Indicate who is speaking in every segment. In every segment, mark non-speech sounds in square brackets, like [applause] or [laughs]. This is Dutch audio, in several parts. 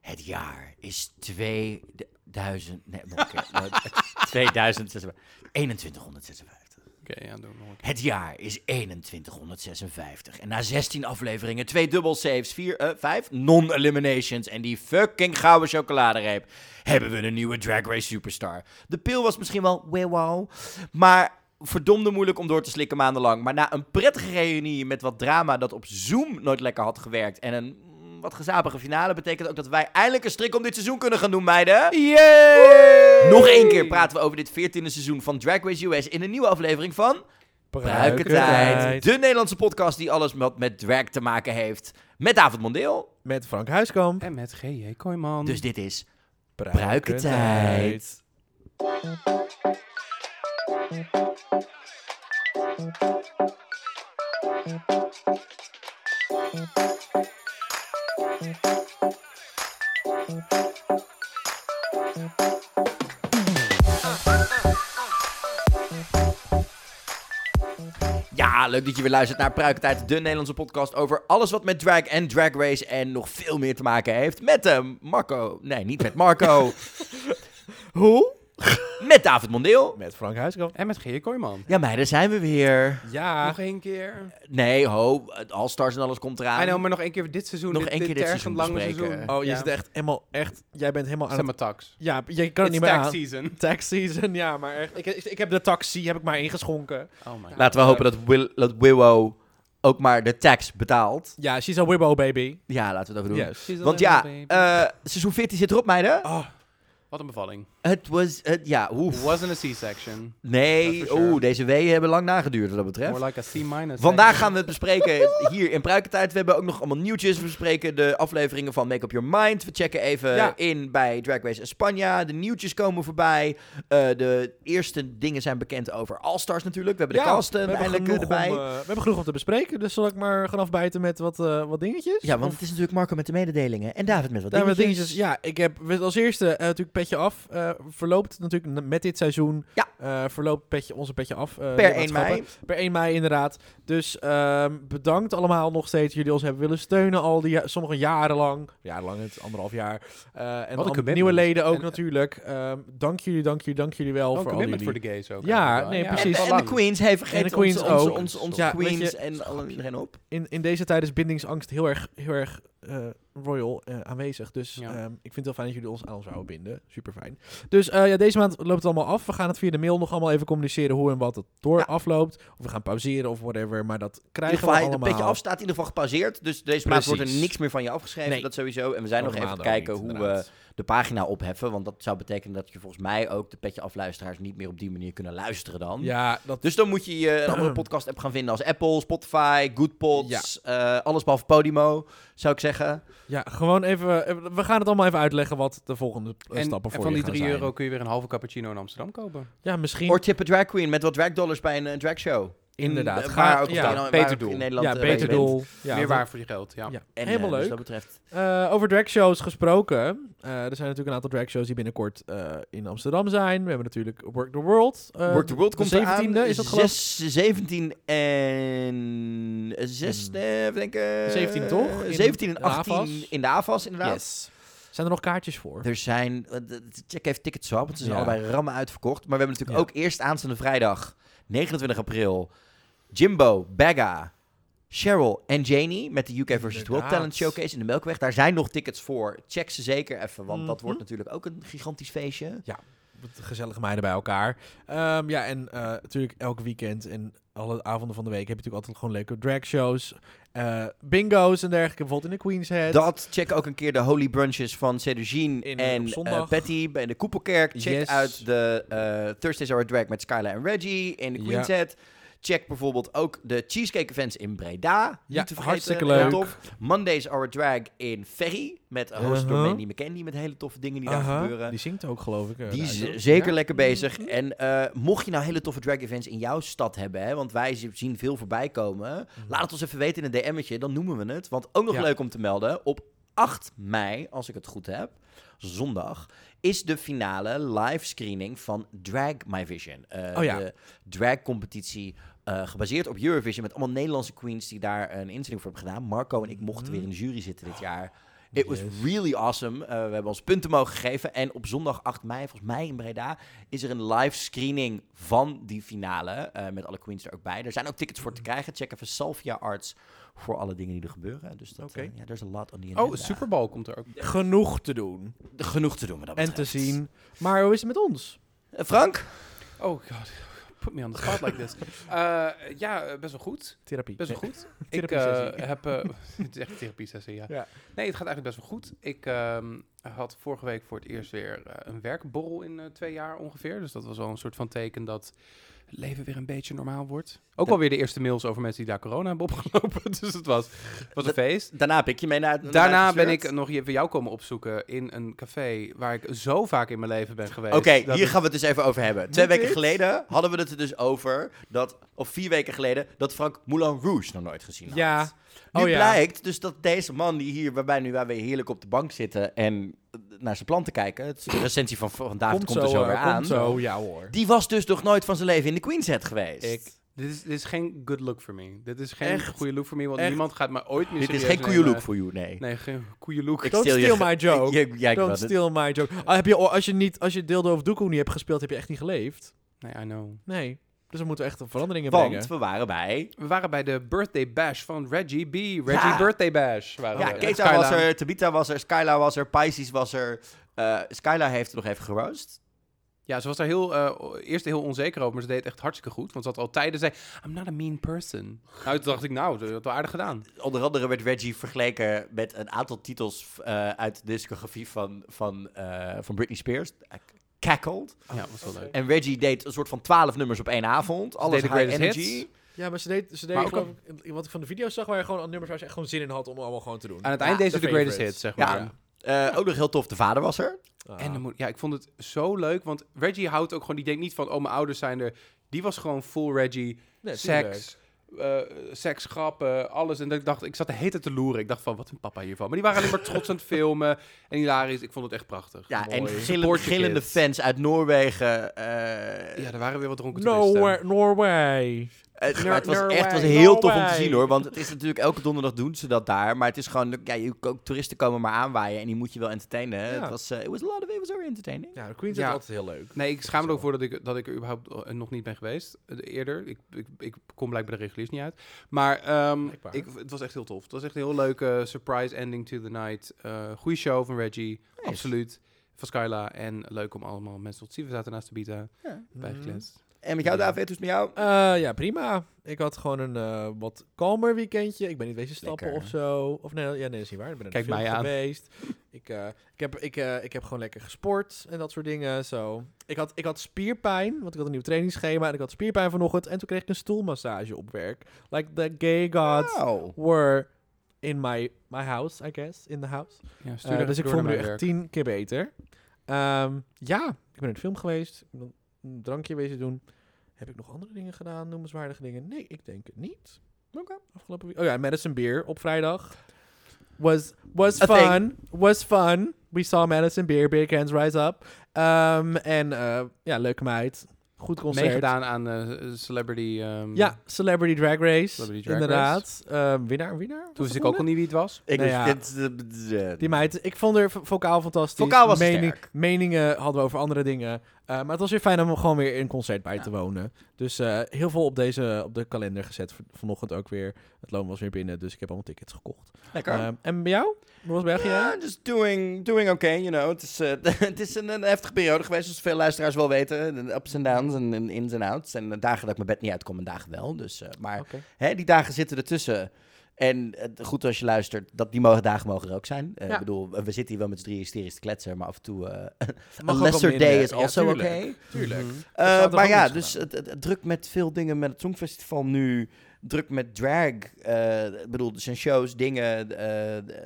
Speaker 1: Het jaar is 2000. Nee, nog een keer. Nou, 2056. 2156.
Speaker 2: Oké, ja, doe nog een keer.
Speaker 1: Het jaar is 2156. En na 16 afleveringen, twee dubbel saves, vier, eh, vijf non-eliminations en die fucking gouden chocoladereep, hebben we een nieuwe Drag Race superstar. De pil was misschien wel wow, wow, maar verdomde moeilijk om door te slikken maandenlang. Maar na een prettige reunie met wat drama dat op Zoom nooit lekker had gewerkt en een mm, wat gezapige finale, betekent ook dat wij eindelijk een strik om dit seizoen kunnen gaan doen, meiden.
Speaker 2: Yay!
Speaker 1: Nog één keer praten we over dit 14e seizoen van Drag Race US in een nieuwe aflevering van Pruikentijd. De Nederlandse podcast die alles wat met drag te maken heeft. Met David Mondeel.
Speaker 3: Met Frank Huiskamp.
Speaker 2: En met G.J. Kooijman.
Speaker 1: Dus dit is
Speaker 3: Pruikentijd.
Speaker 1: Ja, leuk dat je weer luistert naar Pruikentijd. De Nederlandse podcast over alles wat met drag en drag race en nog veel meer te maken heeft. Met hem, Marco. Nee, niet met Marco.
Speaker 3: Hoe?
Speaker 1: met David Mondeel.
Speaker 3: Met Frank Huiskamp.
Speaker 2: En met G.J. Kooijman.
Speaker 1: Ja, maar daar zijn we weer.
Speaker 3: Ja.
Speaker 2: Nog één
Speaker 1: Ah.
Speaker 2: keer.
Speaker 1: Nee, ho. All Stars en alles komt eraan.
Speaker 2: I know, maar nog één keer dit seizoen.
Speaker 1: Nog
Speaker 2: dit,
Speaker 1: één keer dit
Speaker 2: tergend
Speaker 1: seizoen
Speaker 2: lange
Speaker 1: bespreken.
Speaker 2: seizoen.
Speaker 3: Oh, je zit echt helemaal, echt, jij bent helemaal aan
Speaker 2: Zet
Speaker 3: het...
Speaker 2: maar tax.
Speaker 3: Ja, je Oh, kan het
Speaker 2: It's
Speaker 3: niet meer
Speaker 2: tax
Speaker 3: aan.
Speaker 2: season.
Speaker 3: Tax season, ja, maar echt. Ik, ik, ik heb de taxi, heb ik maar ingeschonken.
Speaker 2: Oh my god.
Speaker 1: Laten we hopen dat, Will, dat Willow ook maar de tax betaalt.
Speaker 3: Ja, she's a wibbo, baby.
Speaker 1: Ja, laten we het over doen.
Speaker 3: Yes.
Speaker 1: Want ja, eh, seizoen 14 zit erop, meiden.
Speaker 3: Oh,
Speaker 2: Wat een bevalling.
Speaker 1: Het was, het, ja,
Speaker 2: It
Speaker 1: oef.
Speaker 2: wasn't a C-section.
Speaker 1: Nee,
Speaker 2: That's for sure.
Speaker 1: oeh, deze weeën hebben lang nageduurd wat dat betreft.
Speaker 2: More like a C-minus.
Speaker 1: Vandaag gaan we het bespreken hier in Pruikentijd. We hebben ook nog allemaal nieuwtjes. We bespreken de afleveringen van Make Up Your Mind. We checken even
Speaker 3: Ja.
Speaker 1: in bij Drag Race España. De nieuwtjes komen voorbij. Eh, de eerste dingen zijn bekend over All Stars natuurlijk. We hebben de casten eindelijk
Speaker 3: genoeg
Speaker 1: erbij.
Speaker 3: Om, eh, we hebben genoeg om te bespreken, dus zal ik maar gaan afbijten met wat, eh, wat dingetjes?
Speaker 1: ja, want
Speaker 3: Of-
Speaker 1: het is natuurlijk Marco met de mededelingen. En David met wat
Speaker 3: Ja, maar
Speaker 1: dingetjes.
Speaker 3: dingetjes. Ja, ik heb we- als eerste eh, natuurlijk Petje Af. eh, verloopt natuurlijk na- met dit seizoen.
Speaker 1: Ja.
Speaker 3: eh, verloopt petje, onze Petje Af. eh,
Speaker 1: Per 1
Speaker 3: lidmaatschappen.
Speaker 1: mei.
Speaker 3: Per 1 mei inderdaad. Dus ehm, bedankt allemaal nog steeds. Jullie ons hebben willen steunen al die ja- sommige jaren lang. Jarenlang, het is anderhalf jaar. Eh, en
Speaker 2: Wat een
Speaker 3: al-
Speaker 2: commitment.
Speaker 3: nieuwe leden ook
Speaker 2: En- eh,
Speaker 3: natuurlijk. Ehm, dank jullie, dank jullie, dank jullie wel
Speaker 2: Wel een
Speaker 3: voor al jullie.
Speaker 2: Oh, commitment voor de gays ook.
Speaker 3: Ja,
Speaker 2: eigenlijk wel.
Speaker 3: nee,
Speaker 1: En,
Speaker 3: precies.
Speaker 2: al
Speaker 1: en de
Speaker 2: lang.
Speaker 1: Queens, hey, vergeet
Speaker 3: En de queens
Speaker 1: onze, onze,
Speaker 3: ook.
Speaker 1: onze, onze
Speaker 3: Ja, weet
Speaker 1: Queens
Speaker 3: je-
Speaker 1: en al- iedereen op.
Speaker 3: in, in deze tijd is bindingsangst heel erg, heel erg eh, royal eh, aanwezig. Dus
Speaker 2: Ja.
Speaker 3: ehm, ik vind het heel fijn dat jullie ons aan ons houden binden. Super fijn. Dus eh, ja, deze maand loopt het allemaal af. We gaan het via de mail nog allemaal even communiceren hoe en wat het door
Speaker 1: Ja.
Speaker 3: afloopt. Of we gaan pauzeren of whatever. Maar dat
Speaker 1: In
Speaker 3: krijgen
Speaker 1: ieder geval,
Speaker 3: we
Speaker 1: het
Speaker 3: allemaal.
Speaker 1: petje af staat in ieder geval gepauzeerd. Dus deze maand wordt er
Speaker 3: Precies.
Speaker 1: niks meer van je afgeschreven,
Speaker 3: Nee.
Speaker 1: dat sowieso. En we zijn nog even te
Speaker 3: Normaal dan
Speaker 1: kijken
Speaker 3: niet,
Speaker 1: hoe
Speaker 2: eh,
Speaker 3: inderdaad.
Speaker 1: we de pagina opheffen. Want dat zou betekenen dat je volgens mij ook de petje afluisteraars niet meer op die manier kunnen luisteren dan.
Speaker 3: Ja, dat
Speaker 1: Dus dan moet je je een
Speaker 3: [clears throat]
Speaker 1: andere podcast app gaan vinden als Apple, Spotify, GoodPods, eh, alles behalve Podimo, zou ik zeggen.
Speaker 3: ja, gewoon even. eh, We gaan het allemaal even uitleggen wat de volgende eh,
Speaker 2: En,
Speaker 3: stappen
Speaker 2: en
Speaker 3: voor
Speaker 2: van die
Speaker 3: jullie
Speaker 2: 3
Speaker 3: gaan zijn.
Speaker 2: euro kun je weer een halve cappuccino in Amsterdam kopen.
Speaker 3: Ja, misschien.
Speaker 1: Or tip a drag queen met wat drag dollars bij een, eh, drag dragshow.
Speaker 3: Inderdaad.
Speaker 1: Ga,
Speaker 3: Ga-
Speaker 1: waar ook
Speaker 3: ja,
Speaker 1: in- waar
Speaker 2: beter
Speaker 1: ook
Speaker 2: doel.
Speaker 1: in Nederland
Speaker 3: ja,
Speaker 1: eh,
Speaker 3: beter
Speaker 1: bij je bent.
Speaker 3: doel. Ja,
Speaker 2: meer
Speaker 3: dat-
Speaker 2: waar voor je geld, ja.
Speaker 3: Ja,
Speaker 1: En, eh,
Speaker 3: helemaal
Speaker 1: Dus
Speaker 3: leuk.
Speaker 1: wat dat betreft.
Speaker 3: Eh, over dragshows gesproken. Eh, er zijn natuurlijk een aantal dragshows die binnenkort eh, in Amsterdam zijn. We hebben natuurlijk Work the World. eh,
Speaker 1: Work the World
Speaker 3: de
Speaker 1: komt
Speaker 3: 17e,
Speaker 1: eraan.
Speaker 3: is dat geloof ik?
Speaker 1: 6, 17 en eh, 6, denk ik. eh,
Speaker 3: 17 Hmm. toch? In
Speaker 1: 17 en
Speaker 3: de
Speaker 1: 18
Speaker 3: AFAS?
Speaker 1: in de AFAS, inderdaad.
Speaker 3: Yes. Zijn er nog kaartjes voor?
Speaker 1: Er zijn, eh, d- check even ticketswap, want ze zijn
Speaker 3: Ja.
Speaker 1: allebei rammen uitverkocht. Maar we hebben natuurlijk
Speaker 3: Ja.
Speaker 1: ook eerst aanstaande vrijdag, 29 april, Jimbo, Bagga, Cheryl en Janie met de UK versus World
Speaker 3: Inderdaad.
Speaker 1: Talent Showcase in de Melkweg. Daar zijn nog tickets voor. Check ze zeker even, want dat wordt
Speaker 3: Mhm.
Speaker 1: natuurlijk ook een gigantisch feestje.
Speaker 3: Wat Gezellige meiden bij elkaar. Ehm, ja, en eh, natuurlijk elk weekend en alle avonden van de week heb je natuurlijk altijd gewoon leuke dragshows. eh bingo's en dergelijke. Bijvoorbeeld in de Queen's Head.
Speaker 1: Dat, check ook een keer de Holy Brunches van Sedugine
Speaker 3: In-
Speaker 1: en
Speaker 3: op zondag.
Speaker 1: eh, Patty bij de Koepelkerk. Check
Speaker 3: Yes.
Speaker 1: uit de eh, Thursdays Are a Drag met Skyla en Reggie in de
Speaker 3: Ja.
Speaker 1: Queen's Head. Check bijvoorbeeld ook de Cheesecake Events in Breda. Niet
Speaker 3: Ja,
Speaker 1: te vergeten,
Speaker 3: hartstikke
Speaker 1: heel
Speaker 3: leuk.
Speaker 1: Tof. Mondays Are a Drag in Ferry met een host door
Speaker 3: Uh-huh.
Speaker 1: Mandy McKendy met hele toffe dingen die daar
Speaker 3: Aha.
Speaker 1: gebeuren.
Speaker 3: Die zingt ook geloof ik. eh,
Speaker 1: Die
Speaker 3: daar,
Speaker 1: is
Speaker 3: toch?
Speaker 1: eh, zeker
Speaker 2: Ja.
Speaker 1: lekker bezig.
Speaker 3: Mhm.
Speaker 1: En eh, mocht je nou hele toffe drag events in jouw stad hebben, hè, want wij z- zien veel voorbij komen, laat het ons even weten in een DM'tje, dan noemen we het. Want ook nog
Speaker 3: Mhm. Ja.
Speaker 1: leuk om te melden, op 8 mei, als ik het goed heb, zondag, is de finale live screening van Drag My Vision. Eh,
Speaker 3: Oh ja.
Speaker 1: De dragcompetitie. eh, gebaseerd op
Speaker 3: Mhm.
Speaker 1: Eurovision met allemaal Nederlandse queens die daar een instelling voor hebben gedaan. Marco en ik mochten weer in de jury zitten dit jaar. It was
Speaker 3: Yes.
Speaker 1: really awesome. Eh, we hebben ons punten mogen geven. En op zondag 8 mei, volgens mij in Breda, is er een live screening van die finale. eh, met alle queens er ook bij. Er zijn ook tickets voor te krijgen. Check even Salvia Arts voor alle dingen die er gebeuren. Dus dat,
Speaker 3: Oké.
Speaker 1: eh, ja, there's a lot on the
Speaker 2: Oh,
Speaker 1: agenda.
Speaker 2: Super Bowl komt er ook.
Speaker 3: Genoeg te doen
Speaker 1: Genoeg te doen wat dat
Speaker 3: en te
Speaker 1: betreft.
Speaker 3: zien. Maar hoe is het met ons?
Speaker 1: Eh, Frank?
Speaker 2: Oh god, put me on the spot like this.
Speaker 1: [laughs]
Speaker 2: Eh, ja, eh, best wel goed.
Speaker 3: Therapie.
Speaker 2: Best wel
Speaker 3: Nee.
Speaker 2: goed. ik eh,
Speaker 3: Therapie-sessie.
Speaker 2: [laughs] heb... eh, het is echt een therapie-sessie, ja.
Speaker 3: Ja.
Speaker 2: Nee, het gaat eigenlijk best wel goed. Ik ehm, had vorige week voor het eerst weer eh, een werkborrel in eh, twee jaar ongeveer. Dus dat was al een soort van teken dat het leven weer een beetje normaal wordt. Ook alweer de eerste mails over mensen die daar corona hebben opgelopen. [laughs] Dus het was, was een
Speaker 1: Dat- dus
Speaker 2: feest.
Speaker 1: Daarna heb ik je mee naar naar
Speaker 2: Daarna ben
Speaker 1: gesleurd.
Speaker 2: ik nog even jou komen opzoeken in een café waar ik zo vaak in mijn leven ben geweest.
Speaker 1: Oké,
Speaker 2: dat
Speaker 1: hier
Speaker 2: het-
Speaker 1: gaan we het dus even over hebben. Twee weken
Speaker 3: dit?
Speaker 1: geleden hadden we het er dus over dat, of vier weken geleden, dat Frank Moulin Rouge nog nooit gezien had.
Speaker 3: Ja.
Speaker 1: Nu
Speaker 3: Oh ja.
Speaker 1: blijkt dus dat deze man die hier, waarbij nu waar we heerlijk op de bank zitten en eh, naar zijn planten kijken,
Speaker 3: [coughs]
Speaker 1: het de recensie van vandaag komt, er zo
Speaker 3: hoor,
Speaker 1: weer aan.
Speaker 3: Komt zo, ja hoor.
Speaker 1: Die was dus nog nooit van zijn leven in de Queenset geweest.
Speaker 2: Ik, dit, is, dit is geen good look voor me. Dit is geen
Speaker 1: Echt?
Speaker 2: goede look voor me, want
Speaker 3: Echt?
Speaker 2: niemand gaat me ooit meer
Speaker 1: Dit is
Speaker 2: serieus
Speaker 1: geen goede
Speaker 2: nemen.
Speaker 1: look voor jou, nee.
Speaker 2: Nee, geen goede look.
Speaker 1: Ik
Speaker 3: Don't
Speaker 1: steel [laughs] je
Speaker 3: steal
Speaker 1: ge-
Speaker 3: my joke.
Speaker 1: Ja, ja, ik
Speaker 3: Don't
Speaker 1: wou het.
Speaker 3: steal my joke. Ah, heb je, als je niet, als je Dildo of Doekoe niet hebt gespeeld, heb je echt niet geleefd.
Speaker 2: Nee, I know.
Speaker 3: Nee. Dus er moeten echt veranderingen
Speaker 1: Want
Speaker 3: brengen.
Speaker 1: we waren bij...
Speaker 2: We waren bij de birthday bash van Reggie B. Reggie
Speaker 1: Ja.
Speaker 2: birthday bash.
Speaker 3: Oh,
Speaker 2: Waren
Speaker 1: Ja,
Speaker 2: we.
Speaker 1: Keita was
Speaker 2: Skyline.
Speaker 1: er, Tabita was er, Skyla was er, Pisces was er. Eh Skyla heeft nog even geroost.
Speaker 2: Ja, ze was daar heel, eh, eerst heel onzeker over, maar ze deed het echt hartstikke goed. Want ze had al tijden zei, I'm not a mean person. Nou, toen dacht ik, nou, dat had wel aardig gedaan.
Speaker 1: Onder andere werd Reggie vergeleken met een aantal titels eh, uit de discografie van, van, eh, van Britney Spears. Cackled.
Speaker 2: ja, was wel leuk.
Speaker 1: En Reggie deed een soort van twaalf nummers op één avond. Alles
Speaker 2: deed de
Speaker 1: high
Speaker 2: greatest
Speaker 1: energy.
Speaker 2: hits.
Speaker 3: Ja, maar ze deed, ze deed
Speaker 2: Maar ook
Speaker 3: geloof ik, wat ik van de video's zag, waar je gewoon aan nummers waar ze echt gewoon zin in had om allemaal gewoon te doen.
Speaker 2: Aan het
Speaker 1: Ja,
Speaker 2: eind deze
Speaker 3: de
Speaker 2: de greatest
Speaker 3: favorites.
Speaker 2: hits, zeg
Speaker 1: Ja.
Speaker 2: maar.
Speaker 1: Eh, ook nog heel tof, de vader was er.
Speaker 3: Ah.
Speaker 2: En de moeder- ja, ik vond het zo leuk, want Reggie houdt ook gewoon, die denkt niet van, oh, mijn ouders zijn er. Die was gewoon full Reggie,
Speaker 3: Nee, tuurlijk.
Speaker 2: seks, eh seks, grappen, alles. En dat ik dacht, ik zat de hele tijd te loeren. Ik dacht van, wat een papa hiervan. Maar die waren alleen maar trots aan het filmen en hilarisch. Ik vond het echt prachtig.
Speaker 1: Ja, en
Speaker 3: Mooi.
Speaker 1: gillen-
Speaker 2: Support your
Speaker 1: gillende
Speaker 2: kids.
Speaker 1: fans uit Noorwegen. eh,
Speaker 2: Ja, er waren weer wat dronken toeristen.
Speaker 3: Nowhere, Norway.
Speaker 1: Het,
Speaker 3: Nor-
Speaker 1: maar het was
Speaker 3: Norway,
Speaker 1: echt was heel tof om te
Speaker 3: Norway.
Speaker 1: zien hoor. Want het is natuurlijk elke donderdag doen ze dat daar. Maar het is gewoon, ja, je, ook toeristen komen maar aanwaaien en die moet je wel entertainen.
Speaker 3: Ja.
Speaker 1: Het was, eh, it was a lot of, it was very entertaining.
Speaker 3: Ja, de Queens
Speaker 2: Ja.
Speaker 3: is altijd heel leuk.
Speaker 2: Nee, ik schaam me er ook
Speaker 3: Zo.
Speaker 2: voor dat ik, dat ik er überhaupt eh, nog niet ben geweest. eh, Eerder. Ik, ik, ik kom blijkbaar de reguliers niet uit. Maar ehm,
Speaker 3: Blijkbaar.
Speaker 2: ik, het was echt heel tof. Het was echt een heel leuke surprise ending to the night. Eh goede show van Reggie.
Speaker 1: Nice.
Speaker 2: Absoluut. Van Skyla. En leuk om allemaal mensen tot zien. We zaten naast de beta.
Speaker 1: Ja.
Speaker 2: Bijgekletst.
Speaker 1: En met jou, David, hoe is het met jou?
Speaker 3: Mhm. Eh, ja, prima. Ik had gewoon een eh, wat kalmer weekendje. Ik ben niet wezen stappen
Speaker 1: Lekker.
Speaker 3: of zo. Of nee, ja, nee, dat is niet waar. Ik ben naar
Speaker 2: Kijk
Speaker 3: de film
Speaker 2: mij aan.
Speaker 3: geweest. ik, eh, ik, heb, ik, eh, ik heb gewoon lekker gesport en dat soort dingen. Zo. Ik, had, ik had spierpijn, want ik had een nieuw trainingsschema. En ik had spierpijn vanochtend. En toen kreeg ik een stoelmassage op werk. Like the gay gods
Speaker 1: Wauw.
Speaker 3: were in my, my house, I guess. In the house.
Speaker 2: Ja,
Speaker 3: Eh,
Speaker 2: stuur
Speaker 3: dus ik voel me nu echt tien keer beter. Ehm, ja, ik ben naar de film geweest. Ik ben een drankje wezen doen. Heb ik nog andere dingen gedaan, noemenswaardige dingen? Nee, ik denk het niet. Afgelopen week. Oh ja, Madison Beer op vrijdag. Was, was
Speaker 1: A thing.
Speaker 3: fun. Was fun. We saw Madison Beer, Big Hands Rise Up. Ehm, en eh, ja, leuke meid. Goed concert.
Speaker 2: Meegedaan aan eh, Celebrity. ehm,
Speaker 3: Ja, Celebrity Drag Race.
Speaker 2: Celebrity Drag
Speaker 3: inderdaad. Ehm, winnaar, winnaar. was
Speaker 2: Toen wist
Speaker 3: het
Speaker 2: ik ook al
Speaker 3: gewonnen?
Speaker 2: niet wie het was.
Speaker 1: Ik
Speaker 3: Nou ja.
Speaker 1: dit, eh, eh,
Speaker 3: Die meid, ik vond haar vo- vocaal fantastisch.
Speaker 1: Vocaal was
Speaker 3: Meni-
Speaker 1: sterk.
Speaker 3: Meningen hadden we over andere dingen. Eh, maar het was weer fijn om gewoon weer in een concert bij te wonen. Dus eh, heel veel op, deze, op de kalender gezet. V- Vanochtend ook weer. Het loon was weer binnen, dus ik heb allemaal tickets gekocht.
Speaker 1: lekker.
Speaker 3: Ehm, en bij jou? Hoe was België?
Speaker 1: Ja, dus doing, doing okay, you know. Het is, eh, [laughs] het is een, een heftige periode geweest, zoals veel luisteraars wel weten. De Ups en downs en en ins en outs. En de dagen dat ik mijn bed niet uitkom en dagen wel. Dus, eh, maar
Speaker 3: Oké.
Speaker 1: hè, die dagen zitten ertussen. En eh, goed als je luistert, dat die mogen, dagen mogen er ook zijn. Eh,
Speaker 3: Ja.
Speaker 1: Ik bedoel, we zitten hier wel met z'n drie hysterisch te kletsen, maar af en toe... eh
Speaker 3: Mag
Speaker 1: a
Speaker 3: ook wel
Speaker 1: lesser
Speaker 3: minder.
Speaker 1: day is
Speaker 3: Ja,
Speaker 1: also
Speaker 3: tuurlijk.
Speaker 1: okay.
Speaker 3: Tuurlijk.
Speaker 2: Mhm.
Speaker 3: Dat zou
Speaker 1: Eh,
Speaker 3: het
Speaker 1: maar
Speaker 3: toch
Speaker 1: ja,
Speaker 3: anders
Speaker 1: dus
Speaker 3: gedaan?
Speaker 1: het, het- het druk met veel dingen met het Songfestival nu. Druk met drag. eh, Ik bedoel, er zijn shows, dingen. eh,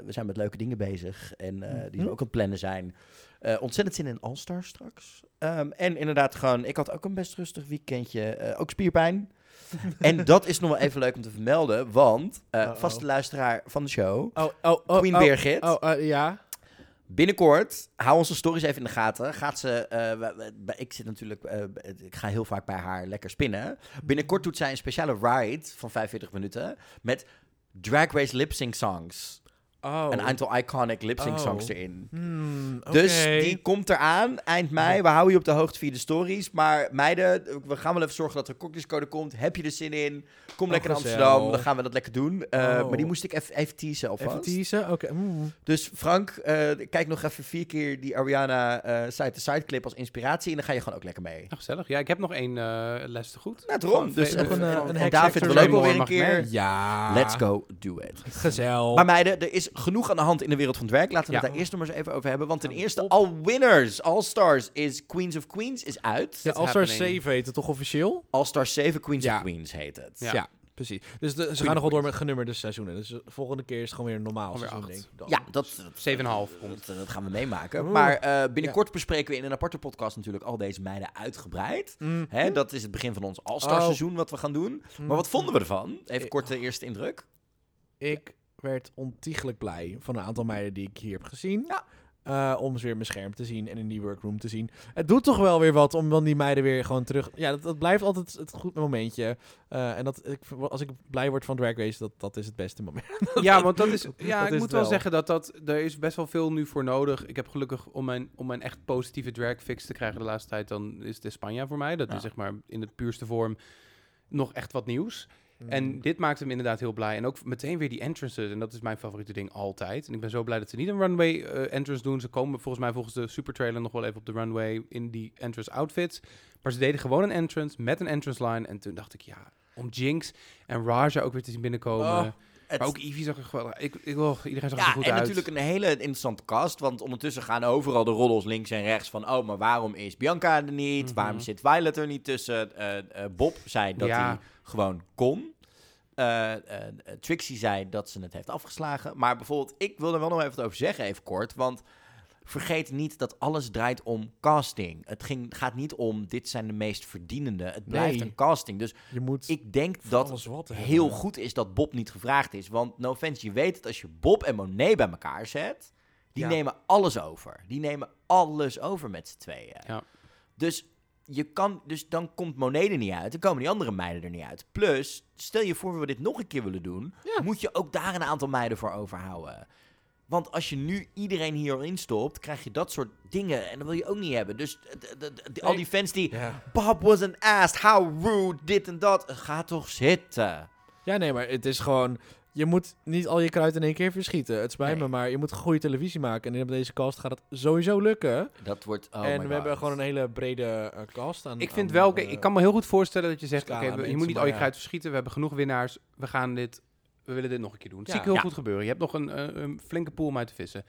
Speaker 1: we zijn met leuke dingen bezig. En eh, die
Speaker 3: Mhm.
Speaker 1: ook aan het plannen zijn. Eh, ontzettend zin in All-Star straks. Ehm, en inderdaad gewoon, ik had ook een best rustig weekendje. eh, ook
Speaker 3: [laughs]
Speaker 1: spierpijn. en dat is nog wel even leuk om te vermelden. Want eh,
Speaker 3: Uh-oh.
Speaker 1: vaste luisteraar van de show,
Speaker 3: Oh, oh, oh.
Speaker 1: Queen
Speaker 3: oh,
Speaker 1: Birgit.
Speaker 3: Oh, eh, ja.
Speaker 1: Binnenkort, hou onze stories even in de gaten. Gaat ze, eh, we- we- we- ik zit natuurlijk, eh, ik ga heel vaak bij haar lekker spinnen. Binnenkort doet zij een speciale ride van 45 minuten met Drag Race lip sync songs.
Speaker 3: Oh.
Speaker 1: een aantal iconic lip-sync
Speaker 3: Oh.
Speaker 1: songs erin.
Speaker 3: Hmm,
Speaker 1: Dus
Speaker 3: oké.
Speaker 1: die komt eraan eind mei. We houden je op de hoogte via de stories. Maar meiden, we gaan wel even zorgen dat er cocktailscode komt. Heb je er zin in? Kom
Speaker 3: Oh,
Speaker 1: lekker naar
Speaker 3: gezellig.
Speaker 1: Amsterdam. Dan gaan we dat lekker doen. Eh,
Speaker 3: Oh.
Speaker 1: Maar die moest ik even, even teasen
Speaker 3: Even
Speaker 1: alvast.
Speaker 3: teasen? Oké. mm.
Speaker 1: Dus Frank, eh, kijk nog even vier keer die Ariana eh side-to-side clip als inspiratie. En dan ga je gewoon ook lekker mee.
Speaker 2: Nou, gezellig. Ja, ik heb nog één eh, les te goed.
Speaker 1: Nou, daarom. Dus,
Speaker 3: Nog een, eh,
Speaker 1: en-
Speaker 3: een
Speaker 1: en
Speaker 3: hack
Speaker 1: David
Speaker 3: sector
Speaker 1: wil ook wel
Speaker 2: Rainbow
Speaker 1: weer een
Speaker 2: mag
Speaker 1: keer.
Speaker 2: mee.
Speaker 3: Ja.
Speaker 1: Let's go, do it.
Speaker 3: Gezel.
Speaker 1: Maar meiden, er is genoeg aan de hand in de wereld van het werk. Laten we het
Speaker 2: Ja.
Speaker 1: daar eerst nog maar eens even over hebben. Want ten
Speaker 2: Ja,
Speaker 1: eerste,
Speaker 2: op.
Speaker 1: al winners, All Stars is Queens of Queens is uit.
Speaker 3: ja,
Speaker 2: it's
Speaker 3: All-Star
Speaker 2: happening.
Speaker 3: 7 heet het toch officieel?
Speaker 1: All Stars 7, Queens
Speaker 3: Ja.
Speaker 1: of Queens heet het.
Speaker 2: Ja.
Speaker 3: Precies. Dus de, ze gaan
Speaker 1: Queen
Speaker 3: nog wel
Speaker 1: of
Speaker 3: door met genummerde seizoenen. Dus de volgende keer is het gewoon weer een normaal
Speaker 2: Alweer
Speaker 3: seizoen,
Speaker 2: acht.
Speaker 3: denk ik. dan.
Speaker 1: Ja, dat, dat,
Speaker 2: 7,5 komt.
Speaker 1: dat, dat gaan we meemaken.
Speaker 3: Oeh.
Speaker 1: Maar eh, binnenkort bespreken we in een aparte podcast natuurlijk al deze meiden uitgebreid.
Speaker 3: Mm.
Speaker 1: Hè, dat is het begin van ons All-Star
Speaker 3: Oh. Hm.
Speaker 1: seizoen wat we gaan doen. Maar wat vonden we ervan? Even
Speaker 3: Ik-
Speaker 1: kort de eerste indruk.
Speaker 3: Ik werd ontiegelijk blij van een aantal meiden die ik hier heb gezien.
Speaker 1: Ja.
Speaker 3: Eh, om ze weer mijn scherm te zien en in die workroom te zien. Het doet toch wel weer wat om dan die meiden weer gewoon terug... Ja, dat, dat blijft altijd het goed momentje. Eh, en dat, ik, als ik blij word van Drag Race, dat, dat is het beste moment.
Speaker 2: [laughs] Ja, want dat is.
Speaker 3: dat
Speaker 2: Ja, ik
Speaker 3: is
Speaker 2: moet
Speaker 3: het
Speaker 2: wel
Speaker 3: wel.
Speaker 2: zeggen dat dat. Er is best wel veel nu voor nodig. Ik heb gelukkig om mijn, om mijn echt positieve drag fix te krijgen de laatste tijd. Dan is de Spanja voor mij. Dat
Speaker 1: Ja.
Speaker 2: is zeg maar in de puurste vorm nog echt wat nieuws.
Speaker 3: Mm.
Speaker 2: En dit maakt hem inderdaad heel blij. En ook meteen weer die entrances. En dat is mijn favoriete ding altijd. En ik ben zo blij dat ze niet een runway eh, entrance doen. Ze komen volgens mij volgens de super trailer nog wel even op de runway in die entrance outfits. Maar ze deden gewoon een entrance met een entrance line. En toen dacht ik, ja, om Jinx en Raja ook weer te zien binnenkomen.
Speaker 3: Oh,
Speaker 1: Het-
Speaker 2: Maar ook Ivy zag er geweldig ik, ik, oh, Iedereen zag er
Speaker 1: ja,
Speaker 2: goed
Speaker 1: en
Speaker 2: uit.
Speaker 1: natuurlijk een hele interessante cast. Want ondertussen gaan overal de roddels links en rechts van... oh, maar waarom is Bianca er niet?
Speaker 2: Mhm.
Speaker 1: Waarom zit Violet er niet tussen? Eh, eh, Bob zei dat
Speaker 2: Ja.
Speaker 1: hij gewoon kon. Eh, eh, eh, Trixie zei dat ze het heeft afgeslagen. Maar bijvoorbeeld, ik wil er wel nog even wat over zeggen, even kort. Want vergeet niet dat alles draait om casting. Het ging, gaat niet om dit zijn de meest verdienende. Het blijft
Speaker 3: Nee.
Speaker 1: een casting. Dus
Speaker 3: Je moet
Speaker 1: ik denk
Speaker 3: voor
Speaker 1: dat
Speaker 3: alles wat hebben.
Speaker 1: heel goed is dat Bob niet gevraagd is. Want no offense, je weet het, als je Bob en Monet bij elkaar zet, die
Speaker 2: Ja.
Speaker 1: nemen alles over. Die nemen alles over met z'n tweeën.
Speaker 2: Ja.
Speaker 1: Dus, je kan, dus dan komt Monet er niet uit, dan komen die andere meiden er niet uit. Plus, stel je voor we dit nog een keer willen doen,
Speaker 3: Ja.
Speaker 1: moet je ook daar een aantal meiden voor overhouden. Want als je nu iedereen hierin stopt, krijg je dat soort dingen. En dat wil je ook niet hebben. Dus eh, d- d- d- al die fans die...
Speaker 3: Ja.
Speaker 1: Bob was an ass, how rude, dit en dat. Ga toch zitten.
Speaker 3: ja, nee, maar het is gewoon... Je moet niet al je kruid in één keer verschieten. Het spijt
Speaker 1: Nee.
Speaker 3: me, maar je moet goede televisie maken. En in deze cast gaat het sowieso lukken.
Speaker 1: Dat wordt. Oh
Speaker 3: en
Speaker 1: my
Speaker 3: we
Speaker 1: God.
Speaker 3: hebben gewoon een hele brede eh, cast aan.
Speaker 2: Ik vind
Speaker 3: aan,
Speaker 2: wel, kijk,
Speaker 3: eh,
Speaker 2: ik kan me heel goed voorstellen dat je zegt, oké,
Speaker 3: scala
Speaker 2: we- je
Speaker 3: mensen,
Speaker 2: moet niet al
Speaker 3: maar
Speaker 2: je
Speaker 3: ja.
Speaker 2: kruid verschieten. We hebben genoeg winnaars. We gaan dit, we willen dit nog een keer doen. Dat
Speaker 3: Ja.
Speaker 2: zie ik heel
Speaker 1: Ja.
Speaker 2: goed gebeuren. Je hebt nog een, eh, een flinke pool om uit te vissen.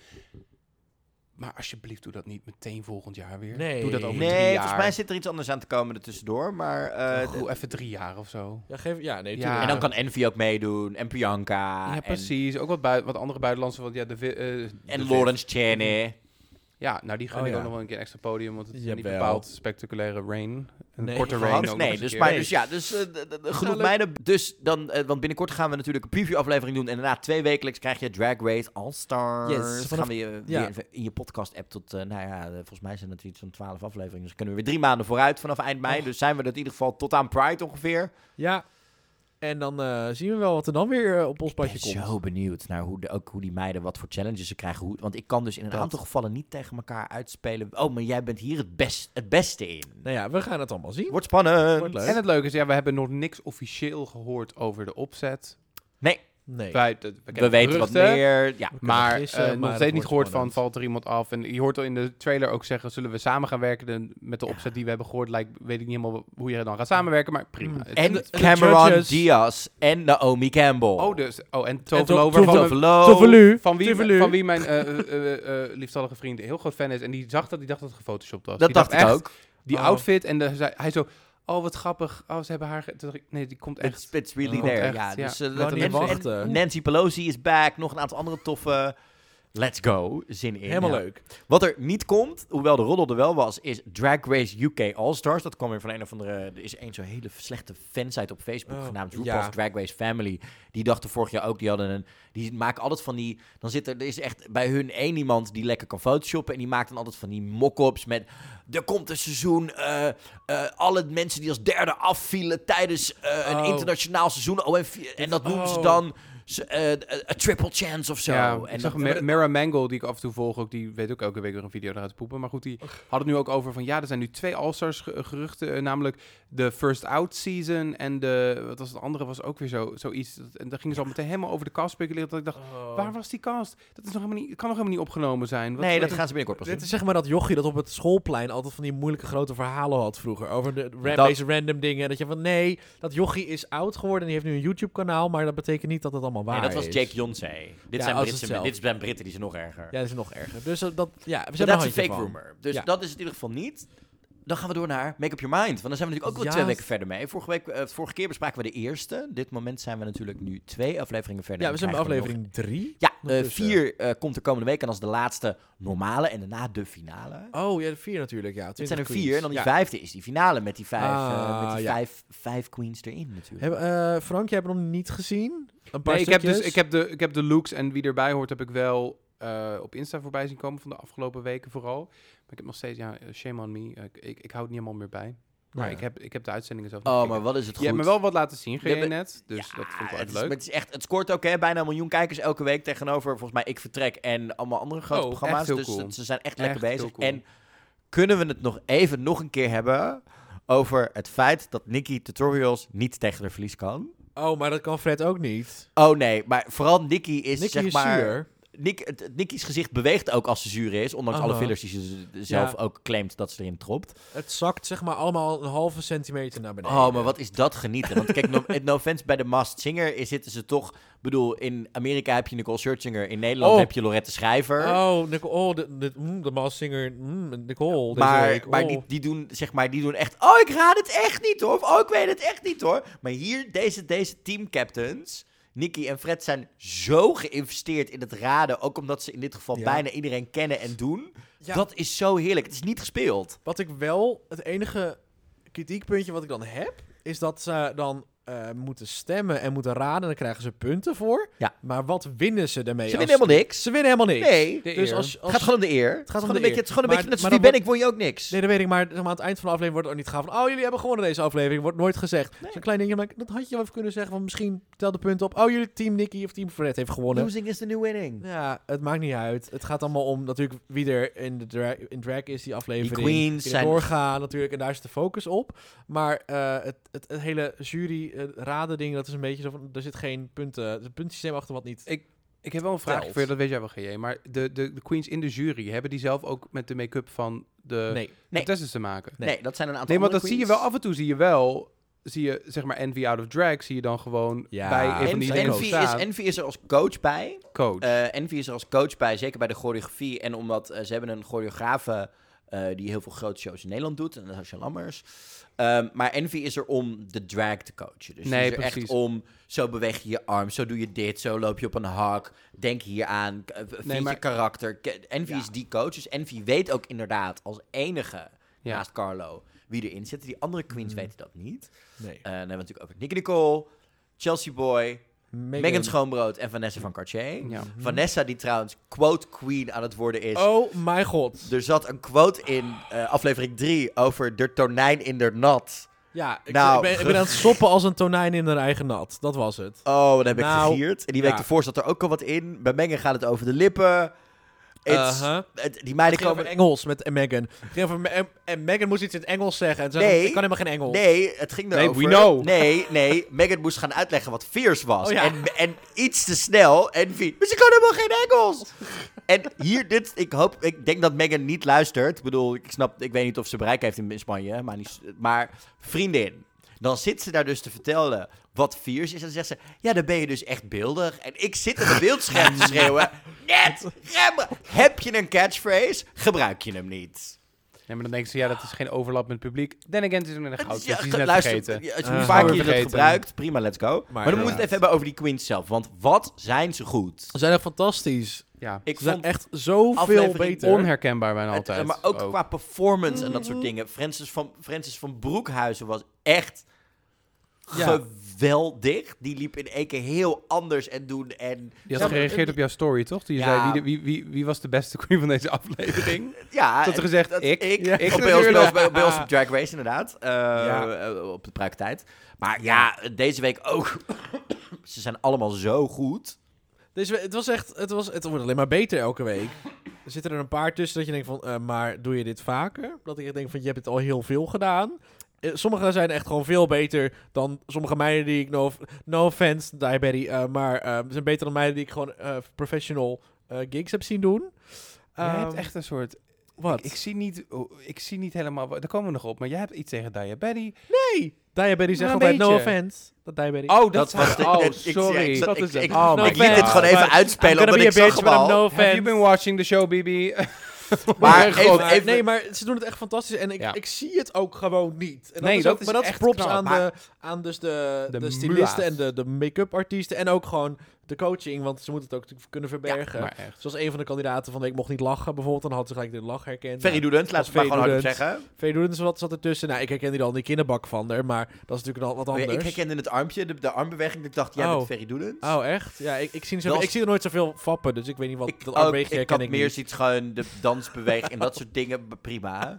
Speaker 2: Maar alsjeblieft, doe dat niet meteen volgend jaar weer.
Speaker 3: Nee.
Speaker 2: Doe dat over drie
Speaker 1: Nee,
Speaker 2: jaar.
Speaker 1: volgens mij zit er iets anders aan te komen er tussendoor. Maar. eh,
Speaker 2: Goed, even drie jaar of zo.
Speaker 3: Ja, geef, ja nee,
Speaker 2: Ja.
Speaker 3: tuurlijk.
Speaker 1: En dan kan Envy ook meedoen. En Bianca.
Speaker 2: ja,
Speaker 1: en-
Speaker 2: precies. Ook wat, bui- wat andere buitenlandse. Want ja, de, vi- eh, de
Speaker 1: En,
Speaker 2: vi-
Speaker 1: Lawrence Cheney.
Speaker 2: Ja, nou die gun
Speaker 3: Oh,
Speaker 2: ik
Speaker 3: ja.
Speaker 2: ook nog wel een keer een extra podium. Want het is niet
Speaker 3: Jawel.
Speaker 2: bepaald spectaculaire rain. Een
Speaker 3: Nee.
Speaker 2: korte rain.
Speaker 1: Gehad?
Speaker 2: ook nog
Speaker 1: Nee,
Speaker 2: eens een
Speaker 1: dus,
Speaker 2: keer.
Speaker 1: maar,
Speaker 3: Nee.
Speaker 1: dus ja, dus, eh, d- d- d- genoeg
Speaker 2: leuk.
Speaker 1: meiden. Dus dan, eh, want binnenkort gaan we natuurlijk een preview-aflevering doen. En daarna twee wekelijks krijg je Drag Race All Stars.
Speaker 3: Yes,
Speaker 1: Dan
Speaker 3: vanaf-
Speaker 1: gaan we je,
Speaker 3: ja.
Speaker 1: weer even in je podcast-app tot, eh, nou ja, eh, volgens mij zijn het iets van twaalf afleveringen. Dus kunnen we weer drie maanden vooruit vanaf eind mei.
Speaker 3: Och.
Speaker 1: Dus zijn we dat in ieder geval tot aan Pride ongeveer.
Speaker 3: Ja. En dan eh, zien we wel wat er dan weer eh, op ons
Speaker 1: Ik
Speaker 3: padje
Speaker 1: ben
Speaker 3: komt.
Speaker 1: zo benieuwd naar hoe, de, ook hoe die meiden wat voor challenges ze krijgen. Hoe, want ik kan dus in een
Speaker 3: Dat.
Speaker 1: aantal gevallen niet tegen elkaar uitspelen. Oh, maar jij bent hier het, best, het beste in.
Speaker 3: Nou ja, we gaan het allemaal zien.
Speaker 1: Wordt spannend.
Speaker 3: Wordt leuk.
Speaker 2: En het leuke is, ja, we hebben nog niks officieel gehoord over de opzet.
Speaker 1: Nee,
Speaker 3: Nee.
Speaker 2: Wij, dat- we
Speaker 1: we
Speaker 2: kennen
Speaker 1: weten wat
Speaker 2: geruchten,
Speaker 1: meer. Ja.
Speaker 3: We kunnen
Speaker 2: Maar
Speaker 3: gissen,
Speaker 2: eh,
Speaker 3: maar
Speaker 2: nog
Speaker 3: het
Speaker 2: steeds niet
Speaker 3: wordt
Speaker 2: gehoord van,
Speaker 3: spannend.
Speaker 2: valt er iemand af? En je hoort al in de trailer ook zeggen, zullen we samen gaan werken De- met de opzet die we hebben gehoord? Lijkt, weet ik niet helemaal hoe je dan gaat samenwerken, maar prima.
Speaker 3: Mm.
Speaker 2: Het-
Speaker 1: Hmm. En
Speaker 3: de- en de
Speaker 1: Cameron
Speaker 3: judges.
Speaker 1: Diaz en Naomi Campbell.
Speaker 2: oh, dus, oh, en
Speaker 3: En
Speaker 2: Tovelo,
Speaker 3: Tov-
Speaker 2: waarvan we-
Speaker 3: Oh,
Speaker 1: Tovelo.
Speaker 3: Toevelu.
Speaker 2: van wie,
Speaker 3: Toevelu.
Speaker 2: van wie mijn eh eh, eh, eh, lieftallige vriend een heel groot fan is. En die zag dat, die dacht dat het gefotoshopt was.
Speaker 1: Dat
Speaker 2: Die
Speaker 1: dacht ik
Speaker 2: echt,
Speaker 1: ook.
Speaker 2: Die
Speaker 3: Oh.
Speaker 2: outfit en de, zij- hij zo, oh wat grappig. Oh, ze hebben haar... ge- Toen dacht ik, nee, die komt echt...
Speaker 1: It's, it's really
Speaker 2: Oh.
Speaker 1: there.
Speaker 2: Echt,
Speaker 1: ja,
Speaker 2: ja.
Speaker 1: dus, eh,
Speaker 2: Kan
Speaker 1: dat-
Speaker 2: niet
Speaker 1: en-
Speaker 3: wachten.
Speaker 1: en Nancy Pelosi is back. Nog een aantal andere toffe... Let's go. Zin in.
Speaker 3: Helemaal
Speaker 1: Ja.
Speaker 3: leuk.
Speaker 1: Wat er niet komt, hoewel de roddel er wel was, is Drag Race UK All Stars. Dat kwam weer van een of andere. Er is één zo'n hele slechte fansite op Facebook
Speaker 3: Oh,
Speaker 1: genaamd
Speaker 3: ja.
Speaker 1: RuPaul's Drag Race Family. Die dachten vorig jaar ook, die hadden een. Die maken altijd van die. Dan zit er, er is echt bij hun één iemand die lekker kan photoshoppen. En die maakt dan altijd van die mock-ups met. Er komt een seizoen. eh, eh, alle mensen die als derde afvielen tijdens eh, een
Speaker 3: Oh.
Speaker 1: internationaal seizoen. Oh, en, vi- en dat noemen ze
Speaker 3: Oh.
Speaker 1: dan s- eh, d- a triple chance of zo.
Speaker 2: Ja,
Speaker 1: en
Speaker 2: ik zag
Speaker 1: dat-
Speaker 2: Mer- Mara Mangle, die ik af en toe volg, ook, die weet ook elke week weer een video eruit te poepen. Maar goed, die had het nu ook over van ja, er zijn nu twee All-Stars ge- geruchten. eh, namelijk de first out season en de, wat was het andere, was ook weer zo, zoiets. Dat- En daar gingen ze al meteen helemaal over de cast speculeren. Dat ik dacht, waar was die cast? Dat is nog helemaal niet, kan nog helemaal niet opgenomen zijn. Wat-
Speaker 1: Oh. nee, dat
Speaker 2: wat-
Speaker 1: gaan ze binnenkort pas doen.
Speaker 3: Dit is zeg maar dat jochie dat op het schoolplein altijd van die moeilijke grote verhalen had vroeger. Over de, ra-
Speaker 1: Dat-
Speaker 3: deze random dingen. En dat je van, nee, dat jochie is oud geworden en die heeft nu een YouTube kanaal. Maar dat betekent niet dat het allemaal waar
Speaker 1: Nee,
Speaker 3: is.
Speaker 1: dat was Jake Jonsay. Dit,
Speaker 3: Ja,
Speaker 1: zijn
Speaker 3: als
Speaker 1: Britse,
Speaker 3: hetzelfde.
Speaker 1: dit zijn Britten, die zijn nog erger.
Speaker 3: Ja, dat is nog erger. Dus dat, dat ja, we
Speaker 1: Maar
Speaker 3: zijn
Speaker 1: dat is een fake rumor. Dus
Speaker 3: Ja.
Speaker 1: dat is het in ieder geval niet. Dan gaan we door naar Make Up Your Mind. Want dan zijn we natuurlijk ook wel
Speaker 3: Ja.
Speaker 1: twee weken verder mee. Vorige, week, eh, vorige keer bespraken we de eerste. Dit moment zijn we natuurlijk nu twee afleveringen verder.
Speaker 3: Ja, we
Speaker 1: En
Speaker 3: zijn bij
Speaker 1: krijgen nog-
Speaker 3: aflevering dus, 3.
Speaker 1: Ja, eh,
Speaker 3: Ondertussen.
Speaker 1: vier eh, komt de komende week. En als de laatste normale en daarna de finale.
Speaker 3: Oh, ja, de 4 natuurlijk. Ja,
Speaker 1: Het
Speaker 3: 20
Speaker 1: zijn er
Speaker 3: queens.
Speaker 1: vier. En dan die
Speaker 3: Ja.
Speaker 1: vijfde is die finale met die vijf, eh, met
Speaker 3: Ah,
Speaker 1: die
Speaker 3: ja.
Speaker 1: vijf, vijf queens erin natuurlijk.
Speaker 3: Hebben, eh, Frank, jij hebt hem nog niet gezien? Een paar
Speaker 2: Nee, ik heb, dus,
Speaker 3: stukjes?
Speaker 2: ik, heb de, ik heb de looks en wie erbij hoort, heb ik wel eh, op Insta voorbij zien komen van de afgelopen weken vooral. Maar ik heb nog steeds, ja, eh, shame on me. Eh, Ik, ik, ik hou het niet helemaal meer bij. Maar
Speaker 3: Nou ja.
Speaker 2: ik, heb, ik heb de uitzendingen zelf niet
Speaker 1: Oh,
Speaker 2: gekeken.
Speaker 1: maar wat is het goed.
Speaker 2: Je hebt me wel wat laten zien,
Speaker 1: We hebben-
Speaker 2: geen net. Dus
Speaker 1: Ja,
Speaker 2: dat vond ik wel
Speaker 1: het
Speaker 2: echt
Speaker 1: is,
Speaker 2: leuk.
Speaker 1: maar Het, is echt, het scoort ook hè, bijna een miljoen kijkers elke week tegenover volgens mij Ik Vertrek en allemaal andere grote
Speaker 2: Oh,
Speaker 1: programma's.
Speaker 2: echt heel
Speaker 1: Dus
Speaker 2: cool.
Speaker 1: het- ze zijn echt,
Speaker 2: Echt
Speaker 1: lekker bezig.
Speaker 2: heel cool.
Speaker 1: En kunnen we het nog even nog een keer hebben over het feit dat Nikki Tutorials niet tegen haar verlies kan?
Speaker 3: Oh, maar dat kan Fred ook niet.
Speaker 1: Oh nee, maar vooral Nikki is
Speaker 3: Nicky
Speaker 1: zeg
Speaker 3: is
Speaker 1: maar...
Speaker 3: zuur.
Speaker 1: Nick, het- het- Nicky's gezicht beweegt ook als ze zuur is, ondanks alle
Speaker 3: Aha.
Speaker 1: fillers die ze z- zelf
Speaker 3: Ja.
Speaker 1: ook claimt dat ze erin tropt.
Speaker 3: Het zakt zeg maar allemaal een halve centimeter naar beneden.
Speaker 1: Oh, maar wat is dat genieten? Want kijk, no, [laughs] no offense, bij de Masked Singer is, zitten ze toch... bedoel, in Amerika heb je Nicole Scherzinger, in Nederland
Speaker 3: Oh.
Speaker 1: heb je Lorette Schrijver.
Speaker 3: Oh, Nicole, oh, de, de, mm, de Massinger, mm, Nicole. deze
Speaker 1: maar
Speaker 3: week,
Speaker 1: maar
Speaker 3: oh.
Speaker 1: die, die, doen, zeg maar die doen echt... Oh, ik raad het echt niet, hoor. Of, oh, ik weet het echt niet, hoor. Maar hier, deze, deze teamcaptains... Nicky en Fred zijn zo geïnvesteerd in het raden. Ook omdat ze in dit geval
Speaker 3: Ja.
Speaker 1: bijna iedereen kennen en doen.
Speaker 3: Ja.
Speaker 1: Dat is zo heerlijk. Het is niet gespeeld.
Speaker 3: Wat ik wel, het enige kritiekpuntje wat ik dan heb, is dat ze dan eh, moeten stemmen en moeten raden. En dan krijgen ze punten voor.
Speaker 1: Ja.
Speaker 3: Maar wat winnen ze daarmee?
Speaker 1: Ze
Speaker 3: als-
Speaker 1: winnen helemaal niks.
Speaker 3: Ze winnen helemaal niks.
Speaker 1: Nee.
Speaker 2: De
Speaker 3: Dus
Speaker 2: eer.
Speaker 3: als,
Speaker 1: Het
Speaker 3: als,
Speaker 1: gaat gewoon om de eer. Het
Speaker 3: gaat om
Speaker 1: gewoon
Speaker 3: de
Speaker 1: een beetje-
Speaker 3: eer.
Speaker 1: Het is gewoon een
Speaker 3: Maar-
Speaker 1: beetje... net als
Speaker 3: maar
Speaker 1: Wie
Speaker 3: dan
Speaker 1: ben ik, word je ook niks.
Speaker 3: Nee, dat weet ik, maar zeg maar, aan het eind van de aflevering wordt er ook niet gegaan van... Oh, jullie hebben gewonnen deze aflevering, wordt nooit gezegd.
Speaker 1: Nee.
Speaker 3: Zo'n klein dingje, maar dat had je wel even kunnen zeggen van misschien tel de punten op. Oh, jullie team Nicky of team Fred heeft gewonnen.
Speaker 1: Losing is the new winning.
Speaker 3: Ja, het maakt niet uit. Het gaat allemaal om natuurlijk wie er in, de dra- in drag is, die aflevering.
Speaker 1: Die queens
Speaker 3: die er
Speaker 1: zijn-
Speaker 3: doorgaan natuurlijk, en daar is de focus op. Maar eh, het, het, het hele jury eh, raden ding, dat is een beetje zo van, er zit geen punten, er is een puntensysteem achter wat niet.
Speaker 2: Ik heb wel een vraag
Speaker 3: Telt.
Speaker 2: voor je, dat weet jij wel, GJ. Maar de, de, de queens in de jury, hebben die zelf ook met de make-up van de
Speaker 3: nee.
Speaker 1: Nee.
Speaker 2: contestants te maken?
Speaker 1: Nee, dat zijn een aantal
Speaker 2: Nee, want dat
Speaker 1: andere
Speaker 2: zie je wel,
Speaker 1: queens.
Speaker 2: af en toe zie je wel, zie je, zeg maar, Envy Out of Drag, zie je dan gewoon
Speaker 3: Ja.
Speaker 2: bij een van
Speaker 1: Envy,
Speaker 2: die
Speaker 3: Envy-
Speaker 2: dingen
Speaker 1: Envy is,
Speaker 2: staan.
Speaker 1: Envy is er als coach bij.
Speaker 2: Coach.
Speaker 1: Eh, Envy is er als coach bij, zeker bij de choreografie. En omdat eh, ze hebben een choreografe eh, die heel veel grote shows in Nederland doet. En dat is Jan Lammers. Ehm, maar Envy is er om de drag te coachen. Dus die
Speaker 2: Nee,
Speaker 1: is er echt
Speaker 2: precies.
Speaker 1: om, zo beweeg je je arm, zo doe je dit, zo loop je op een hak. Denk hier aan, k- eh, vind je
Speaker 2: maar-
Speaker 1: karakter. K- Envy
Speaker 2: Ja.
Speaker 1: is die coach. Dus Envy weet ook inderdaad als enige,
Speaker 2: Ja. Mhm.
Speaker 1: naast Carlo, wie erin zit. Die andere queens
Speaker 3: Mm.
Speaker 1: weten dat niet.
Speaker 3: nee.
Speaker 1: Eh, dan hebben we natuurlijk ook Nicky Nicole, Chelsea Boy,
Speaker 3: Megan. Mhm.
Speaker 1: Megan, Schoonbrood en Vanessa van Cartier.
Speaker 2: ja.
Speaker 1: Vanessa, die trouwens quote queen aan het worden is.
Speaker 3: Oh mijn god.
Speaker 1: Er zat een quote in eh, aflevering 3 over de tonijn in de nat.
Speaker 3: Ja, ik,
Speaker 1: Nou,
Speaker 3: ik, ben, ik ben aan het soppen als een tonijn in haar eigen nat. Dat was het.
Speaker 1: Oh, dan heb ik
Speaker 3: Nou,
Speaker 1: gegierd. En die week
Speaker 3: ja.
Speaker 1: ervoor zat er ook al wat in. Bij Mengen gaat het over de lippen. It's-
Speaker 3: Uh-huh.
Speaker 1: het- die meiden
Speaker 3: Ik kwam
Speaker 1: komen...
Speaker 3: in Engels met Megan. Het ging over- En, en Megan moest iets in het Engels zeggen. En ze zei,
Speaker 1: Nee.
Speaker 3: ik kan helemaal geen Engels.
Speaker 1: Nee, het ging
Speaker 2: Nee,
Speaker 1: erover.
Speaker 2: we know.
Speaker 1: Nee, nee. Megan moest gaan uitleggen wat fierce was.
Speaker 3: Oh ja.
Speaker 1: en, en iets te snel. En wie? Maar ze kan helemaal geen Engels. en hier, dit, ik hoop, ik denk dat Megan niet luistert. Ik bedoel, ik snap, ik weet niet of ze bereik heeft in Spanje. Maar, niet, maar vriendin. Dan zit ze daar dus te vertellen wat fierce is. En dan zegt ze, ja, dan ben je dus echt beeldig. En ik zit in het beeldscherm te schreeuwen. Net, remmen. Heb je een catchphrase? Gebruik je hem niet.
Speaker 2: Nee, maar dan denken ze, ja, dat is geen overlap met het publiek. Then again, het is een goud, die is net
Speaker 1: luister,
Speaker 2: vergeten.
Speaker 1: ja, Als je
Speaker 3: Eh,
Speaker 1: hoe vaker je
Speaker 2: vergeten. eh,
Speaker 1: dat gebruikt, prima, let's go. Maar, dan moeten we het
Speaker 2: inderdaad.
Speaker 1: even hebben over die queens zelf. Want wat zijn ze goed?
Speaker 3: Ze zijn echt fantastisch.
Speaker 2: Ja,
Speaker 1: Ik
Speaker 3: Ze zijn
Speaker 1: vond
Speaker 3: echt zoveel
Speaker 1: aflevering
Speaker 3: beter.
Speaker 2: onherkenbaar bijna
Speaker 1: het,
Speaker 2: altijd.
Speaker 1: eh, maar ook, qua
Speaker 2: Mm.
Speaker 1: performance en dat soort dingen. Francis van, Francis van Broekhuizen was echt
Speaker 3: Ja.
Speaker 1: Geweldig. Die liep in één keer heel anders en doen. En
Speaker 2: Die
Speaker 3: Ja,
Speaker 2: had
Speaker 3: maar-
Speaker 2: gereageerd op jouw story, toch? Die
Speaker 1: Ja.
Speaker 2: zei, wie, de- wie, wie, wie was de beste queen van deze
Speaker 1: [laughs]
Speaker 2: aflevering?
Speaker 1: ja,
Speaker 2: Tot er gezegd, ik.
Speaker 1: ik,
Speaker 2: Ja.
Speaker 1: ik
Speaker 2: Ik
Speaker 1: op Beels,
Speaker 2: natuurlijk.
Speaker 1: Beels- Beels op Drag Race, inderdaad. Eh,
Speaker 3: Ja.
Speaker 1: eh, Op de pruiktijd. Maar ja, deze week ook. [coughs] Ze zijn allemaal zo goed.
Speaker 3: Dus we- het was echt, het, was, het wordt alleen maar beter elke week. Er zitten er een paar tussen dat je denkt van, eh, maar doe je dit vaker? Dat ik echt denk van, je hebt het al heel veel gedaan. Eh, sommige zijn echt gewoon veel beter dan sommige meiden die ik, no, no offense, Diabetti, eh maar eh, zijn beter dan meiden die ik gewoon eh, professional eh, gigs heb zien doen.
Speaker 2: Jij hebt
Speaker 3: Ehm,
Speaker 2: echt een soort...
Speaker 3: wat?
Speaker 2: Ik zie, niet, oh, ik zie niet helemaal... wa- Daar komen we nog op. Maar jij hebt iets tegen Diabetti.
Speaker 3: nee! Diabetti zegt
Speaker 2: Maar een
Speaker 3: altijd no
Speaker 2: beetje.
Speaker 3: offense. Dat Diabetti.
Speaker 2: Oh, dat,
Speaker 1: Dat was de-
Speaker 2: [laughs] Oh,
Speaker 1: ik- ik-
Speaker 2: sorry.
Speaker 1: ik-
Speaker 2: dat
Speaker 1: ik-
Speaker 2: is het.
Speaker 1: ik-
Speaker 2: Oh my
Speaker 1: ik liet het
Speaker 2: God.
Speaker 1: gewoon even
Speaker 3: Maar- I'm
Speaker 1: uitspelen,
Speaker 3: gonna
Speaker 1: omdat
Speaker 3: be
Speaker 1: ik
Speaker 3: a bitch,
Speaker 1: zag
Speaker 3: but
Speaker 1: hem al.
Speaker 3: I'm no
Speaker 2: Have you
Speaker 3: offense.
Speaker 2: been watching the show, Bibi?
Speaker 1: Maar
Speaker 3: Maar,
Speaker 1: even-
Speaker 3: maar-
Speaker 1: even-
Speaker 3: nee, maar ze doen het echt fantastisch. En ik,
Speaker 2: Ja.
Speaker 3: ik zie het ook gewoon niet. En
Speaker 2: Nee,
Speaker 3: is
Speaker 2: dat
Speaker 3: ook-
Speaker 2: is
Speaker 3: maar dat is
Speaker 2: echt
Speaker 3: props
Speaker 2: knap,
Speaker 3: aan, de,
Speaker 2: maar-
Speaker 3: aan dus de, de,
Speaker 2: De
Speaker 3: stylisten
Speaker 2: mula's.
Speaker 3: en de, de make-up artiesten. En ook gewoon de coaching, want ze moeten het ook natuurlijk kunnen verbergen.
Speaker 2: maar echt.
Speaker 3: Zoals een van de kandidaten van de week mocht niet lachen bijvoorbeeld. Dan had ze gelijk de lach herkend.
Speaker 1: Ferry
Speaker 3: Nou,
Speaker 1: Doedens, laten we maar
Speaker 3: Ferry
Speaker 1: gewoon hardop
Speaker 3: Doedens.
Speaker 1: zeggen.
Speaker 3: Ferry Doedens wat zat ertussen. Nou, ik herkende die al in die kinderbak van haar, maar dat is natuurlijk al wat
Speaker 1: Oh ja,
Speaker 3: anders.
Speaker 1: ik herkende het armpje, de, de armbeweging. Ik dacht, jij
Speaker 3: Oh.
Speaker 1: bent Ferry Doedens.
Speaker 3: Oh, echt? Ja, ik, ik, zie niet zo,
Speaker 1: Dat is-
Speaker 3: ik zie er nooit zoveel fappen, dus ik weet niet wat...
Speaker 1: Ik,
Speaker 3: dat
Speaker 1: ook,
Speaker 3: armbeegje
Speaker 1: ik
Speaker 3: herken
Speaker 1: had
Speaker 3: ik
Speaker 1: meer
Speaker 3: niet.
Speaker 1: zoiets gewoon de dansbeweging en dat soort dingen, maar
Speaker 3: [laughs]
Speaker 1: prima.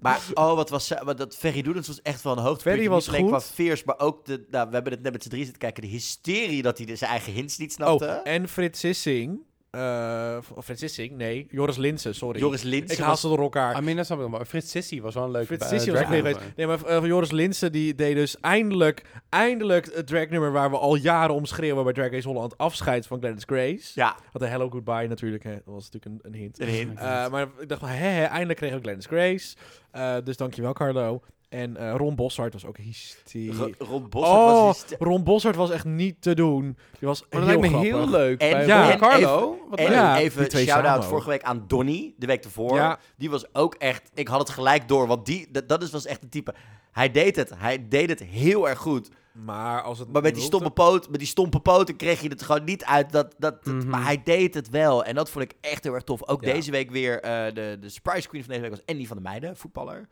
Speaker 1: Maar oh, wat was ze- wat dat Ferry Doedens was echt wel een hoogtepuntje.
Speaker 3: Ferry was
Speaker 1: Niet alleen
Speaker 3: goed.
Speaker 1: qua feers, maar ook de, nou, we hebben het net met z'n drie zitten kijken, de hysterie dat hij de- zijn eigen hints niet snapte.
Speaker 3: Oh, en Frits Sissing. eh, of Frits Sissing? Nee, Joris Linsen, sorry.
Speaker 1: Joris Linsen
Speaker 3: ik haal ze door elkaar.
Speaker 2: Aminda snap ik nog maar. Frits Sissy was wel een leuke...
Speaker 3: Frits
Speaker 2: eh,
Speaker 3: Sissing was ook
Speaker 2: drag
Speaker 3: weer
Speaker 2: queen.
Speaker 3: geweest. Nee, maar eh, Joris Linsen die deed dus eindelijk, eindelijk het dragnummer waar we al jaren om schreeuwen bij Drag Race Holland. Afscheid van Gladys Grace.
Speaker 1: Ja,
Speaker 3: Wat een hello goodbye natuurlijk, hè. dat was natuurlijk een, een hint.
Speaker 1: een hint.
Speaker 3: Eh, maar ik dacht van, hè, hè, eindelijk kreeg ik Gladys Grace. Eh, dus dankjewel Carlo. En eh, Ron Bossart was ook
Speaker 1: Ro-
Speaker 3: hysterisch.
Speaker 1: Ron Bossert
Speaker 3: Oh,
Speaker 1: was hyster-
Speaker 3: Ron Bossart was echt niet te doen. Die was
Speaker 2: Maar
Speaker 3: heel
Speaker 2: dat lijkt me
Speaker 3: grappig.
Speaker 2: heel leuk.
Speaker 1: En-
Speaker 2: bij
Speaker 3: ja.
Speaker 2: Ron
Speaker 1: en
Speaker 2: Carlo. wat
Speaker 1: En
Speaker 2: leuk.
Speaker 3: Ja, die
Speaker 1: even
Speaker 3: twee
Speaker 1: shout-out
Speaker 3: samen
Speaker 1: vorige week aan Donny, de week ervoor.
Speaker 3: Ja.
Speaker 1: Die was ook echt, ik had het gelijk door, want die, dat, dat is, was echt een type. Hij deed het, hij deed het heel erg goed.
Speaker 3: Maar, als het
Speaker 1: Maar met die stomme poot, met die stompe poten kreeg je het gewoon niet uit. Dat, dat, dat-
Speaker 2: Mhm.
Speaker 1: Maar hij deed het wel. En dat vond ik echt heel erg tof. Ook
Speaker 3: Ja.
Speaker 1: deze week weer eh, de, de surprise queen van deze week was Andy van de Meijden, voetballer.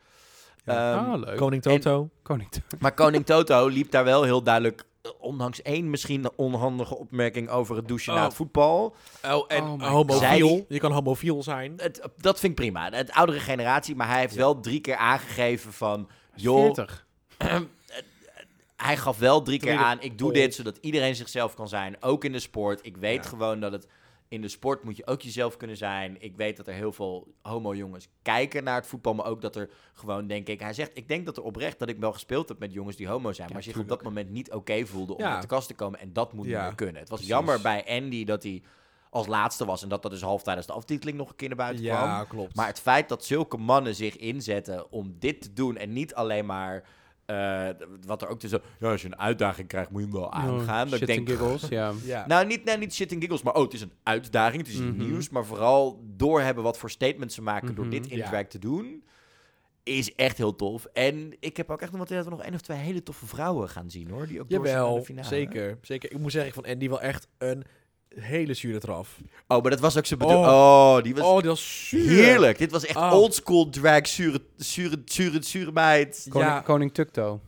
Speaker 3: Ja.
Speaker 1: Ehm,
Speaker 2: Oh, leuk.
Speaker 3: Koning Toto.
Speaker 2: Koning
Speaker 1: Maar koning Toto liep daar wel heel duidelijk, eh, ondanks één misschien onhandige opmerking over het douchen na
Speaker 3: Oh.
Speaker 1: het voetbal.
Speaker 3: Oh, en
Speaker 2: Oh my
Speaker 3: homofiel.
Speaker 1: God.
Speaker 3: Je kan homofiel zijn.
Speaker 1: Het, dat vind ik prima. Het oudere generatie, maar hij heeft
Speaker 3: Ja.
Speaker 1: wel drie keer aangegeven van, joh,
Speaker 2: 40.
Speaker 1: hij gaf wel drie keer
Speaker 3: Drie-
Speaker 1: aan, ik doe
Speaker 3: Oh.
Speaker 1: dit zodat iedereen zichzelf kan zijn, ook in de sport. Ik weet
Speaker 3: Ja.
Speaker 1: gewoon dat het in de sport moet je ook jezelf kunnen zijn. Ik weet dat er heel veel homo-jongens kijken naar het voetbal, maar ook dat er gewoon, denk ik, hij zegt, ik denk dat er oprecht dat ik wel gespeeld heb met jongens die homo zijn,
Speaker 2: Ja,
Speaker 1: maar zich op
Speaker 2: tuurlijk.
Speaker 1: dat moment niet oké voelde om
Speaker 3: Ja.
Speaker 1: uit de kast te komen en dat moet
Speaker 3: Ja,
Speaker 1: niet meer kunnen. Het was
Speaker 2: precies.
Speaker 1: jammer bij Andy dat hij als laatste was en dat dat dus half tijdens de aftiteling nog een keer naar buiten kwam.
Speaker 3: klopt.
Speaker 1: Maar het feit dat zulke mannen zich inzetten om dit te doen en niet alleen maar eh, wat er ook tussen. Ja, als je een uitdaging krijgt, moet je hem
Speaker 2: ah,
Speaker 1: wel aangaan. Dat ik denk,
Speaker 2: Oh, giggles, ja.
Speaker 3: ja.
Speaker 1: nou, niet, nee, niet shit en giggles, maar oh, het is een uitdaging, het is
Speaker 2: Mhm.
Speaker 1: nieuws. Maar vooral doorhebben wat voor statements ze maken door
Speaker 2: Mhm,
Speaker 1: dit in
Speaker 3: ja.
Speaker 1: drag te doen, is echt heel tof. En ik heb ook echt nog wat dat we nog één of twee hele toffe vrouwen gaan zien, hoor. Die ook door zijn naar
Speaker 3: Jawel,
Speaker 1: de finale.
Speaker 3: zeker, zeker. Ik moet zeggen, ik vond Andy wel echt een hele zure traf.
Speaker 1: Oh, maar dat was ook zijn bedoeling. Oh. die was
Speaker 3: oh, die was zuur.
Speaker 1: heerlijk. Dit was echt
Speaker 3: Oh.
Speaker 1: oldschool drag, zure, zure, zure, zure meid.
Speaker 2: Koning,
Speaker 3: Ja.
Speaker 2: Koning Tukto.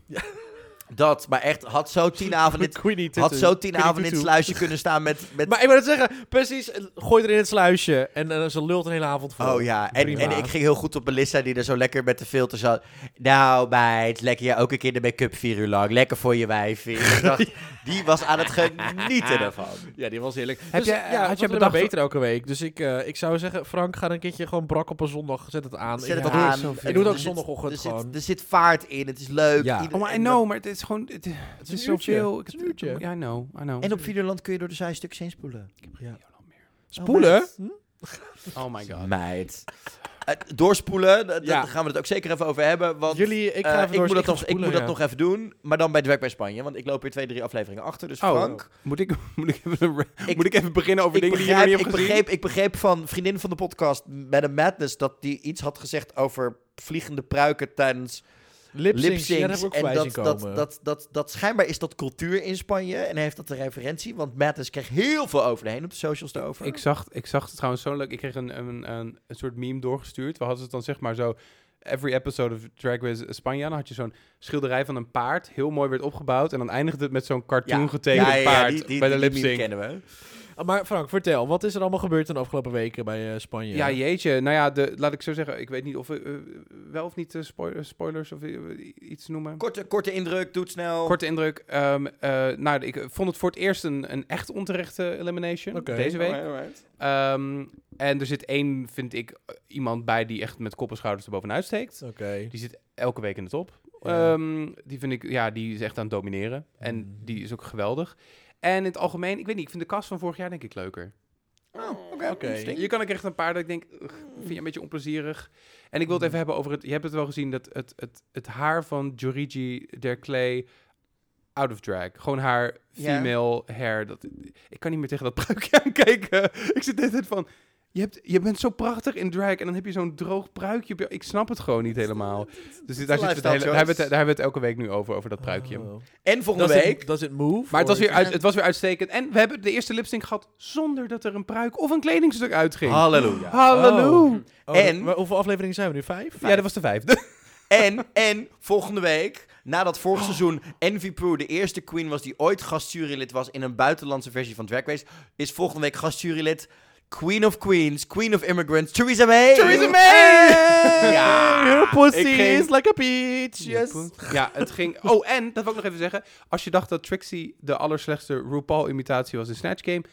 Speaker 1: Dat, maar echt, had zo tien avonden in
Speaker 3: Queenie
Speaker 1: het,
Speaker 3: Tutu.
Speaker 1: had zo tien
Speaker 3: Queenie
Speaker 1: avonden in het
Speaker 3: Tutu.
Speaker 1: sluisje kunnen staan met...
Speaker 3: [laughs]
Speaker 1: met
Speaker 3: Maar ik wil het zeggen, precies, eh, gooi er in het sluisje. En eh, ze lult een hele avond vol.
Speaker 1: oh ja, en,
Speaker 3: Prima.
Speaker 1: en ik ging heel goed op Melissa die er zo lekker met de filter zat. Nou, meid, lekker ja, ook een keer de make-up vier uur lang. Lekker voor je wijf.
Speaker 3: [laughs]
Speaker 1: Ik dacht, die was aan het genieten ervan.
Speaker 3: Ja, die was heerlijk.
Speaker 2: Heb
Speaker 3: Dus,
Speaker 2: jij-
Speaker 3: ja,
Speaker 2: had
Speaker 3: had
Speaker 2: jij
Speaker 3: je bedacht...
Speaker 2: bedacht-
Speaker 3: beter elke week. Dus ik, eh, ik zou zeggen, Frank, ga er een keertje gewoon brak op een zondag. Zet het aan.
Speaker 1: Zet
Speaker 3: Ik-
Speaker 1: het
Speaker 3: ja,
Speaker 1: aan.
Speaker 2: zoveel.
Speaker 3: Ik doe het ook
Speaker 1: Er zit-
Speaker 3: zondagochtend
Speaker 1: er zit,
Speaker 3: gewoon.
Speaker 1: Er zit vaart in, het is leuk.
Speaker 3: Ja.
Speaker 1: Ieder-
Speaker 2: Oh, maar I
Speaker 1: en,
Speaker 2: know, maar het is gewoon... Het, het
Speaker 3: Het
Speaker 2: is
Speaker 3: een uurtje.
Speaker 2: zoveel...
Speaker 3: Het is een uurtje.
Speaker 2: Ja, I know, I know.
Speaker 1: en op Videoland kun je door de zijstuks heen spoelen.
Speaker 3: Spoelen?
Speaker 1: meid.
Speaker 3: Hm?
Speaker 2: Oh my god.
Speaker 1: Meid. Eh, doorspoelen, da- da-
Speaker 3: Ja,
Speaker 1: daar gaan we het ook zeker even over hebben. Want
Speaker 3: Jullie, ik ga
Speaker 1: Eh,
Speaker 3: even
Speaker 1: ik
Speaker 3: door.
Speaker 1: moet, dat,
Speaker 3: ga
Speaker 1: nog, ik
Speaker 3: spoelen,
Speaker 1: moet
Speaker 3: ja.
Speaker 1: dat nog even doen, maar dan bij Drag bij Spanje, want ik loop hier twee, drie afleveringen achter. Dus
Speaker 2: Oh,
Speaker 1: Frank,
Speaker 2: Moet ik, [laughs] moet, ik even een ra-
Speaker 1: Ik-
Speaker 2: moet ik even beginnen over
Speaker 1: ik,
Speaker 2: dingen
Speaker 1: begrijp,
Speaker 2: die je nog
Speaker 1: ik,
Speaker 2: niet hebt
Speaker 1: begreep, ik begreep van vriendin van de podcast, Madam Madness, dat die iets had gezegd over vliegende pruiken tijdens
Speaker 3: Lip-syncs. Ja, daar heb
Speaker 1: lipsyncs.
Speaker 3: ik ook
Speaker 1: en
Speaker 3: voorbij zien
Speaker 1: dat, dat,
Speaker 3: komen.
Speaker 1: dat, dat, dat, schijnbaar is dat cultuur in Spanje en hij heeft dat de referentie, want Madness kreeg heel veel over de heen op de socials daarover.
Speaker 2: gezien? Ik zag, ik zag het trouwens zo leuk. Ik kreeg een, een, een, een soort meme doorgestuurd. We hadden het dan zeg maar zo... every episode of Drag Race Spanje. Dan had je zo'n schilderij van een paard. Heel mooi werd opgebouwd. En dan eindigde het met zo'n cartoon getekend
Speaker 1: Ja, ja, ja,
Speaker 2: paard
Speaker 1: die- die-
Speaker 2: bij de
Speaker 1: die
Speaker 2: lip
Speaker 1: meme
Speaker 2: sync.
Speaker 1: kennen we.
Speaker 3: Ah, Maar Frank, vertel, wat is er allemaal gebeurd in de afgelopen weken bij eh, Spanje?
Speaker 2: Ja, jeetje. Nou ja, de, laat ik zo zeggen. Ik weet niet of we eh, wel of niet eh, spoil- spoilers of eh, iets noemen.
Speaker 1: Korte, korte indruk, doet snel.
Speaker 2: Korte indruk. ehm, eh, nou, ik vond het voor het eerst een, een echt onterechte elimination
Speaker 3: Oké.
Speaker 2: deze week.
Speaker 1: Alright, alright.
Speaker 2: Ehm, en er zit één, vind ik, eh, iemand bij die echt met kop en schouders erbovenuit steekt.
Speaker 3: Oké.
Speaker 2: Die zit elke week in de top.
Speaker 3: Ja.
Speaker 2: Ehm, die vind ik, ja, die is echt aan het domineren. En
Speaker 3: Mm.
Speaker 2: die is ook geweldig. En in het algemeen, ik weet niet, ik vind de kast van vorig jaar denk ik leuker.
Speaker 1: Oh, oké.
Speaker 3: Oké.
Speaker 1: interesting.
Speaker 2: Je kan ook echt een paar dat ik denk, ugh, vind
Speaker 1: Hmm.
Speaker 2: je een beetje onplezierig. En ik wil het even hebben over het, je hebt het wel gezien, dat het, het, het haar van Giorigi Derclay out of drag. Gewoon haar
Speaker 1: Ja.
Speaker 2: female hair. Dat, ik kan niet meer tegen dat pruikje [laughs] aankijken. Ik zit de hele tijd van, je, hebt, je bent zo prachtig in drag en dan heb je zo'n droog pruikje. op je- Ik snap het gewoon niet helemaal. Dus dit- daar, zit het
Speaker 1: lifestyle
Speaker 2: hele, daar, hebben we
Speaker 1: choice.
Speaker 2: het, daar hebben we het elke week nu over, over dat pruikje.
Speaker 3: Oh.
Speaker 1: En
Speaker 3: Does
Speaker 1: volgende
Speaker 3: it,
Speaker 1: week.
Speaker 3: does it move?
Speaker 2: Maar het was,
Speaker 3: Or-
Speaker 2: weer uit, het was weer uitstekend. En we hebben de eerste lipsync gehad zonder dat er een pruik of een kledingstuk uitging.
Speaker 1: Oh, Halleluja.
Speaker 2: Halleluja.
Speaker 3: Oh, dat-
Speaker 1: En-
Speaker 3: maar hoeveel afleveringen zijn we nu? Vijf?
Speaker 2: Ja, dat was de [laughs] vijfde.
Speaker 1: En, en volgende week, nadat vorig seizoen Envy Poo de eerste queen was die ooit gastjurylid was in een buitenlandse versie van Drag Race, is volgende week gastjurylid Queen of Queens, Queen of Immigrants, Theresa May.
Speaker 2: Theresa
Speaker 1: May!
Speaker 3: Ja, your pussy
Speaker 1: ik ging-
Speaker 3: is like a peach. Yes.
Speaker 2: Ja, het ging...
Speaker 3: [laughs]
Speaker 2: Oh, en, dat wil ik nog even zeggen. Als je dacht dat Trixie de allerslechtste RuPaul-imitatie was in Snatch Game,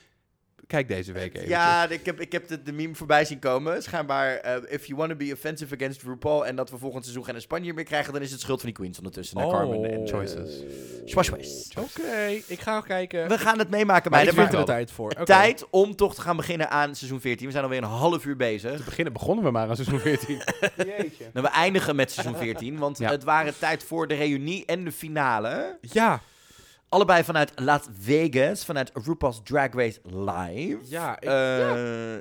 Speaker 2: kijk deze week even.
Speaker 1: Ja, ik heb, ik heb de, de meme voorbij zien komen. Schijnbaar, eh, if you want to be offensive against RuPaul en dat we volgend seizoen geen Spanje meer krijgen, dan is het schuld van die queens ondertussen. Naar Carmen
Speaker 3: Oh.
Speaker 1: en
Speaker 2: Choices.
Speaker 1: Swash, swash.
Speaker 3: Oké, ik ga kijken.
Speaker 1: We gaan het meemaken,
Speaker 3: maar
Speaker 1: meiden.
Speaker 3: ik
Speaker 1: Maar
Speaker 3: vind er wel tijd voor. Oké.
Speaker 1: tijd om toch te gaan beginnen aan seizoen 14. We zijn alweer een half uur bezig.
Speaker 2: Te beginnen begonnen we maar aan
Speaker 3: [laughs]
Speaker 2: seizoen 14. Jeetje.
Speaker 1: Nou, we eindigen met seizoen 14, want
Speaker 2: Ja.
Speaker 1: het waren tijd voor de reunie en de finale.
Speaker 3: Ja,
Speaker 1: Allebei vanuit Las Vegas, vanuit RuPaul's Drag Race Live.
Speaker 3: ja. Ik,
Speaker 1: Eh,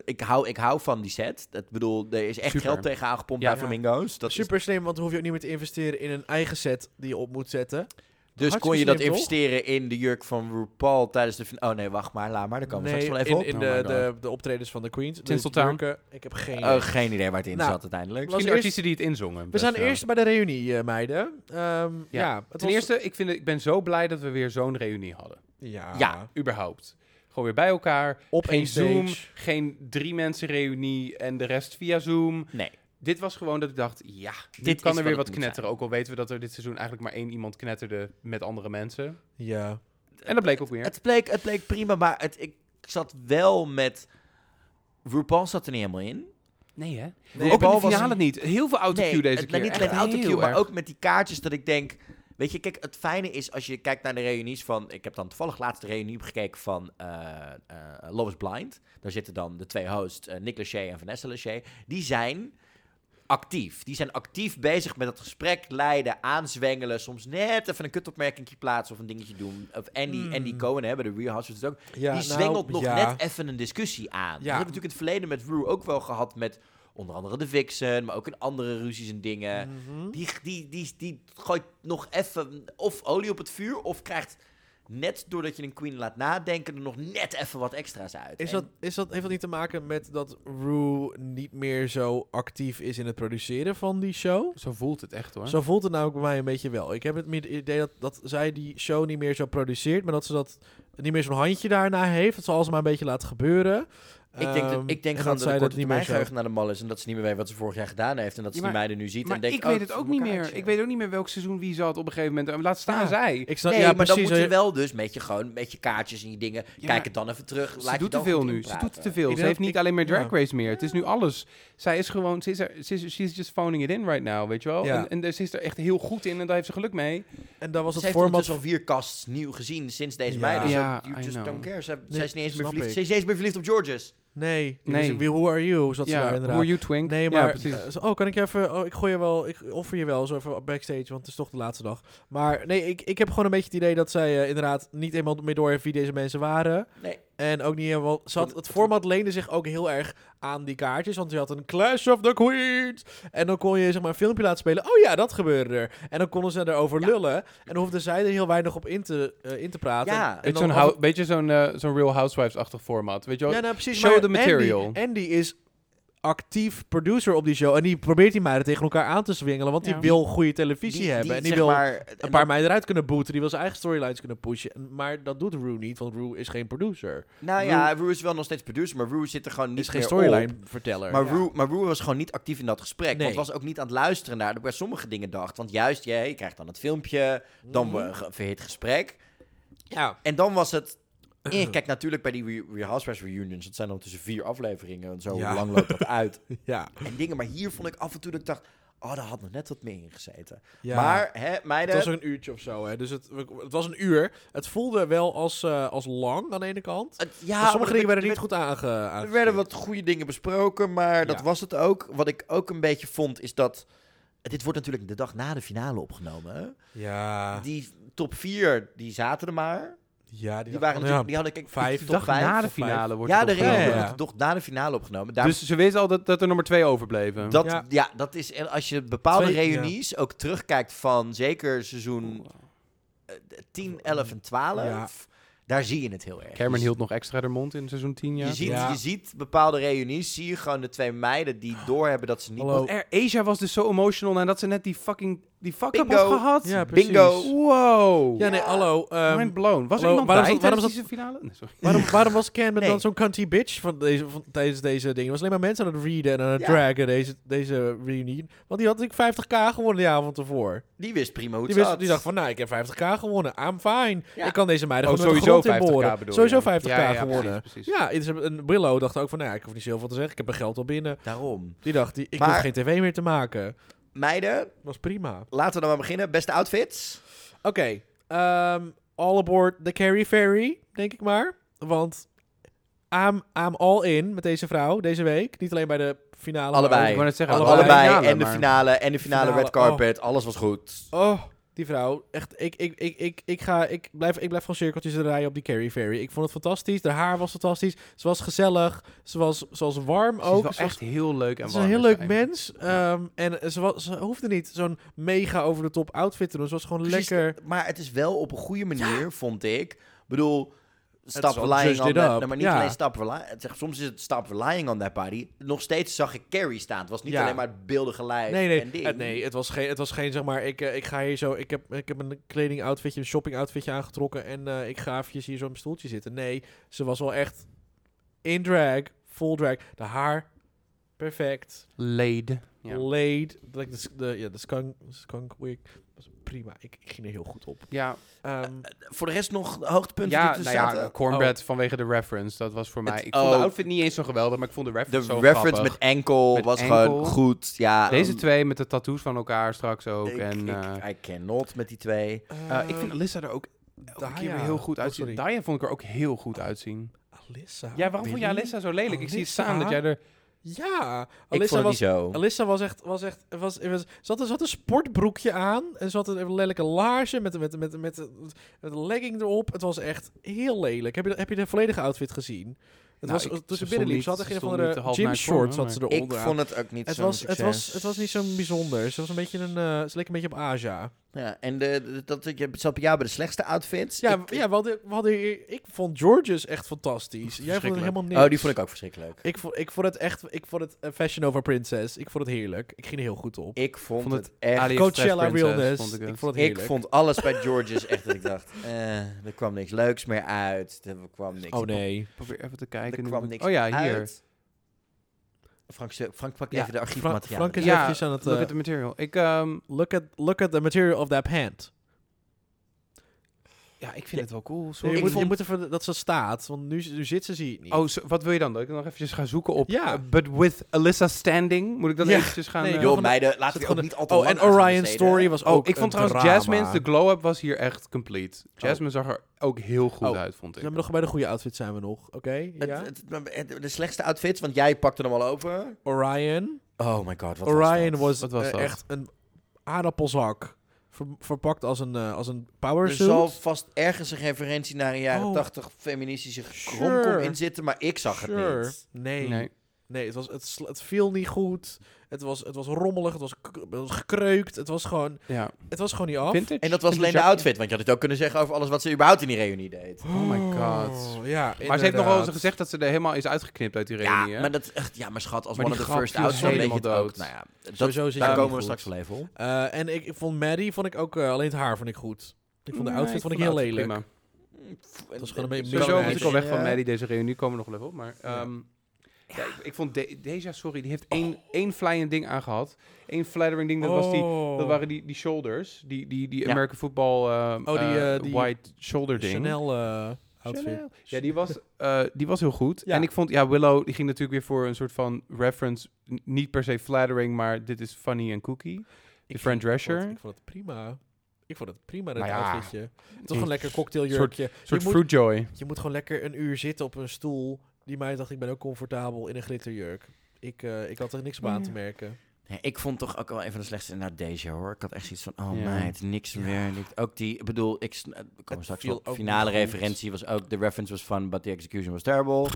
Speaker 1: ik, hou, ik hou van die set. Ik bedoel, er is echt
Speaker 2: Super.
Speaker 1: geld tegenaan gepompt
Speaker 2: Ja.
Speaker 1: bij Flamingo's. Dat is-
Speaker 3: super slim, want dan hoef je ook niet meer te investeren in een eigen set die je op moet zetten.
Speaker 1: dus
Speaker 3: hartstikke
Speaker 1: kon je dat
Speaker 3: slim, toch?
Speaker 1: investeren in de jurk van RuPaul tijdens de finale? Oh nee, wacht maar, laat maar. Daar komen we
Speaker 3: nee,
Speaker 1: straks wel
Speaker 3: in,
Speaker 1: even
Speaker 3: in
Speaker 1: op.
Speaker 2: Oh
Speaker 3: de,
Speaker 2: my
Speaker 3: de, de optredens van de Queens. De
Speaker 2: Tinseltown.
Speaker 3: jurken. Ik heb geen
Speaker 1: Oh,
Speaker 3: idee.
Speaker 1: geen idee waar het in
Speaker 3: Nou,
Speaker 1: zat uiteindelijk.
Speaker 3: Las-
Speaker 2: Misschien de artiesten die het inzongen.
Speaker 3: We zijn
Speaker 2: best wel.
Speaker 3: eerst bij de reunie, eh, meiden. Ehm, ja. het
Speaker 2: Ten
Speaker 3: was-
Speaker 2: eerste, ik, vind, het- ik ben zo blij dat we weer zo'n reunie hadden.
Speaker 3: Ja.
Speaker 1: Ja.
Speaker 2: Überhaupt. Gewoon weer bij elkaar.
Speaker 3: Op
Speaker 2: geen
Speaker 3: één
Speaker 2: Zoom,
Speaker 3: stage.
Speaker 2: geen drie mensen reunie en de rest via Zoom.
Speaker 1: Nee.
Speaker 2: Dit was gewoon dat ik dacht, ja, dit
Speaker 1: Dit
Speaker 2: kan
Speaker 1: is wat
Speaker 2: er weer
Speaker 1: het
Speaker 2: wat
Speaker 1: moet
Speaker 2: knetteren. Ook al weten we dat er dit seizoen eigenlijk maar één iemand knetterde met andere mensen.
Speaker 3: Ja.
Speaker 2: En dat bleek ook weer.
Speaker 1: Het bleek, het bleek prima, maar het, ik zat wel met... RuPaul zat er niet helemaal in.
Speaker 2: Nee, hè?
Speaker 3: Nee,
Speaker 2: ook in de
Speaker 1: Paul was
Speaker 2: finale
Speaker 1: een-
Speaker 2: niet. Heel veel autocue
Speaker 1: Nee,
Speaker 2: deze
Speaker 1: het-
Speaker 2: keer.
Speaker 1: Niet
Speaker 2: Echt
Speaker 1: alleen autocue,
Speaker 2: heel
Speaker 1: maar
Speaker 2: erg.
Speaker 1: ook met die kaartjes dat ik denk... Weet je, kijk, het fijne is als je kijkt naar de reunies van... Ik heb dan toevallig laatst de reunie bekeken van eh eh, Love is Blind. Daar zitten dan de twee hosts, eh, Nick Lachey en Vanessa Lachey. Die zijn actief. Die zijn actief bezig met dat gesprek leiden, aanzwengelen. Soms net even een kutopmerking plaatsen of een dingetje doen. Of Andy,
Speaker 3: Hmm.
Speaker 1: Andy Cohen hebben de Real Housewives ook
Speaker 3: ja
Speaker 1: die
Speaker 3: nou,
Speaker 1: zwengelt nog
Speaker 3: ja.
Speaker 1: net even een discussie aan. We hebben natuurlijk in het verleden met Rue ook wel gehad met onder andere de Vixen, maar ook in andere ruzies en dingen.
Speaker 3: Mhm.
Speaker 1: Die, die, die, die gooit nog even of olie op het vuur of krijgt net doordat je een queen laat nadenken er nog net even wat extra's uit.
Speaker 3: Is
Speaker 1: En-
Speaker 3: dat, is dat, heeft dat niet te maken met dat Rue niet meer zo actief is in het produceren van die show?
Speaker 2: Zo voelt het echt, hoor.
Speaker 3: Zo voelt het namelijk bij mij een beetje wel. Ik heb het meer idee dat, dat zij die show niet meer zo produceert, maar dat ze dat niet meer zo'n handje daarna heeft. Dat ze alles maar een beetje laat gebeuren.
Speaker 1: ik denk, dat,
Speaker 3: Ehm,
Speaker 1: ik denk
Speaker 3: en
Speaker 1: gewoon dat,
Speaker 3: zij
Speaker 1: de korte
Speaker 3: niet meer
Speaker 1: termijn
Speaker 3: zo-
Speaker 1: geheugen naar de mal is en dat ze niet meer weet wat ze vorig jaar gedaan heeft en dat ze die
Speaker 2: Ja, maar-
Speaker 1: meiden nu ziet
Speaker 2: Maar
Speaker 1: en denkt...
Speaker 2: ik weet
Speaker 1: oh,
Speaker 2: het
Speaker 1: is
Speaker 2: ook
Speaker 1: een
Speaker 2: niet meer.
Speaker 1: kaartje.
Speaker 2: Ik weet ook niet meer welk seizoen wie zat op een gegeven moment. En Laat staan
Speaker 3: Ja.
Speaker 2: zij.
Speaker 3: Ik snap,
Speaker 1: Nee,
Speaker 3: ja,
Speaker 1: maar dan
Speaker 3: precies.
Speaker 1: moet je wel dus met je, gewoon, met je kaartjes en je dingen... kijk
Speaker 2: maar
Speaker 1: het dan even terug. laat
Speaker 2: Ze
Speaker 1: je
Speaker 2: doet te
Speaker 1: dan
Speaker 2: veel
Speaker 1: goed
Speaker 2: nu. Ze
Speaker 1: inpraten.
Speaker 2: doet te veel.
Speaker 3: Ik
Speaker 2: Ze
Speaker 3: denk-
Speaker 2: heeft niet
Speaker 3: ik-
Speaker 2: alleen meer Drag
Speaker 3: ja.
Speaker 2: Race meer. Het is nu alles. Zij is gewoon... Ze is er, ze is, she's just phoning it in right now, weet je wel?
Speaker 3: Ja.
Speaker 2: En, en ze is er echt heel goed in en daar heeft ze geluk mee.
Speaker 3: En dan was
Speaker 1: Ze
Speaker 3: het
Speaker 1: heeft
Speaker 3: format
Speaker 1: ondertussen al vier casts nieuw gezien sinds deze
Speaker 3: Ja.
Speaker 1: meiden.
Speaker 2: Ja,
Speaker 1: Ja,
Speaker 2: I
Speaker 1: you just
Speaker 2: know.
Speaker 1: don't care. Ze,
Speaker 3: Nee,
Speaker 1: zij is niet eens meer
Speaker 3: snap
Speaker 1: verliefd.
Speaker 3: ik.
Speaker 1: Ze is niet eens meer verliefd op Georges.
Speaker 3: Nee.
Speaker 2: Nee.
Speaker 3: nee. Who are you? Zat ze
Speaker 2: ja,
Speaker 3: daar
Speaker 2: who
Speaker 3: inderdaad.
Speaker 2: are you twink?
Speaker 3: Nee,
Speaker 2: Ja,
Speaker 3: maar...
Speaker 2: precies.
Speaker 3: eh, zo- oh, kan ik je even... Oh, ik gooi je wel... Ik offer je wel zo even backstage, want het is toch de laatste dag. Maar nee, ik, ik heb gewoon een beetje het idee dat zij eh, inderdaad niet eenmaal meer door heeft wie deze mensen waren.
Speaker 1: Nee.
Speaker 3: En ook niet helemaal... Ze had, het format leende zich ook heel erg aan die kaartjes, want je had een Clash of the Queens. En dan kon je zeg maar een filmpje laten spelen. Oh ja, dat gebeurde er. En dan konden ze erover lullen. En dan hoefden zij er heel weinig op in te, eh, in te praten.
Speaker 1: Ja,
Speaker 3: en
Speaker 2: Weet je,
Speaker 3: dan
Speaker 2: zo'n
Speaker 3: af-
Speaker 2: hou- Beetje zo'n eh, zo'n Real Housewives-achtig format. Weet je wel?
Speaker 3: Ja, nou precies.
Speaker 2: Show
Speaker 3: maar
Speaker 2: the material.
Speaker 3: Andy, Andy is actief producer op die show. En die probeert die meiden tegen elkaar aan te zwingelen. Want
Speaker 2: Ja.
Speaker 3: die wil goede televisie hebben. en die wil een paar
Speaker 1: maanden.
Speaker 3: meiden eruit kunnen booten. Die wil zijn eigen storylines kunnen pushen. En- Maar dat doet Rue niet, want Rue is geen producer.
Speaker 1: Nou ja, Rue is wel nog steeds producer, maar Rue zit er gewoon niet
Speaker 3: is geen
Speaker 1: meer op.
Speaker 3: storyline-verteller.
Speaker 1: Maar,
Speaker 2: Ja.
Speaker 1: Rue, maar Rue was gewoon niet actief in dat gesprek.
Speaker 3: Nee.
Speaker 1: Want was ook niet aan het luisteren naar de- bij sommige dingen dacht. Want juist, jij krijgt dan het filmpje, dan
Speaker 3: Mhm.
Speaker 1: we- ge- verhit gesprek.
Speaker 3: Mm. Ja.
Speaker 1: En dan was
Speaker 3: [clears throat]
Speaker 1: het... eh, kijk, natuurlijk bij die Re, Real Housewives reunions, dat zijn dan tussen vier afleveringen. en Zo
Speaker 3: Ja.
Speaker 1: lang loopt dat uit.
Speaker 3: [laughs] Ja.
Speaker 1: En dingen, maar hier vond ik af en toe dat ik dacht... Oh, daar had nog net wat meer in gezeten.
Speaker 3: ja.
Speaker 1: Maar, hè, meiden...
Speaker 3: Het was ook een uurtje of zo, hè. Dus het, het was een uur. Het voelde wel als, eh, als lang aan de ene kant.
Speaker 1: het- ja,
Speaker 3: maar
Speaker 1: maar
Speaker 3: sommige dingen
Speaker 1: er
Speaker 3: werden niet
Speaker 1: werd-
Speaker 3: goed aange
Speaker 1: Er
Speaker 3: aangegeven.
Speaker 1: werden wat goede dingen besproken, maar dat
Speaker 3: Ja.
Speaker 1: was het ook. Wat ik ook een beetje vond, is dat... Dit wordt natuurlijk de dag na de finale opgenomen, hè?
Speaker 3: Ja.
Speaker 1: Die top 4, die zaten er maar.
Speaker 3: ja,
Speaker 1: Die, waren natuurlijk, die hadden kijk,
Speaker 3: Vijf,
Speaker 1: die
Speaker 3: toch?
Speaker 1: top
Speaker 2: dag
Speaker 1: vijf.
Speaker 2: na de
Speaker 3: of vijf.
Speaker 2: finale wordt
Speaker 1: ja,
Speaker 2: het
Speaker 1: de
Speaker 3: Ja,
Speaker 1: reden
Speaker 3: ja,
Speaker 1: wordt
Speaker 3: ja.
Speaker 1: het toch na de finale opgenomen. Daar,
Speaker 2: Dus ze wisten al dat, dat er nummer twee overbleven.
Speaker 1: dat, ja.
Speaker 3: Ja.
Speaker 1: dat is en als je bepaalde
Speaker 3: Twee- ja.
Speaker 1: reunies ook terugkijkt van zeker seizoen eh, 10, 11 en 12, daar zie je het heel erg.
Speaker 2: Cameron
Speaker 1: Dus
Speaker 2: hield nog extra de mond in seizoen 10 jaar.
Speaker 1: Je ziet,
Speaker 3: Ja. Ah.
Speaker 1: je ziet bepaalde reunies, zie je gewoon de twee meiden die doorhebben dat ze niet...
Speaker 3: Hallo.
Speaker 2: Er, Asia was dus zo emotional nadat ze net die fucking die fuck up had
Speaker 1: Bingo.
Speaker 2: gehad.
Speaker 3: Ja, precies.
Speaker 1: Bingo.
Speaker 2: Wow.
Speaker 3: Ja, nee, hallo. ehm,
Speaker 2: Mind blown. Was er
Speaker 3: hallo,
Speaker 2: iemand
Speaker 3: waarom
Speaker 2: bij
Speaker 3: is dat- waarom
Speaker 2: tijdens
Speaker 3: is dat-
Speaker 2: deze finale? Nee, sorry.
Speaker 3: Waarom, waarom was Cameron
Speaker 1: Nee.
Speaker 3: dan zo'n cunty bitch van deze, van, tijdens deze dingen? Was alleen maar mensen aan het readen en aan het
Speaker 1: Ja.
Speaker 3: dragen deze, deze reunion. Want die had ik 50k gewonnen de avond ervoor.
Speaker 1: Die wist prima hoe het
Speaker 3: Die, wist,
Speaker 1: zat.
Speaker 3: die dacht van, nou, ik heb 50k gewonnen. I'm fine.
Speaker 1: Ja.
Speaker 3: Ik kan deze meiden
Speaker 2: Oh,
Speaker 3: gewoon met
Speaker 2: sowieso
Speaker 3: de grond
Speaker 2: 50k
Speaker 3: inboren.
Speaker 2: bedoel je?
Speaker 3: Sowieso 50k
Speaker 2: Ja, ja, ja,
Speaker 3: gewonnen.
Speaker 2: precies, precies.
Speaker 3: Ja, het is een- een Willow dacht ook van, nou, ik hoef niet zoveel te zeggen. Ik heb mijn geld al binnen.
Speaker 1: Daarom.
Speaker 3: Die dacht, die, ik
Speaker 1: Maar-
Speaker 3: hoef geen tv meer te maken.
Speaker 1: Meiden,
Speaker 3: Was prima.
Speaker 1: laten we dan maar beginnen. Beste outfits.
Speaker 3: Oké, ehm, all aboard the Carrie Ferry, denk ik maar. Want I'm, I'm all in met deze vrouw deze week. Niet alleen bij de finale. maar
Speaker 1: Allebei.
Speaker 3: ook-
Speaker 2: Ik wou net zeggen,
Speaker 1: Allebei,
Speaker 2: allebei de finale,
Speaker 1: en de
Speaker 2: maar-
Speaker 1: finale en de finale,
Speaker 3: Finale,
Speaker 1: red carpet. Alles was goed.
Speaker 3: Oh, die vrouw. Echt, ik, ik, ik, ik, ik, ga, ik, blijf, ik blijf van cirkeltjes draaien op die Carrie Ferry. Ik vond het fantastisch. De haar was fantastisch. Ze was gezellig. Ze was, ze was warm
Speaker 2: Ze is
Speaker 3: ook.
Speaker 2: wel
Speaker 3: Ze was-
Speaker 2: echt heel leuk
Speaker 3: ze
Speaker 2: en
Speaker 3: is een
Speaker 2: warm.
Speaker 3: heel leuk
Speaker 2: zijn.
Speaker 3: mens. Ehm, en eh, ze, was, ze hoefde niet zo'n mega over de top outfit te doen. Ze was gewoon
Speaker 1: Precies,
Speaker 3: lekker.
Speaker 1: Maar het is wel op een goede manier, vond ik. Ik bedoel, stop
Speaker 3: is wel
Speaker 1: relying
Speaker 3: just
Speaker 1: on
Speaker 3: it
Speaker 1: that.
Speaker 3: up,
Speaker 1: Nee, maar niet
Speaker 3: ja.
Speaker 1: alleen stop relying. Zeg, soms is het stop relying on that body. Nog steeds zag ik Carrie staan. Het was niet
Speaker 3: Ja.
Speaker 1: alleen maar het beeldige lijf
Speaker 3: Nee, nee,
Speaker 1: en ding.
Speaker 3: het, nee het, was geen, het was geen, zeg maar, ik, eh, ik ga hier zo, ik heb, ik heb een kleding outfitje, een shopping outfitje aangetrokken en eh, ik ga eventjes hier zo op mijn stoeltje zitten. Nee, ze was wel echt in drag, full drag. De haar, perfect,
Speaker 2: Laid. Ja.
Speaker 3: laid, like de, s- de, ja, de skunk, skunk wig, was prima. Ik, ik ging er heel goed op.
Speaker 2: Ja,
Speaker 3: Ehm,
Speaker 1: Voor de rest nog hoogtepunten
Speaker 2: ja,
Speaker 1: die er
Speaker 2: nou ja,
Speaker 1: zaten.
Speaker 2: cornbread vanwege de reference. Dat was voor
Speaker 1: Het-
Speaker 2: mij... Ik vond
Speaker 1: oh.
Speaker 2: de outfit niet eens zo geweldig, maar ik vond de
Speaker 1: De
Speaker 2: reference zo
Speaker 1: reference
Speaker 2: grappig.
Speaker 1: met enkel
Speaker 2: Met
Speaker 1: was gewoon
Speaker 2: enkel.
Speaker 1: goed. Ja,
Speaker 2: Deze
Speaker 1: um,
Speaker 2: twee met de tattoos van elkaar straks ook.
Speaker 1: Ik,
Speaker 2: en,
Speaker 1: ik,
Speaker 2: eh,
Speaker 1: I cannot met die twee.
Speaker 2: eh, ik vind Alyssa er ook elke keer weer heel goed
Speaker 3: oh,
Speaker 2: uitzien.
Speaker 3: sorry.
Speaker 2: Daya vond ik er ook heel goed uitzien.
Speaker 3: Alissa.
Speaker 2: Ja, waarom vond je
Speaker 3: Willy?
Speaker 2: Alyssa zo lelijk? Ik zie het
Speaker 3: Alyssa?
Speaker 2: staan dat jij er...
Speaker 3: Ja,
Speaker 1: ik vond
Speaker 3: Alissa
Speaker 1: het
Speaker 3: was
Speaker 1: niet zo.
Speaker 3: Alissa was echt, was echt, was, was, ze, had, een- ze had een sportbroekje aan en ze had een lelijke laarsje met, met, met, met, met een legging erop. Het was echt heel lelijk. Heb je, de- heb je de volledige outfit gezien? Het
Speaker 2: Nou, ik-
Speaker 3: was toen
Speaker 2: ze
Speaker 3: ze binnenliep,
Speaker 2: stond
Speaker 3: ze had
Speaker 2: niet-
Speaker 3: echt
Speaker 2: ze
Speaker 3: een van
Speaker 2: stond niet te
Speaker 3: de
Speaker 2: half
Speaker 3: gym
Speaker 2: naakt voor me,
Speaker 3: shorts had ze
Speaker 2: maar-
Speaker 1: Ik
Speaker 3: eronder aan.
Speaker 1: vond het ook niet
Speaker 3: Het
Speaker 1: zo'n
Speaker 3: was, het,
Speaker 1: succes.
Speaker 3: was, het was niet zo bijzonder. Ze was een beetje een, eh, ze leek een beetje op Aja.
Speaker 1: Ja, en de, de- dat, je zat bij jou bij de slechtste outfits.
Speaker 3: Ja,
Speaker 1: Ik- Oh,
Speaker 3: ja we hadden, we hadden, hier- ik vond Georges echt fantastisch. Jij vond het
Speaker 2: Verschrikkelijk.
Speaker 3: helemaal niks.
Speaker 1: Oh, die vond ik ook verschrikkelijk.
Speaker 3: Ik vond, ik vond het echt, ik vond het eh, Fashion Over Princess. Ik vond het heerlijk. Ik ging er heel goed op.
Speaker 1: Ik vond,
Speaker 2: Vond
Speaker 1: het,
Speaker 2: het
Speaker 1: echt...
Speaker 2: Ali Express
Speaker 3: Coachella
Speaker 2: Princess
Speaker 3: Realness.
Speaker 2: vond ik het.
Speaker 3: ik vond het
Speaker 1: Ik
Speaker 3: heerlijk.
Speaker 1: vond alles bij Georges echt dat ik dacht... [laughs] eh, er kwam niks leuks meer uit. Er kwam niks...
Speaker 3: Oh nee.
Speaker 2: Probeer even te
Speaker 1: Er
Speaker 2: kijken. nu
Speaker 1: kwam
Speaker 2: moet ik-
Speaker 1: niks
Speaker 2: oh ja, hier.
Speaker 1: uit. Frank, ze- Frank pak
Speaker 2: Ja,
Speaker 1: even de
Speaker 3: Fra-
Speaker 1: archiefmateriaal.
Speaker 3: Frank is
Speaker 2: Ja,
Speaker 3: eventjes aan het...
Speaker 2: Look
Speaker 3: eh,
Speaker 2: at the material. Ik, ehm,
Speaker 3: Look at, look at the material of that pant.
Speaker 2: ja, ik vind het wel cool.
Speaker 3: Je,
Speaker 2: Sorry.
Speaker 1: ik
Speaker 3: moet,
Speaker 1: vond-
Speaker 3: je moet ervoor dat ze staat, want nu, nu zit ze, zie je het niet.
Speaker 2: Oh, zo- wat wil je dan? Dat ik nog eventjes ga zoeken op...
Speaker 3: Ja.
Speaker 2: eh, but with Alyssa standing? Moet ik dat
Speaker 3: Ja.
Speaker 2: eventjes gaan...
Speaker 3: Nee,
Speaker 2: eh,
Speaker 3: joh,
Speaker 1: Joh, meiden, laten we
Speaker 3: Zit
Speaker 1: die
Speaker 3: gewoon
Speaker 1: ook
Speaker 3: de-
Speaker 1: niet al te
Speaker 3: oh,
Speaker 1: lang
Speaker 3: en
Speaker 1: aan
Speaker 3: Orion's
Speaker 1: besteden.
Speaker 3: story was
Speaker 2: Oh,
Speaker 3: ook
Speaker 2: ik vond
Speaker 3: een
Speaker 2: trouwens
Speaker 3: drama.
Speaker 2: Jasmine's, de glow-up was hier echt complete. Jasmine zag er ook heel goed
Speaker 3: Oh.
Speaker 2: uit, vond ik.
Speaker 3: Zijn we nog bij de goede outfit zijn we nog, oké?
Speaker 1: Het-
Speaker 3: ja?
Speaker 1: het- het- de slechtste outfits, want jij pakte hem al over.
Speaker 3: Orion.
Speaker 1: Oh my god, wat
Speaker 3: Orion
Speaker 1: was
Speaker 3: was,
Speaker 2: Wat was
Speaker 3: eh,
Speaker 2: dat?
Speaker 3: echt een aardappelzak. Ver- verpakt als een, eh, als een power
Speaker 1: Er zal
Speaker 3: suit.
Speaker 1: vast ergens een referentie naar een jaren
Speaker 3: Oh.
Speaker 1: 80 feministische
Speaker 3: Sure.
Speaker 1: romcom in zitten, maar ik zag het
Speaker 3: Sure.
Speaker 1: niet.
Speaker 3: Nee.
Speaker 2: Nee.
Speaker 3: Nee, het, was, het, sl- het viel niet goed. Het was, het was rommelig. Het was, k- het was gekreukt. Het was, gewoon,
Speaker 2: Ja.
Speaker 3: het was gewoon niet af.
Speaker 2: Vintage.
Speaker 1: En dat was
Speaker 2: Vintage
Speaker 1: alleen de
Speaker 2: jakje.
Speaker 1: outfit, want je had het ook kunnen zeggen over alles wat ze überhaupt in die reunie deed.
Speaker 2: Oh my god.
Speaker 3: Oh, ja,
Speaker 2: Maar ze heeft nog wel eens
Speaker 3: inderdaad.
Speaker 2: gezegd dat ze er helemaal is uitgeknipt uit die
Speaker 1: Ja,
Speaker 2: reunie. hè?
Speaker 1: maar, dat, is echt, ja, maar schat, als
Speaker 2: Maar
Speaker 1: one
Speaker 2: die
Speaker 1: of the
Speaker 2: grap
Speaker 1: first
Speaker 2: viel
Speaker 1: out, dan weet je
Speaker 2: helemaal
Speaker 1: het ook.
Speaker 2: dood.
Speaker 1: Nou ja, dat,
Speaker 3: Sowieso zit
Speaker 1: daar
Speaker 3: je
Speaker 1: komen
Speaker 3: niet
Speaker 1: we
Speaker 3: goed.
Speaker 1: straks wel even op.
Speaker 3: Eh, en ik, ik vond Maddie, vond ik ook, eh, alleen het haar vond ik goed. Ik vond de
Speaker 2: Nee,
Speaker 3: outfit vond ik
Speaker 2: de
Speaker 3: heel
Speaker 2: outfit
Speaker 3: lelijk.
Speaker 2: prima.
Speaker 1: Dat
Speaker 3: was gewoon een beetje
Speaker 2: Sowieso
Speaker 3: Belangrijk.
Speaker 2: moet ik al weg van
Speaker 3: Ja.
Speaker 2: Maddie deze reunie. Komen we nog wel even op. Maar
Speaker 3: Ja.
Speaker 2: ehm, ja, ik, ik vond De- Deja, sorry, die heeft één, één flying ding aangehad. Eén flattering ding, dat, was die,
Speaker 3: Oh.
Speaker 2: dat waren die, die shoulders. Die, die, die
Speaker 1: Ja.
Speaker 2: American football eh,
Speaker 3: Oh, die,
Speaker 2: eh,
Speaker 3: eh, die
Speaker 2: white shoulder ding.
Speaker 3: Chanel eh, outfit.
Speaker 2: Chanel. Ja, die was, eh, die was heel goed.
Speaker 3: Ja.
Speaker 2: En ik vond, ja, Willow, die ging natuurlijk weer voor een soort van reference. N- niet per se flattering, maar dit is funny en cookie. De
Speaker 3: Ik
Speaker 2: French
Speaker 3: vond- ik vond-
Speaker 2: Rasher.
Speaker 3: Ik vond het prima. Ik vond het prima, dat
Speaker 2: Nou ja.
Speaker 3: outfitje. Het was gewoon een lekker cocktailjurkje.
Speaker 2: Een soort
Speaker 3: je, moet,
Speaker 2: fruit joy.
Speaker 3: je moet gewoon lekker een uur zitten op een stoel. Die meid dacht, ik ben ook comfortabel in een glitterjurk. Ik, eh, ik had er niks op aan te merken.
Speaker 1: Ja, ik vond toch ook wel een van de slechtste naar deze hoor. Ik had echt zoiets van, oh
Speaker 2: Ja.
Speaker 1: meid, niks meer. Niet. Ook die, ik bedoel, ik sn- eh, we komen
Speaker 3: Het
Speaker 1: straks
Speaker 3: viel
Speaker 1: op.
Speaker 3: ook
Speaker 1: Finale
Speaker 3: niet goed.
Speaker 1: referentie was ook, the reference was fun, but the execution was terrible.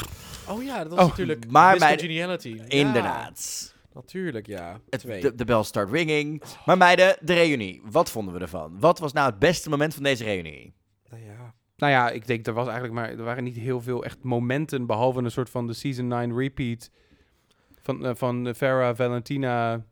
Speaker 3: Oh ja, dat was
Speaker 2: Oh,
Speaker 3: natuurlijk
Speaker 1: maar
Speaker 3: maar
Speaker 1: meid-
Speaker 3: Geniality. Ja,
Speaker 1: Inderdaad.
Speaker 3: natuurlijk, ja.
Speaker 1: Het,
Speaker 3: Twee.
Speaker 1: de, de bel start ringing. Maar meiden, de reunie. Wat vonden we ervan? Wat was nou het beste moment van deze reunie?
Speaker 3: Nou ja.
Speaker 2: Nou ja, ik denk, er, was eigenlijk maar, er waren niet heel veel echt momenten, behalve een soort van de Season 9 repeat van, eh, van eh, Farrah, Valentina.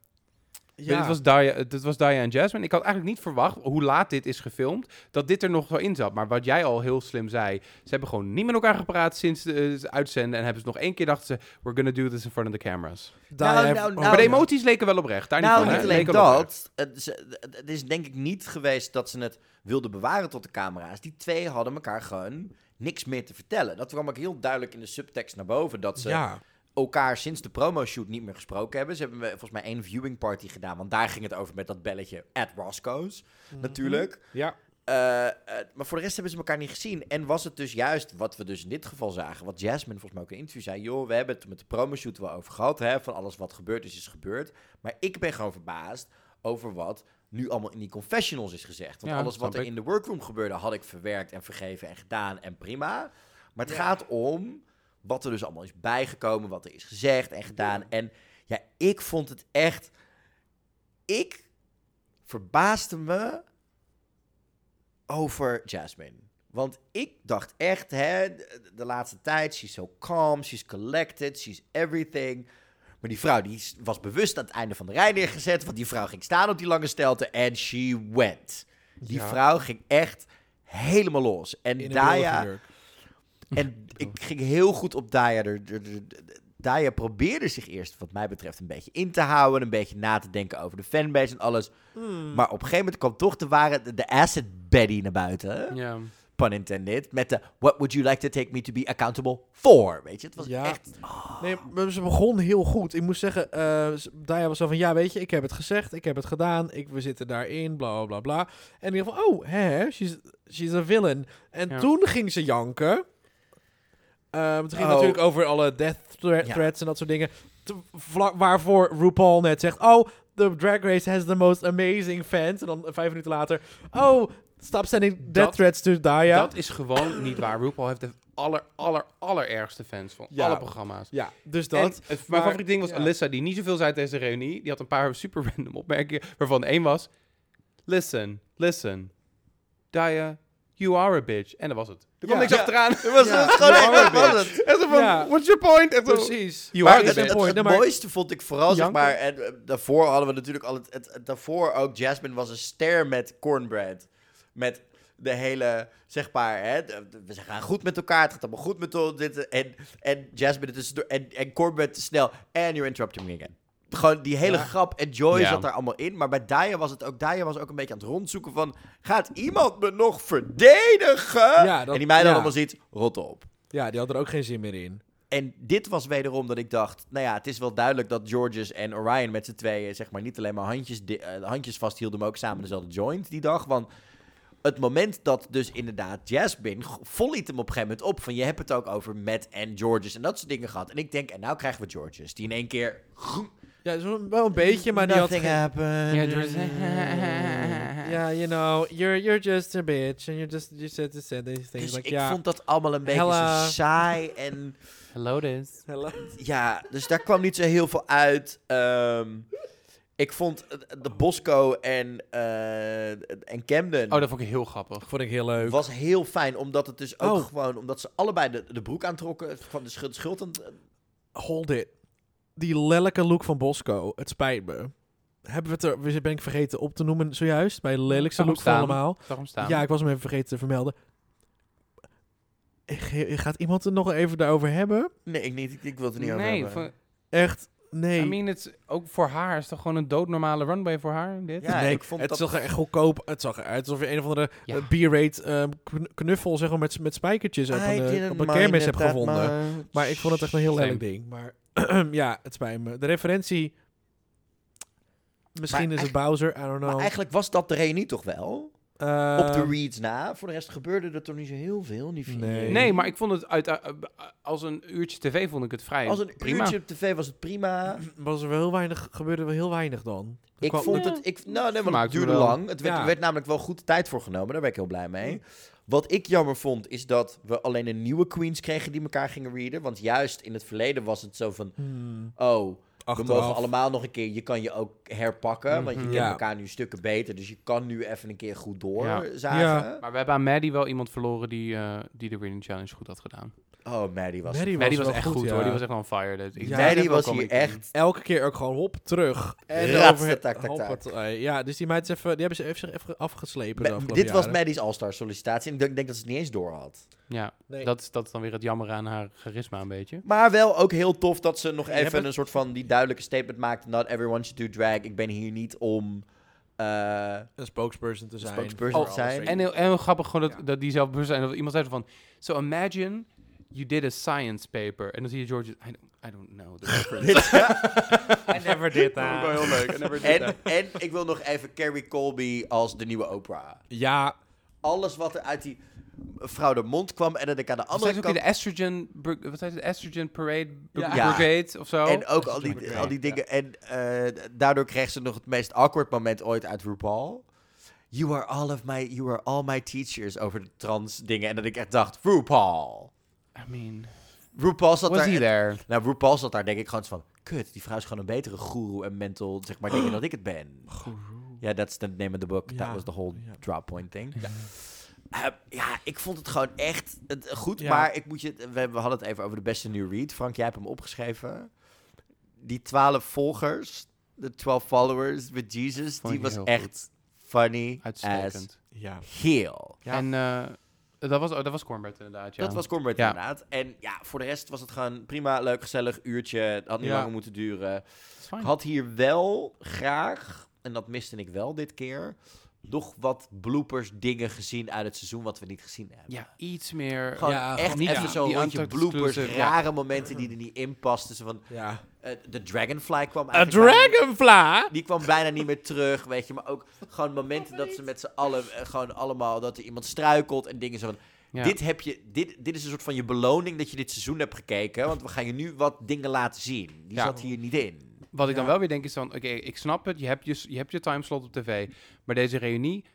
Speaker 3: ja.
Speaker 2: Dit, was Daya, dit was Daya en Jasmine. Ik had eigenlijk niet verwacht, hoe laat dit is gefilmd, dat dit er nog wel in zat. Maar wat jij al heel slim zei, ze hebben gewoon niet met elkaar gepraat sinds eh, het uitzenden. En hebben ze nog één keer dachten ze, we're gonna do this in front of the cameras.
Speaker 3: Daar
Speaker 1: Nou,
Speaker 3: heb-
Speaker 1: nou,
Speaker 3: oh,
Speaker 1: nou,
Speaker 2: maar de
Speaker 3: ja.
Speaker 2: emoties leken wel oprecht. Daar
Speaker 1: nou,
Speaker 2: niet, van,
Speaker 1: niet
Speaker 2: hè?
Speaker 1: alleen
Speaker 2: Leken wel oprecht.
Speaker 1: dat. Het, ze- het- het is denk ik niet geweest dat ze het wilden bewaren tot de camera's. Die twee hadden elkaar gewoon niks meer te vertellen. Dat kwam ook heel duidelijk in de subtekst naar boven. Dat ze
Speaker 3: Ja.
Speaker 1: elkaar sinds de promoshoot niet meer gesproken hebben. Ze hebben eh, volgens mij één viewing party gedaan. Want daar ging het over met dat belletje at Roscoe's, natuurlijk.
Speaker 3: Mhm. Ja.
Speaker 1: Eh, eh, maar voor de rest hebben ze elkaar niet gezien. En was het dus juist wat we dus in dit geval zagen. Wat Jasmine volgens mij ook in een interview zei. Joh, we hebben het met de promoshoot wel over gehad. Hè, van alles wat gebeurd is, is gebeurd. Maar ik ben gewoon verbaasd over wat nu allemaal in die confessionals is gezegd. Want
Speaker 2: Ja,
Speaker 1: alles wat
Speaker 2: snap
Speaker 1: er
Speaker 2: ik.
Speaker 1: in de workroom gebeurde, had ik verwerkt en vergeven en gedaan en prima. Maar het
Speaker 3: Ja.
Speaker 1: gaat om wat er dus allemaal is bijgekomen, wat er is gezegd en gedaan. En ja, ik vond het echt... Ik verbaasde me over Jasmine. Want ik dacht echt, hè, de- de laatste tijd, she's so calm, she's collected, she's everything. Maar die vrouw die s- was bewust aan het einde van de rij neergezet, want die vrouw ging staan op die lange stelte en she went. Die
Speaker 3: Ja.
Speaker 1: vrouw ging echt helemaal los. En
Speaker 3: In een
Speaker 1: Daya,
Speaker 3: burgerjurk.
Speaker 1: en ik ging heel goed op Daya. Er- er- er- er- Daya probeerde zich eerst, wat mij betreft, een beetje in te houden. Een beetje na te denken over de fanbase en alles. Maar op een gegeven moment kwam toch de ware, de, de asset Betty naar buiten.
Speaker 2: Ja.
Speaker 1: Pun intended. Met de, what would you like to take me to be accountable for? Weet je, het was
Speaker 3: Ja.
Speaker 1: echt...
Speaker 3: Oh. Nee, maar ze begon heel goed. Ik moest zeggen, eh Daya was zo van, ja, weet je, ik heb het gezegd, ik heb het gedaan, ik, we zitten daarin, bla, bla, bla, bla. En die van, oh, hè, she's, she's a villain. En
Speaker 2: Ja.
Speaker 3: toen ging ze janken. Ehm het ging
Speaker 1: Oh.
Speaker 3: natuurlijk over alle death thre-
Speaker 1: Ja.
Speaker 3: threats en dat soort dingen. Te- vlak waarvoor RuPaul net zegt, oh, the Drag Race has the most amazing fans. En dan vijf minuten later, oh, stop sending death
Speaker 2: Dat-
Speaker 3: threats to Daya.
Speaker 2: Dat is gewoon niet waar. RuPaul heeft de aller, aller, allerergste fans van
Speaker 3: Ja.
Speaker 2: alle programma's.
Speaker 3: ja, dus
Speaker 2: En
Speaker 3: dat.
Speaker 2: het,
Speaker 3: maar-
Speaker 2: mijn favoriete ding was
Speaker 3: ja.
Speaker 2: Alyssa, die niet zoveel zei tijdens de reunie. Die had een paar [laughs] super random opmerkingen, waarvan één was... Listen, listen. Daya, you are a bitch. En dat was het. Er kwam
Speaker 3: Ja.
Speaker 2: niks
Speaker 1: Ja.
Speaker 2: achteraan.
Speaker 1: Het was
Speaker 2: [laughs]
Speaker 3: Ja.
Speaker 1: het gewoon
Speaker 3: Ja.
Speaker 1: echt... was het.
Speaker 2: En zo van,
Speaker 3: Ja.
Speaker 2: what's your point? En zo-
Speaker 3: Precies.
Speaker 2: You
Speaker 1: Maar
Speaker 2: are
Speaker 1: het,
Speaker 2: the
Speaker 1: het,
Speaker 2: bitch.
Speaker 1: het
Speaker 3: point. Nee, [laughs] maar-
Speaker 1: mooiste vond ik vooral, zeg
Speaker 3: Janken.
Speaker 1: maar... En, eh, daarvoor hadden we natuurlijk al... Het, het, het- daarvoor ook Jasmine was een ster met cornbread. Met de hele, zeg maar... Hè, de- de- we gaan goed met elkaar, het gaat allemaal goed met ons. Dit, eh, en, en Jasmine er tussendoor. En, en cornbread te snel. And you're interrupting me again. Gewoon die hele
Speaker 3: Ja.
Speaker 1: grap en joy
Speaker 2: Ja.
Speaker 1: zat daar allemaal in. Maar bij Daya was het ook... Daya was ook een beetje aan het rondzoeken van... Gaat iemand me nog verdedigen?
Speaker 3: Ja, dat-
Speaker 1: en die meiden
Speaker 3: ja.
Speaker 1: allemaal ziet, rot op.
Speaker 3: Ja, die had er ook geen zin meer in.
Speaker 1: En dit was wederom dat ik dacht, nou ja, het is wel duidelijk dat Georges en Orion met z'n tweeën, zeg maar, niet alleen maar handjes, di- eh, handjes vasthielden, maar ook samen dezelfde joint die dag. Want het moment dat dus inderdaad Jasmine g- volliet hem op een gegeven moment op, van je hebt het ook over Matt en Georges en dat soort dingen gehad. En ik denk, en nou krijgen we Georges, die in één keer groen,
Speaker 3: Ja, zo, wel een beetje, maar die had geen-
Speaker 1: happened.
Speaker 2: Ja, dus-
Speaker 3: Ja, you know, you're, you're just a bitch. And you're just, you said, you said these things.
Speaker 1: Dus
Speaker 3: like,
Speaker 1: ik
Speaker 3: ja.
Speaker 1: vond dat allemaal een beetje
Speaker 3: Hella.
Speaker 1: zo saai en
Speaker 2: Hello this.
Speaker 1: ja, dus daar kwam niet zo heel veel uit. Ehm, ik vond eh, de Bosco en, eh, en Camden
Speaker 2: Oh, dat vond ik heel grappig.
Speaker 3: vond ik heel leuk.
Speaker 1: was heel fijn, omdat het dus ook
Speaker 3: Oh.
Speaker 1: gewoon, omdat ze allebei de, de broek aantrokken van de schuld, schuld aan-
Speaker 3: Hold it. Die lelijke look van Bosco. Het spijt me. Hebben we het er, we- ben ik vergeten op te noemen zojuist. Bij de lelijkste
Speaker 2: Zag hem
Speaker 3: look van
Speaker 2: staan.
Speaker 3: allemaal.
Speaker 2: Zag hem staan.
Speaker 3: Ja, ik was hem even vergeten te vermelden. Ge- Gaat iemand het nog even daarover hebben?
Speaker 1: Nee, ik niet. Ik, ik wil het er niet over
Speaker 2: nee,
Speaker 1: hebben.
Speaker 2: van-
Speaker 3: Echt, nee.
Speaker 2: I mean, het is- ook voor haar is toch gewoon een doodnormale runway voor haar, dit?
Speaker 1: Ja,
Speaker 3: nee,
Speaker 1: ik vond
Speaker 3: het
Speaker 1: dat-
Speaker 3: zag er echt goedkoop. Het zag eruit alsof je een of andere
Speaker 2: Ja.
Speaker 3: eh, B-rate eh, kn- knuffel zeg maar, met, met spijkertjes
Speaker 1: Ah,
Speaker 3: uit een, eh, op een kermis hebt gevonden. Maar ik vond het echt een heel
Speaker 2: Same.
Speaker 3: lelijk ding. Maar [clears throat] ja, het spijt me. De referentie. Misschien
Speaker 1: Maar
Speaker 3: is het Bowser, I don't
Speaker 1: Maar
Speaker 3: know.
Speaker 1: eigenlijk was dat de reunie toch wel?
Speaker 3: Eh,
Speaker 1: Op de reads na. Voor de rest gebeurde er toch niet zo heel veel. Niet
Speaker 3: Nee.
Speaker 2: Nee, maar ik vond het uit, eh, als een uurtje tv vond ik het vrij
Speaker 1: Als een
Speaker 2: prima.
Speaker 1: uurtje op tv was het prima.
Speaker 3: was er wel heel weinig, gebeurde wel heel weinig dan.
Speaker 1: Ik
Speaker 3: kwam-
Speaker 1: vond
Speaker 2: Ja.
Speaker 1: het... Ik, nou, nee, want het
Speaker 2: Vermaakte me
Speaker 1: duurde
Speaker 2: wel.
Speaker 1: lang. Het werd,
Speaker 3: Ja. Mm.
Speaker 1: er werd namelijk wel goed de tijd voor genomen. Daar ben ik heel blij mee. Wat ik jammer vond, is dat we alleen de nieuwe queens kregen die elkaar gingen readen. Want juist in het verleden was het zo van...
Speaker 3: Hmm,
Speaker 1: Oh, We mogen
Speaker 3: achteraf.
Speaker 1: allemaal nog een keer, je kan je ook herpakken, want je
Speaker 2: Mhm.
Speaker 1: kent
Speaker 3: Ja.
Speaker 1: elkaar nu stukken beter, dus je kan nu even een keer goed
Speaker 2: Ja.
Speaker 1: doorzagen.
Speaker 3: Ja.
Speaker 2: Maar we hebben aan Maddie wel iemand verloren die, eh, die de Winning Challenge goed had gedaan.
Speaker 1: Oh, Maddie was...
Speaker 3: Maddie
Speaker 2: Maddie was,
Speaker 3: wel
Speaker 2: echt goed, hoor.
Speaker 3: ja.
Speaker 2: Die was echt on fire. Dat- ik-
Speaker 3: Ja.
Speaker 2: daar
Speaker 1: Maddie
Speaker 2: heb ik
Speaker 1: was
Speaker 2: ook al
Speaker 1: hier
Speaker 2: mee
Speaker 1: echt
Speaker 3: Elke keer ook gewoon hop, terug. En
Speaker 1: Ratsen,
Speaker 3: over-
Speaker 1: tak, tak, tak.
Speaker 3: hoppatij. Ja, dus die meid is even, die hebben ze even, zich even afgeslepen. de
Speaker 1: Ma-
Speaker 3: afgelopen
Speaker 1: dit was
Speaker 3: jaren.
Speaker 1: Maddie's All-Star sollicitatie. En ik denk, denk dat ze het niet eens door had.
Speaker 2: Ja,
Speaker 3: Nee.
Speaker 2: dat, is, dat is dan weer het jammer aan haar charisma een beetje.
Speaker 1: Maar wel ook heel tof dat ze nog
Speaker 3: Je
Speaker 1: even
Speaker 3: hebt het-
Speaker 1: een soort van die duidelijke statement maakt. Not everyone should do drag. Ik ben hier niet om eh,
Speaker 3: een spokesperson te zijn.
Speaker 1: spokesperson
Speaker 3: voor
Speaker 1: te
Speaker 3: alles,
Speaker 1: zijn.
Speaker 3: weet
Speaker 2: En
Speaker 3: je.
Speaker 2: heel, en heel grappig gewoon dat,
Speaker 3: Ja.
Speaker 2: dat die zelfbewustzijn... Dat iemand zei van... So imagine you did a science paper. En dan zie je George... I don't, I don't
Speaker 3: [laughs]
Speaker 2: know the reference.
Speaker 1: dit.
Speaker 3: I never did that.
Speaker 2: heel leuk.
Speaker 1: [laughs] en, en ik wil nog even Carrie Colby als de nieuwe Oprah.
Speaker 3: Ja,
Speaker 1: Alles wat er uit die vrouw de mond kwam. En dat ik aan de
Speaker 2: Andere
Speaker 1: andere
Speaker 2: ook weer
Speaker 1: kant...
Speaker 2: de estrogen, br- wat heet het, estrogen parade br-
Speaker 3: Ja.
Speaker 1: Ja.
Speaker 2: brigade of zo.
Speaker 1: En ook al
Speaker 2: Estrogen
Speaker 1: die,
Speaker 2: brigade,
Speaker 1: al die
Speaker 2: ja.
Speaker 1: dingen. En eh, daardoor kreeg ze nog het meest awkward moment ooit uit RuPaul. You are all of my, you are all my teachers over de trans dingen. En dat ik echt dacht, RuPaul.
Speaker 2: I mean,
Speaker 1: RuPaul zat
Speaker 2: was
Speaker 1: daar.
Speaker 2: he there?
Speaker 1: Nou, RuPaul zat daar denk ik gewoon zo van... Kut, die vrouw is gewoon een betere guru en mental, zeg maar, dingen dan ik het ben. Ja, that's the name of the book.
Speaker 3: Ja.
Speaker 1: That was the whole
Speaker 3: Ja.
Speaker 1: drop point thing. Ja. ja, ik vond het gewoon echt het, goed.
Speaker 3: Ja.
Speaker 1: Maar ik moet je, we, we hadden het even over de beste new read. Frank, jij hebt hem opgeschreven. Die twaalf volgers, de 12 followers with Jesus,
Speaker 2: Vond
Speaker 1: die
Speaker 2: ik
Speaker 1: was
Speaker 2: heel
Speaker 1: echt funny as
Speaker 2: Uitstekend.
Speaker 3: ja.
Speaker 1: heel.
Speaker 3: Ja.
Speaker 2: En eh, dat was, oh, dat was Cornbread inderdaad, ja.
Speaker 1: Dat was Cornbread
Speaker 2: Ja.
Speaker 1: inderdaad. En ja, voor de rest was het gewoon prima, leuk, gezellig uurtje. Het had niet
Speaker 3: Ja.
Speaker 1: langer moeten duren.
Speaker 2: It's fine.
Speaker 1: Ik had hier wel graag, en dat miste ik wel dit keer, nog wat bloopers dingen gezien uit het seizoen wat we niet gezien hebben.
Speaker 2: Ja, iets meer...
Speaker 1: Gewoon
Speaker 3: Ja,
Speaker 1: echt
Speaker 3: gewoon
Speaker 2: niet-
Speaker 1: even
Speaker 2: ja,
Speaker 1: zo'n
Speaker 2: die
Speaker 1: rondje
Speaker 2: Untucked
Speaker 1: bloopers,
Speaker 2: exclusive, ja.
Speaker 1: rare momenten die er niet in pasten. Zo van,
Speaker 3: ja.
Speaker 1: eh, de Dragonfly kwam
Speaker 3: Een
Speaker 1: eigenlijk bijna niet-
Speaker 3: dragonfly?
Speaker 1: die kwam bijna niet meer terug, weet je. Maar ook gewoon momenten dat ze met z'n allen, eh, gewoon allemaal, dat er iemand struikelt en dingen zo van...
Speaker 2: Ja.
Speaker 1: Dit, heb je, dit, dit is een soort van je beloning dat je dit seizoen hebt gekeken. Want we gaan je nu wat dingen laten zien. Die
Speaker 2: Ja.
Speaker 1: zat hier niet in.
Speaker 2: Wat ik dan
Speaker 3: Ja.
Speaker 2: wel weer denk is van, oké, ik snap het, je hebt je, je hebt je timeslot op tv, maar deze reunie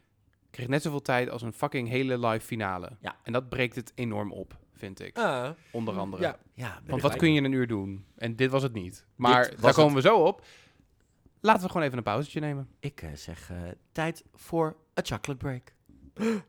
Speaker 2: kreeg net zoveel tijd als een fucking hele live finale.
Speaker 1: Ja.
Speaker 2: En dat breekt het enorm op, vind ik,
Speaker 3: Ah,
Speaker 2: onder andere.
Speaker 3: ja.
Speaker 1: Ja, ben
Speaker 2: Want
Speaker 1: ik
Speaker 2: wat
Speaker 1: bij.
Speaker 2: kun je in een uur doen? En dit was het niet. Maar
Speaker 1: was
Speaker 2: daar
Speaker 1: het.
Speaker 2: komen we zo op. Laten we gewoon even een pauzetje nemen.
Speaker 1: Ik eh, zeg eh, tijd voor een chocolate break.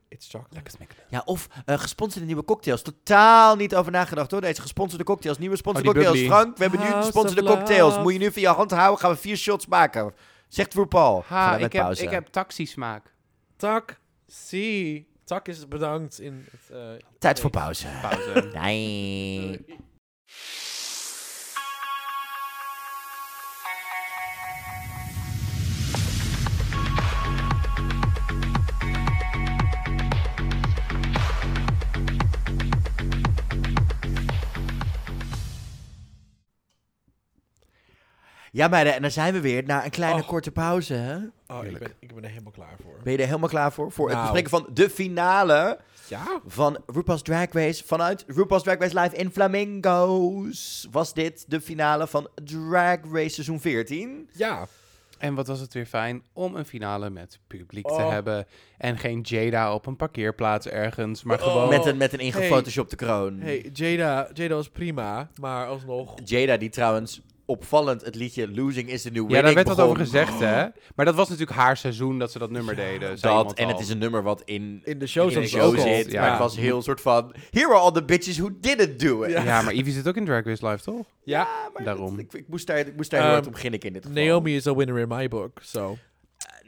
Speaker 3: It's chocolate.
Speaker 2: Lekker smikkelen.
Speaker 1: Ja, of eh, gesponsorde nieuwe cocktails. Totaal niet over nagedacht hoor. Deze gesponsorde cocktails, nieuwe gesponsorde
Speaker 2: Oh, die Ah,
Speaker 1: cocktails. Frank,
Speaker 2: bubbly.
Speaker 1: we hebben nu de
Speaker 3: House
Speaker 1: gesponsorde
Speaker 3: of love.
Speaker 1: cocktails. Moet je nu via hand houden, gaan we vier shots maken. Zegt voor Paul. Gaan
Speaker 2: Ha,
Speaker 1: we met
Speaker 2: ik heb,
Speaker 1: pauze.
Speaker 2: ik heb taxismaak.
Speaker 3: Tak, zie. Tak is bedankt in het... eh,
Speaker 1: Tijd voor pauze. [laughs]
Speaker 2: Pauze.
Speaker 1: Nee. Ja, meiden, en dan zijn we weer na een kleine
Speaker 3: Oh.
Speaker 1: korte pauze. Hè?
Speaker 3: Oh, ik
Speaker 1: Heerlijk.
Speaker 3: ben, ik ben er helemaal klaar voor.
Speaker 1: Ben je er helemaal klaar voor? Voor het
Speaker 3: Nou.
Speaker 1: bespreken van de finale
Speaker 3: Ja.
Speaker 1: van RuPaul's Drag Race vanuit RuPaul's Drag Race Live in Flamingos. Was dit de finale van Drag Race seizoen 14?
Speaker 3: Ja.
Speaker 2: En wat was het weer fijn om een finale met publiek te
Speaker 3: Oh.
Speaker 2: hebben. En geen Jada op een parkeerplaats ergens, maar
Speaker 3: Oh.
Speaker 2: gewoon...
Speaker 1: Met een, met een ingefotoshopte kroon.
Speaker 3: Hey, Jada, Jada was prima, maar alsnog...
Speaker 1: Jada die trouwens opvallend het liedje Losing is the New Winning
Speaker 2: Ja, daar werd wat
Speaker 1: begon.
Speaker 2: over gezegd, hè? Maar dat was natuurlijk haar seizoen dat ze dat nummer deden. zei
Speaker 1: Dat,
Speaker 2: iemand
Speaker 1: en
Speaker 2: al.
Speaker 1: het is een nummer wat in,
Speaker 3: In de show
Speaker 1: in
Speaker 3: zat
Speaker 1: de
Speaker 3: ze
Speaker 1: show
Speaker 3: ook al.
Speaker 1: zit.
Speaker 2: Ja.
Speaker 1: Maar het was heel soort van... Here are all the bitches who didn't do it.
Speaker 3: Ja.
Speaker 2: Ja, maar Ivy zit ook in Drag Race Live, toch?
Speaker 3: Ja.
Speaker 1: Ja, maar
Speaker 2: Daarom.
Speaker 1: dat- ik, ik moest daar, ik moest daar
Speaker 3: Ehm,
Speaker 1: heel hard om beginnen in dit geval.
Speaker 3: Naomi is a winner in my book, so...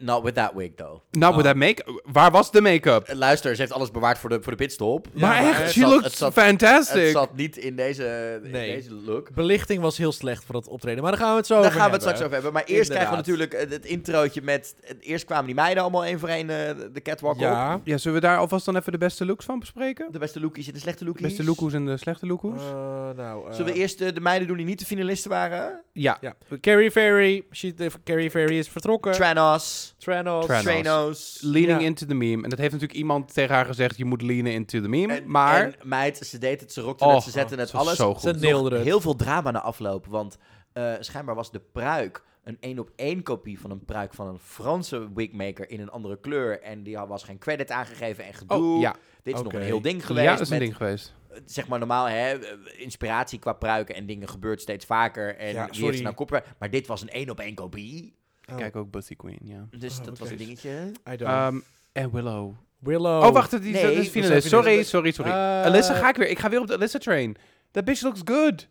Speaker 1: Not with that wig, though.
Speaker 2: Nou, with
Speaker 3: Ah.
Speaker 2: that make Waar was de make-up?
Speaker 1: Eh, Luister, ze heeft alles bewaard voor de, voor de pitstop.
Speaker 2: maar
Speaker 3: maar
Speaker 2: echt,
Speaker 3: het
Speaker 2: she
Speaker 1: zat-
Speaker 2: looked
Speaker 1: het zat- Het
Speaker 2: fantastic.
Speaker 1: zat niet in deze, in
Speaker 3: Nee.
Speaker 1: deze look.
Speaker 3: Belichting was heel slecht voor dat optreden, maar daar gaan we het zo
Speaker 1: Daar
Speaker 3: over
Speaker 1: gaan we het
Speaker 3: hebben.
Speaker 1: straks over hebben. Maar eerst
Speaker 3: Inderdaad.
Speaker 1: krijgen we natuurlijk eh, het introotje met... eh, Eerst kwamen die meiden allemaal één voor één eh, de catwalk op.
Speaker 3: Ja.
Speaker 2: Ja, zullen we daar alvast dan even de beste looks van bespreken?
Speaker 1: De beste lookies en de slechte
Speaker 2: De
Speaker 1: lookies.
Speaker 2: beste lookoes en de slechte lookoes?
Speaker 3: Eh, nou, eh,
Speaker 1: Zullen we eerst eh, de meiden doen die niet de finalisten waren?
Speaker 2: ja.
Speaker 3: Ja. Carrie Ferry. She, de, Carrie Ferry is vertrokken.
Speaker 1: Tranos.
Speaker 3: Tranos.
Speaker 2: Tranos.
Speaker 1: Tranos.
Speaker 2: Leaning
Speaker 3: Ja.
Speaker 2: into the meme. En dat heeft natuurlijk iemand tegen haar gezegd, je moet leanen into the meme.
Speaker 1: En-
Speaker 2: maar...
Speaker 1: En
Speaker 2: Oh,
Speaker 1: meid, ze deed het, ze rokte het, ze zette het,
Speaker 2: was
Speaker 1: alles.
Speaker 2: Zo goed.
Speaker 3: Ze nailden het.
Speaker 1: Heel veel drama na afloop, want eh, schijnbaar was de pruik een één op één kopie van een pruik van een Franse wigmaker in een andere kleur. En die had- was geen credit aangegeven en gedoe.
Speaker 2: Oh, ja.
Speaker 1: Dit is nog
Speaker 3: Oké.
Speaker 1: een heel ding geweest.
Speaker 2: Ja, dat is een
Speaker 1: met,
Speaker 2: ding geweest.
Speaker 1: eh, Zeg maar normaal, hè, eh, inspiratie qua pruiken en dingen gebeurt steeds vaker. En
Speaker 3: Ja,
Speaker 1: wie heeft
Speaker 3: sorry.
Speaker 1: er nou kopie? Maar dit was een één op één kopie.
Speaker 3: Oh,
Speaker 2: Kijk ook Bussy Queen, ja.
Speaker 1: Dus
Speaker 3: Oh,
Speaker 1: dat was
Speaker 3: oké.
Speaker 1: een dingetje.
Speaker 3: I don't.
Speaker 2: Ehm, en Willow.
Speaker 3: Willow.
Speaker 2: Oh, wacht, die
Speaker 1: nee,
Speaker 2: dat
Speaker 1: dat
Speaker 2: is
Speaker 1: is
Speaker 2: finalist.
Speaker 3: finalist.
Speaker 2: Sorry, sorry, sorry.
Speaker 3: Eh,
Speaker 2: Alyssa ga ik weer. Ik ga weer op de Alyssa train. That bitch looks good.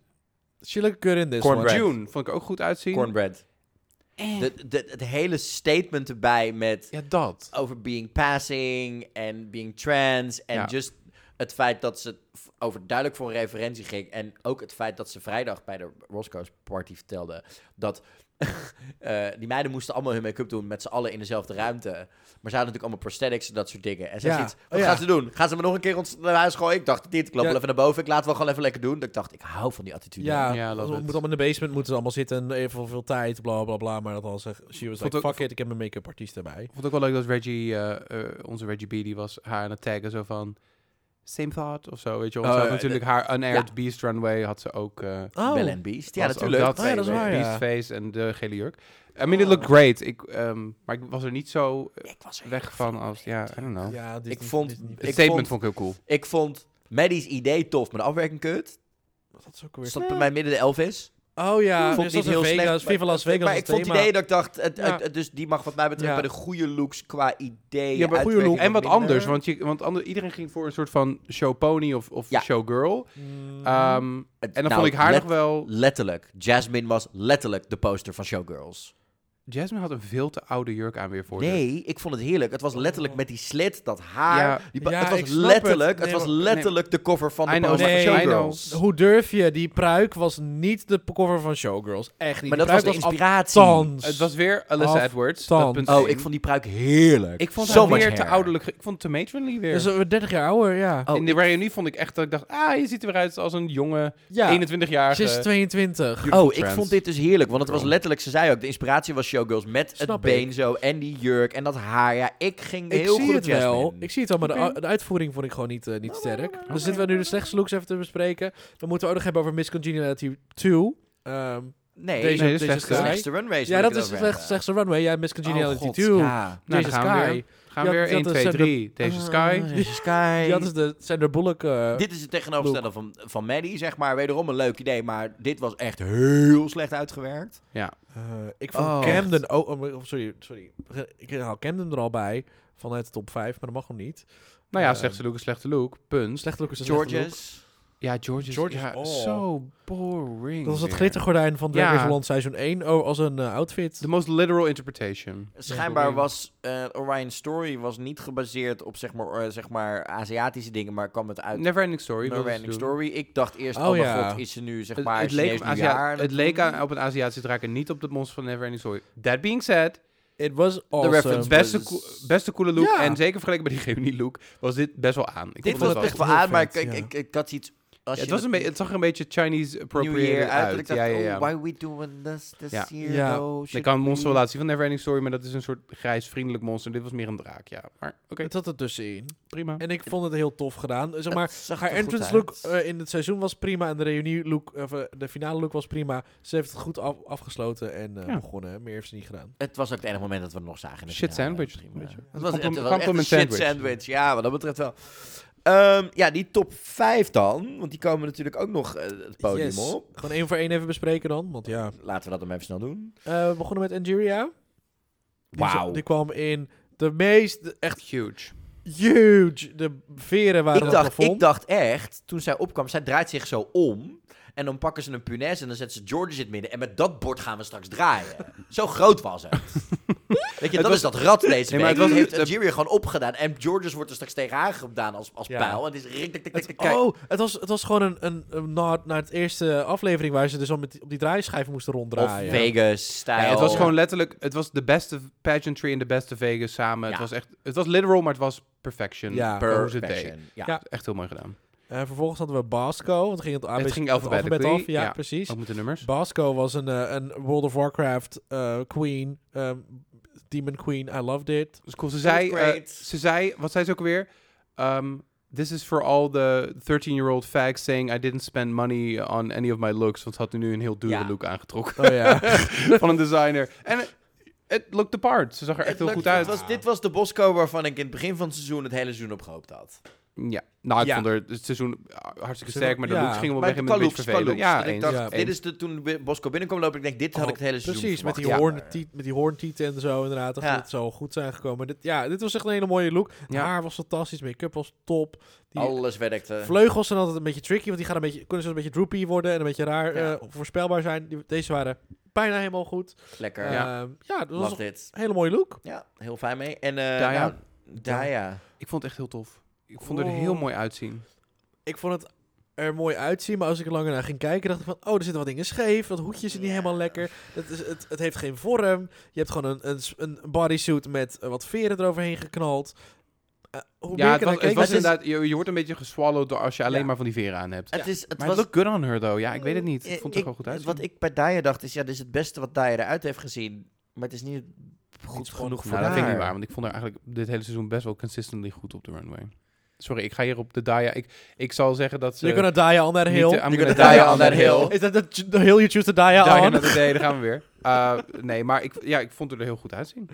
Speaker 3: She looked good in this
Speaker 1: Cornbread.
Speaker 3: one.
Speaker 2: June vond ik ook goed uitzien.
Speaker 1: Cornbread.
Speaker 2: Eh.
Speaker 1: De, de, het hele statement erbij met
Speaker 2: Ja, dat.
Speaker 1: over being passing en being trans en
Speaker 2: Ja.
Speaker 1: just het feit dat ze v- over duidelijk voor een referentie ging en ook het feit dat ze vrijdag bij de Roscoe's party vertelde dat [laughs] eh, die meiden moesten allemaal hun make-up doen met z'n allen in dezelfde ruimte. Maar ze hadden natuurlijk allemaal prosthetics en dat soort dingen. En ze
Speaker 3: Ja.
Speaker 1: zei iets,
Speaker 3: Oh,
Speaker 1: wat
Speaker 3: ja.
Speaker 1: gaan ze doen? Gaan ze me nog een keer ons naar huis gooien? Ik dacht het niet, ik loop
Speaker 3: Ja.
Speaker 1: wel even naar boven, ik laat het wel gewoon even lekker doen. Dat Ik dacht, ik hou van die attitude.
Speaker 3: Ja,
Speaker 2: Ja, love
Speaker 3: we
Speaker 2: it.
Speaker 3: moeten allemaal in de basement, moeten ze allemaal zitten, even veel tijd, bla bla bla. Maar dat al zeg, she was
Speaker 2: Vond
Speaker 3: like,
Speaker 2: ook-
Speaker 3: fuck it, ik heb mijn make-up artiest erbij.
Speaker 2: Ik vond het ook wel leuk dat Reggie, eh, eh, onze Reggie B, die was haar aan het taggen zo van... Same thought of zo, weet je wel.
Speaker 1: Oh,
Speaker 2: Want
Speaker 1: ja,
Speaker 2: ze had natuurlijk haar unaired Beast Runway had ze ook... eh,
Speaker 3: Oh,
Speaker 1: Belle and Beast. Ja,
Speaker 2: was ook
Speaker 1: natuurlijk.
Speaker 2: Dat,
Speaker 3: Oh ja, dat is waar, ja.
Speaker 2: Beast face en de gele jurk. I mean, it looked great. Ik, ehm, maar ik was er niet zo
Speaker 1: Ik was er
Speaker 2: weg van als... Ja, I don't know.
Speaker 3: ja, dit
Speaker 1: Ik
Speaker 3: is-
Speaker 1: vond-
Speaker 3: dit is niet-
Speaker 2: Het
Speaker 1: ik
Speaker 2: statement
Speaker 1: vond-
Speaker 2: vond ik heel cool.
Speaker 1: Ik vond Maddie's idee tof, maar de afwerking kut.
Speaker 3: dat is ook weer...
Speaker 1: Stond bij mij midden de Elvis.
Speaker 3: Oh ja,
Speaker 1: vond
Speaker 3: vond
Speaker 1: ik
Speaker 3: dus
Speaker 1: niet
Speaker 3: dat heel
Speaker 1: heel
Speaker 3: Vegas,
Speaker 1: slecht.
Speaker 3: Viva Las Vegas
Speaker 1: maar
Speaker 3: als
Speaker 1: ik vond het
Speaker 3: thema.
Speaker 1: idee dat ik dacht, het,
Speaker 2: Ja.
Speaker 1: het- het- dus die mag wat mij betreft
Speaker 3: Ja.
Speaker 1: bij de goede looks qua idee.
Speaker 3: Ja, maar goede
Speaker 1: uitwerking
Speaker 3: look.
Speaker 2: En wat
Speaker 1: minder.
Speaker 2: anders, want, je, want ander, iedereen ging voor een soort van showpony of, of
Speaker 1: Ja.
Speaker 2: showgirl.
Speaker 3: Mm.
Speaker 2: Ehm,
Speaker 1: Het-
Speaker 2: en dan
Speaker 1: nou,
Speaker 2: vond ik haar
Speaker 1: let-
Speaker 2: nog wel...
Speaker 1: Letterlijk. Jasmine was letterlijk de poster van Showgirls.
Speaker 2: Jasmine had een veel te oude jurk aan weer voor haar.
Speaker 1: Nee, ik vond het heerlijk. Het was letterlijk met die slit, dat haar.
Speaker 2: Ja.
Speaker 1: die ba-
Speaker 3: Ja,
Speaker 1: het
Speaker 3: ik
Speaker 1: was
Speaker 3: snap
Speaker 1: letterlijk,
Speaker 3: het.
Speaker 1: het,
Speaker 3: Nee,
Speaker 1: was
Speaker 3: maar-
Speaker 1: letterlijk de cover van de
Speaker 2: I know,
Speaker 1: poster
Speaker 3: nee,
Speaker 1: van
Speaker 2: I
Speaker 1: Showgirls.
Speaker 3: Hoe durf je? Die pruik was niet de cover van Showgirls. Echt niet.
Speaker 1: Maar
Speaker 3: Die
Speaker 1: dat was
Speaker 3: pruik
Speaker 1: de inspiratie.
Speaker 3: althans.
Speaker 2: Het was weer Alyssa
Speaker 3: Af-
Speaker 2: Edwards.
Speaker 3: stand.
Speaker 2: Dat punt
Speaker 1: Oh,
Speaker 2: één.
Speaker 1: ik vond die pruik heerlijk.
Speaker 2: ik vond
Speaker 1: Zo
Speaker 2: haar
Speaker 1: much
Speaker 2: weer te
Speaker 1: hair.
Speaker 2: ouderlijk. ge- Ik vond het te matronly weer.
Speaker 3: Dus eh, 30 jaar ouder, ja.
Speaker 1: Oh,
Speaker 2: in de reunie vond ik echt dat ik dacht... Ah, je ziet er weer uit als een jonge
Speaker 3: ja,
Speaker 2: 21-jarige...
Speaker 3: ze is 22.
Speaker 2: beautiful
Speaker 1: Oh, ik
Speaker 2: trans.
Speaker 1: vond dit dus heerlijk. Want het was
Speaker 2: Girl.
Speaker 1: letterlijk, ze zei ook, de inspiratie was Showgirls met het
Speaker 3: Snap
Speaker 1: been
Speaker 3: ik.
Speaker 1: zo en die jurk en dat haar. Ja, ik ging
Speaker 3: Ik
Speaker 1: heel
Speaker 3: zie
Speaker 1: goed
Speaker 3: het
Speaker 1: op Jasmine. Nou,
Speaker 3: wel. Ik zie het al, maar de
Speaker 2: Oké.
Speaker 3: u- de, uitvoering vond ik gewoon niet, eh, niet sterk.
Speaker 2: oké,
Speaker 3: Dus zitten we nu de slechtste looks even te bespreken. We moeten ook nog hebben over Miss Congeniality 2. Ehm,
Speaker 1: Nee,
Speaker 3: Deze-
Speaker 1: nee,
Speaker 2: Nee, dit is
Speaker 3: deze
Speaker 1: de
Speaker 2: slechtste.
Speaker 3: guy.
Speaker 1: slechtste runway.
Speaker 3: ja, dat is de slecht- slechtste runway. Ja, Miss Congeniality 2.
Speaker 1: Oh, Ja.
Speaker 2: Nou,
Speaker 3: Deze
Speaker 2: dan gaan we
Speaker 3: Sky.
Speaker 2: weer. Gaan
Speaker 3: Ja,
Speaker 2: we weer
Speaker 3: dat
Speaker 2: 1,
Speaker 3: is
Speaker 2: 2,
Speaker 3: Sandra-
Speaker 2: 3. Deze Sky.
Speaker 1: Ah,
Speaker 3: [laughs]
Speaker 1: Deze Sky.
Speaker 3: Dat is dus de Sandra Bullock. eh,
Speaker 1: Dit is het tegenovergestelde van, van Maddie, zeg maar. Wederom een leuk idee, maar dit was echt heel slecht uitgewerkt.
Speaker 3: eh, ik vond
Speaker 1: Oh,
Speaker 3: Camden... Oh, oh, oh, sorry, sorry. Ik haal Camden er al bij vanuit de top 5, maar dat mag hem niet.
Speaker 2: Nou ja,
Speaker 3: Ehm,
Speaker 2: slechtste look is slechte look. Punt.
Speaker 3: Slechte look is een slechte look.
Speaker 1: Georges.
Speaker 2: Ja, George is,
Speaker 3: George is
Speaker 2: ja,
Speaker 3: all.
Speaker 2: zo boring.
Speaker 3: Dat was het
Speaker 2: weer.
Speaker 3: glittergordijn van Drag
Speaker 2: Ja.
Speaker 3: Race Holland seizoen 1 oh, als een eh, outfit.
Speaker 2: The most literal interpretation.
Speaker 1: Schijnbaar
Speaker 3: boring.
Speaker 1: was eh Orion's Story was niet gebaseerd op zeg maar, eh, zeg maar Aziatische dingen, maar kwam het uit
Speaker 2: Never Ending Story.
Speaker 1: No
Speaker 2: wilden ze
Speaker 1: Ending
Speaker 2: doen.
Speaker 1: Story. Ik dacht eerst, oh,
Speaker 3: Oh,
Speaker 1: mijn
Speaker 3: ja.
Speaker 1: god, is ze nu zeg
Speaker 2: Het,
Speaker 1: maar
Speaker 2: het leek,
Speaker 1: Chinees
Speaker 2: op Azia-
Speaker 1: nieuwjaar?
Speaker 2: het leek aan, op een Aziatische draak en niet op het monster van Never Ending Story. That being said,
Speaker 3: It was awesome.
Speaker 1: reference back.
Speaker 2: beste,
Speaker 1: was- dus-
Speaker 2: coo- beste coole look.
Speaker 3: Ja.
Speaker 2: En zeker vergeleken bij die Gemini look was dit best wel aan. Ik
Speaker 1: Dit
Speaker 2: vond
Speaker 1: was
Speaker 2: het
Speaker 1: echt
Speaker 2: wel
Speaker 1: wel
Speaker 3: heel
Speaker 1: aan, maar ik,
Speaker 3: vet,
Speaker 1: ik,
Speaker 3: ja.
Speaker 1: ik, ik had iets... als
Speaker 2: Ja,
Speaker 1: je
Speaker 2: het, was
Speaker 1: dat
Speaker 2: een beetje- het zag er een beetje Chinese
Speaker 1: New
Speaker 2: appropriated
Speaker 1: Year uit, dat
Speaker 2: uit.
Speaker 1: ik dacht,
Speaker 2: Ja, ja, ja.
Speaker 1: oh, why we doing this this
Speaker 2: Ja.
Speaker 1: year?
Speaker 3: Ja.
Speaker 1: though?
Speaker 2: Ik
Speaker 1: Should
Speaker 2: kan een
Speaker 1: we-
Speaker 2: monsterrelatie van Neverending Story, maar dat is een soort grijs vriendelijk monster. Dit was meer een draak, ja. Maar oké,
Speaker 3: Het zat er tussenin.
Speaker 2: prima.
Speaker 3: En ik vond het heel tof gedaan. Zeg maar,
Speaker 1: Het zag
Speaker 3: haar
Speaker 1: er goed
Speaker 3: entrance
Speaker 1: uit.
Speaker 3: look eh, in het seizoen was prima. En de reunie look, of, eh, de finale look was prima. Ze heeft het goed af- afgesloten en eh,
Speaker 2: Ja.
Speaker 3: begonnen. Meer heeft ze niet gedaan.
Speaker 1: Het was ook het enige moment dat we het nog zagen. in de
Speaker 2: Shit
Speaker 1: finale,
Speaker 2: sandwich,
Speaker 1: prima.
Speaker 2: een beetje.
Speaker 1: Het was, het was
Speaker 2: Compliment-
Speaker 1: echt een
Speaker 2: compliment
Speaker 1: shit
Speaker 2: sandwich.
Speaker 1: sandwich. Ja, wat dat betreft wel. Ehm, ja, die top 5 dan. Want die komen natuurlijk ook nog eh, het podium
Speaker 3: Yes.
Speaker 1: op.
Speaker 3: Gewoon één voor één even bespreken dan. Want ja.
Speaker 1: Laten we dat dan even snel doen.
Speaker 3: Eh, we begonnen met Angeria. Die zo-
Speaker 1: Wauw.
Speaker 3: Die kwam in de meest, de- echt
Speaker 2: Huge.
Speaker 3: huge. De veren waren
Speaker 1: Ik
Speaker 3: aan het
Speaker 1: dacht,
Speaker 3: plafond.
Speaker 1: ik dacht echt, toen zij opkwam, zij draait zich zo om. En dan pakken ze een punaise en dan zetten ze George in het midden. En met dat bord gaan we straks
Speaker 2: [laughs]
Speaker 1: draaien. zo groot was het. Weet je, dat
Speaker 2: was-
Speaker 1: is dat rat deze
Speaker 2: Nee,
Speaker 1: week.
Speaker 2: maar het was-
Speaker 1: Die heeft
Speaker 2: de-
Speaker 1: Algeria gewoon opgedaan. En Georges wordt er straks tegenaan gedaan als, als
Speaker 3: Ja.
Speaker 1: pijl. En het is rik, tik, tik, tik,
Speaker 3: Het-
Speaker 1: tik, kijk.
Speaker 3: oh, het was, het was gewoon een, een, een nod naar het eerste aflevering waar ze dus al met die- op die draaischijf moesten
Speaker 1: Of
Speaker 3: ronddraaien.
Speaker 1: Vegas-stijl.
Speaker 2: het was gewoon letterlijk, het was de beste pageantry en de beste Vegas samen.
Speaker 1: Ja.
Speaker 2: Het was echt, het was literal, maar het was perfection.
Speaker 3: Ja.
Speaker 2: per hoe ze het deed.
Speaker 1: Perfection. Ja.
Speaker 3: Ja.
Speaker 2: Echt heel mooi gedaan.
Speaker 3: Eh, vervolgens hadden we Basco. Want het ging het, ABC
Speaker 2: ging
Speaker 3: het alfabet
Speaker 2: alphabetically,
Speaker 3: af. Ja,
Speaker 2: ja.
Speaker 3: precies.
Speaker 2: Ook met de nummers.
Speaker 3: Basco was een, eh, een World of Warcraft eh, queen. ehm, Demon Queen, I loved it.
Speaker 2: Dus cool. Ze zei,
Speaker 1: Great.
Speaker 2: eh, ze zei, wat zei ze ook weer? This is for all the 13-year-old fags saying I didn't spend money on any of my looks. Want ze had nu een heel dure
Speaker 1: Ja.
Speaker 2: look aangetrokken [laughs]
Speaker 3: Oh [laughs] ja.
Speaker 2: van een designer. En het- het looked the part. Ze zag er echt
Speaker 1: Het
Speaker 2: heel
Speaker 1: lukte.
Speaker 2: goed uit.
Speaker 1: Het was, dit was de Bosco waarvan ik in het begin van het seizoen het hele seizoen op gehoopt had.
Speaker 2: Ja, nou, ik
Speaker 3: Ja.
Speaker 2: vond er het seizoen ah, hartstikke
Speaker 3: Ze-
Speaker 2: sterk, maar de
Speaker 3: ja.
Speaker 2: looks gingen wel
Speaker 1: Maar
Speaker 2: weg en een beetje
Speaker 1: Kaloops,
Speaker 2: vervelen.
Speaker 1: Kaloops.
Speaker 2: Ja,
Speaker 1: Dat ik
Speaker 2: eens. Oh,
Speaker 1: dacht,
Speaker 3: Ja.
Speaker 1: dit is de, toen Bi- Bosco binnenkwam lopen, ik denk, dit had ik het hele seizoen
Speaker 3: Precies, met die,
Speaker 1: verwacht.
Speaker 3: hoorn, tiet- met die hoorntieten en zo inderdaad. Dat
Speaker 1: Ja.
Speaker 3: het zo goed zijn gekomen. Dit, ja, dit was echt een hele mooie look.
Speaker 2: Ja.
Speaker 3: Haar was fantastisch, make-up was top. Die
Speaker 1: Alles eh, werkte.
Speaker 3: vleugels zijn altijd een beetje tricky, want die gaan een beetje, kunnen zo een beetje droopy worden en een beetje raar
Speaker 1: Ja.
Speaker 3: eh, voorspelbaar zijn. Die- deze waren bijna helemaal goed.
Speaker 1: Lekker.
Speaker 3: Ehm,
Speaker 1: ja.
Speaker 3: Ja, dat
Speaker 1: Love
Speaker 3: was een
Speaker 1: dit.
Speaker 3: hele mooie look.
Speaker 1: Ja, heel fijn mee. En eh
Speaker 2: Daya.
Speaker 1: nou, Daya.
Speaker 2: Ik vond het echt heel tof. Ik vond
Speaker 1: Oh.
Speaker 2: het er heel
Speaker 3: Cool.
Speaker 2: mooi uitzien.
Speaker 3: Ik vond het er mooi uitzien, maar als ik er langer naar ging kijken, dacht ik van, oh, er zitten wat dingen scheef, dat hoedje zit niet
Speaker 1: Ja.
Speaker 3: helemaal lekker, het, is, het, het heeft geen vorm, je hebt gewoon een, een, s- een bodysuit met eh, wat veren eroverheen geknald. Eh, hoe meer
Speaker 2: Ja, het
Speaker 3: ik er
Speaker 2: was,
Speaker 3: naar
Speaker 2: het
Speaker 3: keek,
Speaker 2: was
Speaker 3: het is-
Speaker 2: inderdaad, je, je wordt een beetje geswallowed door als je alleen
Speaker 3: Ja.
Speaker 2: maar van die veren aan hebt.
Speaker 1: Het is, het
Speaker 2: maar
Speaker 1: was,
Speaker 2: het looked good on her, though. Ja, ik weet het niet.
Speaker 3: Eh,
Speaker 2: Ik vond het er wel goed uit.
Speaker 1: Wat ik bij Daya dacht is, ja, dit is het beste wat Daya eruit heeft gezien. Maar het is niet goed
Speaker 3: gewoon
Speaker 1: genoeg
Speaker 3: goed.
Speaker 1: voor
Speaker 2: Nou, dat
Speaker 1: haar.
Speaker 2: vind ik niet waar, want ik vond haar eigenlijk dit hele seizoen best wel consistently goed op de runway. Sorry, ik ga hier op de Daya. Ik, ik zal zeggen dat ze...
Speaker 3: You're gonna die on that
Speaker 2: eh, niet
Speaker 3: hill.
Speaker 2: de- I'm
Speaker 1: You're
Speaker 2: gonna die on that
Speaker 1: hill.
Speaker 3: Is dat de the hill you choose to die
Speaker 2: Daya
Speaker 3: on?
Speaker 2: naar de D, daar gaan we weer. [laughs] Eh, nee, maar ik, ja, ik vond het er heel goed uitzien.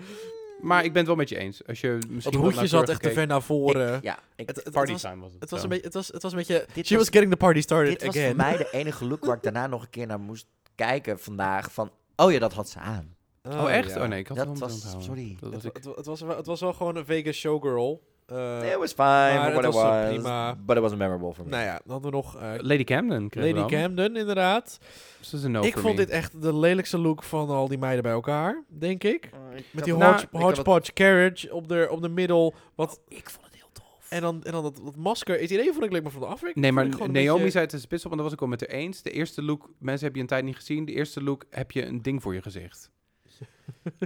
Speaker 2: Maar ik ben het wel met je eens. Als je misschien
Speaker 3: Het
Speaker 2: wat
Speaker 3: hoedje zat
Speaker 2: nauwkeurig
Speaker 3: echt te
Speaker 2: keek-
Speaker 3: ver naar voren.
Speaker 1: Ik- ja, ik,
Speaker 3: eh, Het- het- het
Speaker 2: Party
Speaker 3: was-
Speaker 2: time was het.
Speaker 3: Het was,
Speaker 2: zo.
Speaker 3: een beetje, het, was, het was een beetje...
Speaker 1: Dit
Speaker 3: she
Speaker 1: was-
Speaker 3: was getting the party started
Speaker 1: dit was voor
Speaker 3: again.
Speaker 1: mij de enige look waar ik daarna nog een keer naar moest kijken vandaag. Van, oh ja, dat had ze aan.
Speaker 2: Oh, echt?
Speaker 3: ja.
Speaker 2: Oh nee, ik had
Speaker 1: Dat
Speaker 2: het wel
Speaker 1: was-
Speaker 2: onthouden.
Speaker 1: sorry.
Speaker 2: Dat was
Speaker 3: Het,
Speaker 2: ik.
Speaker 3: wa- het wa- het was, wel- het was wel gewoon een Vegas showgirl. Eh,
Speaker 1: it was fine
Speaker 3: maar
Speaker 1: for what
Speaker 3: het
Speaker 1: it
Speaker 3: was wel
Speaker 1: was.
Speaker 3: prima.
Speaker 1: But it wasn't memorable for me.
Speaker 3: nou ja, dan hadden we nog eh,
Speaker 2: Lady Camden kreeg
Speaker 3: Lady Camden, inderdaad.
Speaker 2: Dat is een no
Speaker 3: ik
Speaker 2: for
Speaker 3: vond
Speaker 2: me.
Speaker 3: dit echt de lelijkste look van al die meiden bij elkaar, denk ik. Met die
Speaker 2: had- nou,
Speaker 3: hodge-
Speaker 2: ik had Oh,
Speaker 3: hodgepodge carriage op de, op de middel. Wat,
Speaker 1: Ik vond het heel tof.
Speaker 3: en dan, en dan dat, dat masker. Het idee vond ik leuk maar van de afwerking.
Speaker 2: Nee, maar
Speaker 3: vond ik gewoon een
Speaker 2: Naomi
Speaker 3: beetje-
Speaker 2: zei het in spits op, en dat was ik wel met haar eens. De eerste look, mensen heb je een tijd niet gezien. De eerste look heb je een ding voor je
Speaker 1: [laughs]
Speaker 2: gezicht.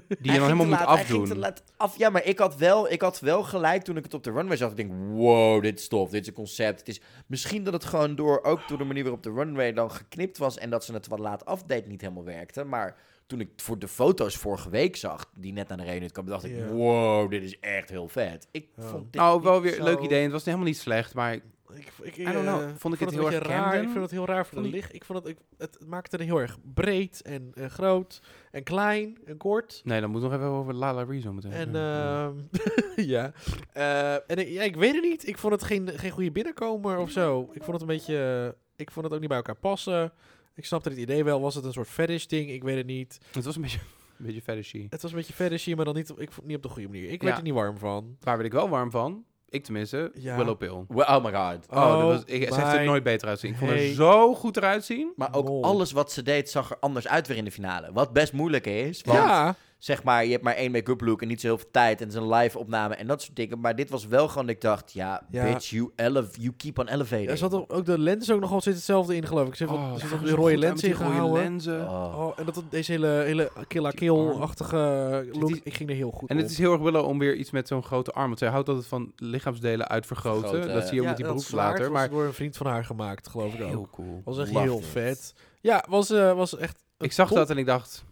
Speaker 2: Die je dan helemaal moet
Speaker 1: Hij ging te
Speaker 2: afdoen.
Speaker 1: laat af. Ja, maar ik had, wel, ik had wel gelijk toen ik het op de runway zag. Ik denk, wow, dit is tof. Dit is een concept. Het is, misschien dat het gewoon door, ook door de manier waarop de runway dan geknipt was... en dat ze het wat laat afdeed niet helemaal werkte. Maar toen ik voor de foto's vorige week zag, die net aan de reden kwam... dacht ik,
Speaker 3: Ja.
Speaker 1: wow, dit is echt heel vet. Ik
Speaker 3: Ja.
Speaker 1: vond dit
Speaker 2: Nou, wel
Speaker 1: niet
Speaker 2: weer
Speaker 1: zo-
Speaker 2: een leuk idee. en Het was helemaal niet slecht, maar
Speaker 3: Ik, ik,
Speaker 2: I don't know.
Speaker 3: eh,
Speaker 2: Vond ik het
Speaker 3: het
Speaker 2: heel
Speaker 3: een
Speaker 2: erg
Speaker 3: beetje raar.
Speaker 2: Camden?
Speaker 3: Ik vond het heel raar voor de
Speaker 2: Vond ik-
Speaker 3: licht. Ik vond het, ik, het maakte het heel erg breed en eh, groot en klein en kort.
Speaker 2: nee, dan moet nog even over Lala Rezo meteen.
Speaker 3: En ehm, [laughs] ja, Eh, en ik, ja, ik weet het niet. Ik vond het geen, geen goede binnenkomer of zo. Ik vond het een beetje, eh, ik vond het ook niet bij elkaar passen. Ik snapte het idee wel. Was het een soort fetish ding? Ik weet het niet.
Speaker 2: het was een beetje, [laughs] een beetje fetishy.
Speaker 3: Het was een beetje fetishy, maar dan niet, op- ik vond het niet op de goede manier. Ik
Speaker 2: Ja.
Speaker 3: werd er niet warm van.
Speaker 2: Waar werd ik wel warm van? Ik tenminste,
Speaker 3: Ja.
Speaker 2: Willow Pill.
Speaker 1: Well, oh my god.
Speaker 2: Oh, dat was, ik, ze heeft er
Speaker 3: mijn
Speaker 2: nooit beter uitzien. Ik vond haar
Speaker 3: hey.
Speaker 2: zo goed eruit zien.
Speaker 1: Maar ook
Speaker 3: Mol.
Speaker 1: alles wat ze deed zag er anders uit weer in de finale. Wat best moeilijk is, want
Speaker 3: ja,
Speaker 1: zeg maar, je hebt maar één make-up look en niet zo heel veel tijd. En het is een live opname en dat soort dingen. Maar dit was wel gewoon, dat ik dacht, ja,
Speaker 3: Ja.
Speaker 1: bitch, you, ele- you keep on elevating.
Speaker 3: Er zat ook, ook de lens ook nogal zit hetzelfde in, geloof ik. Oh, Ze heeft wat- er zit wat
Speaker 2: die
Speaker 3: die rode lens in gehouden.
Speaker 2: lenzen.
Speaker 1: Oh.
Speaker 3: Oh, en dat dat deze hele, hele killa
Speaker 2: Die arm.
Speaker 3: kill-achtige look.
Speaker 2: Dit is-
Speaker 3: Ik ging er heel goed
Speaker 2: En
Speaker 3: op.
Speaker 2: het is heel erg willen om weer iets met zo'n grote arm. Want zij houdt altijd van lichaamsdelen uitvergroten.
Speaker 1: Vergroten,
Speaker 2: dat zie je ook met die
Speaker 3: dat
Speaker 2: broek
Speaker 3: zwaard
Speaker 2: later.
Speaker 3: was
Speaker 2: Maar
Speaker 3: door een vriend van haar gemaakt, geloof ik ook.
Speaker 2: cool.
Speaker 3: Was echt
Speaker 1: Loved
Speaker 3: heel
Speaker 1: it.
Speaker 3: vet. Ja, was, eh, was echt... een
Speaker 2: Ik zag
Speaker 3: top-
Speaker 2: dat en ik dacht,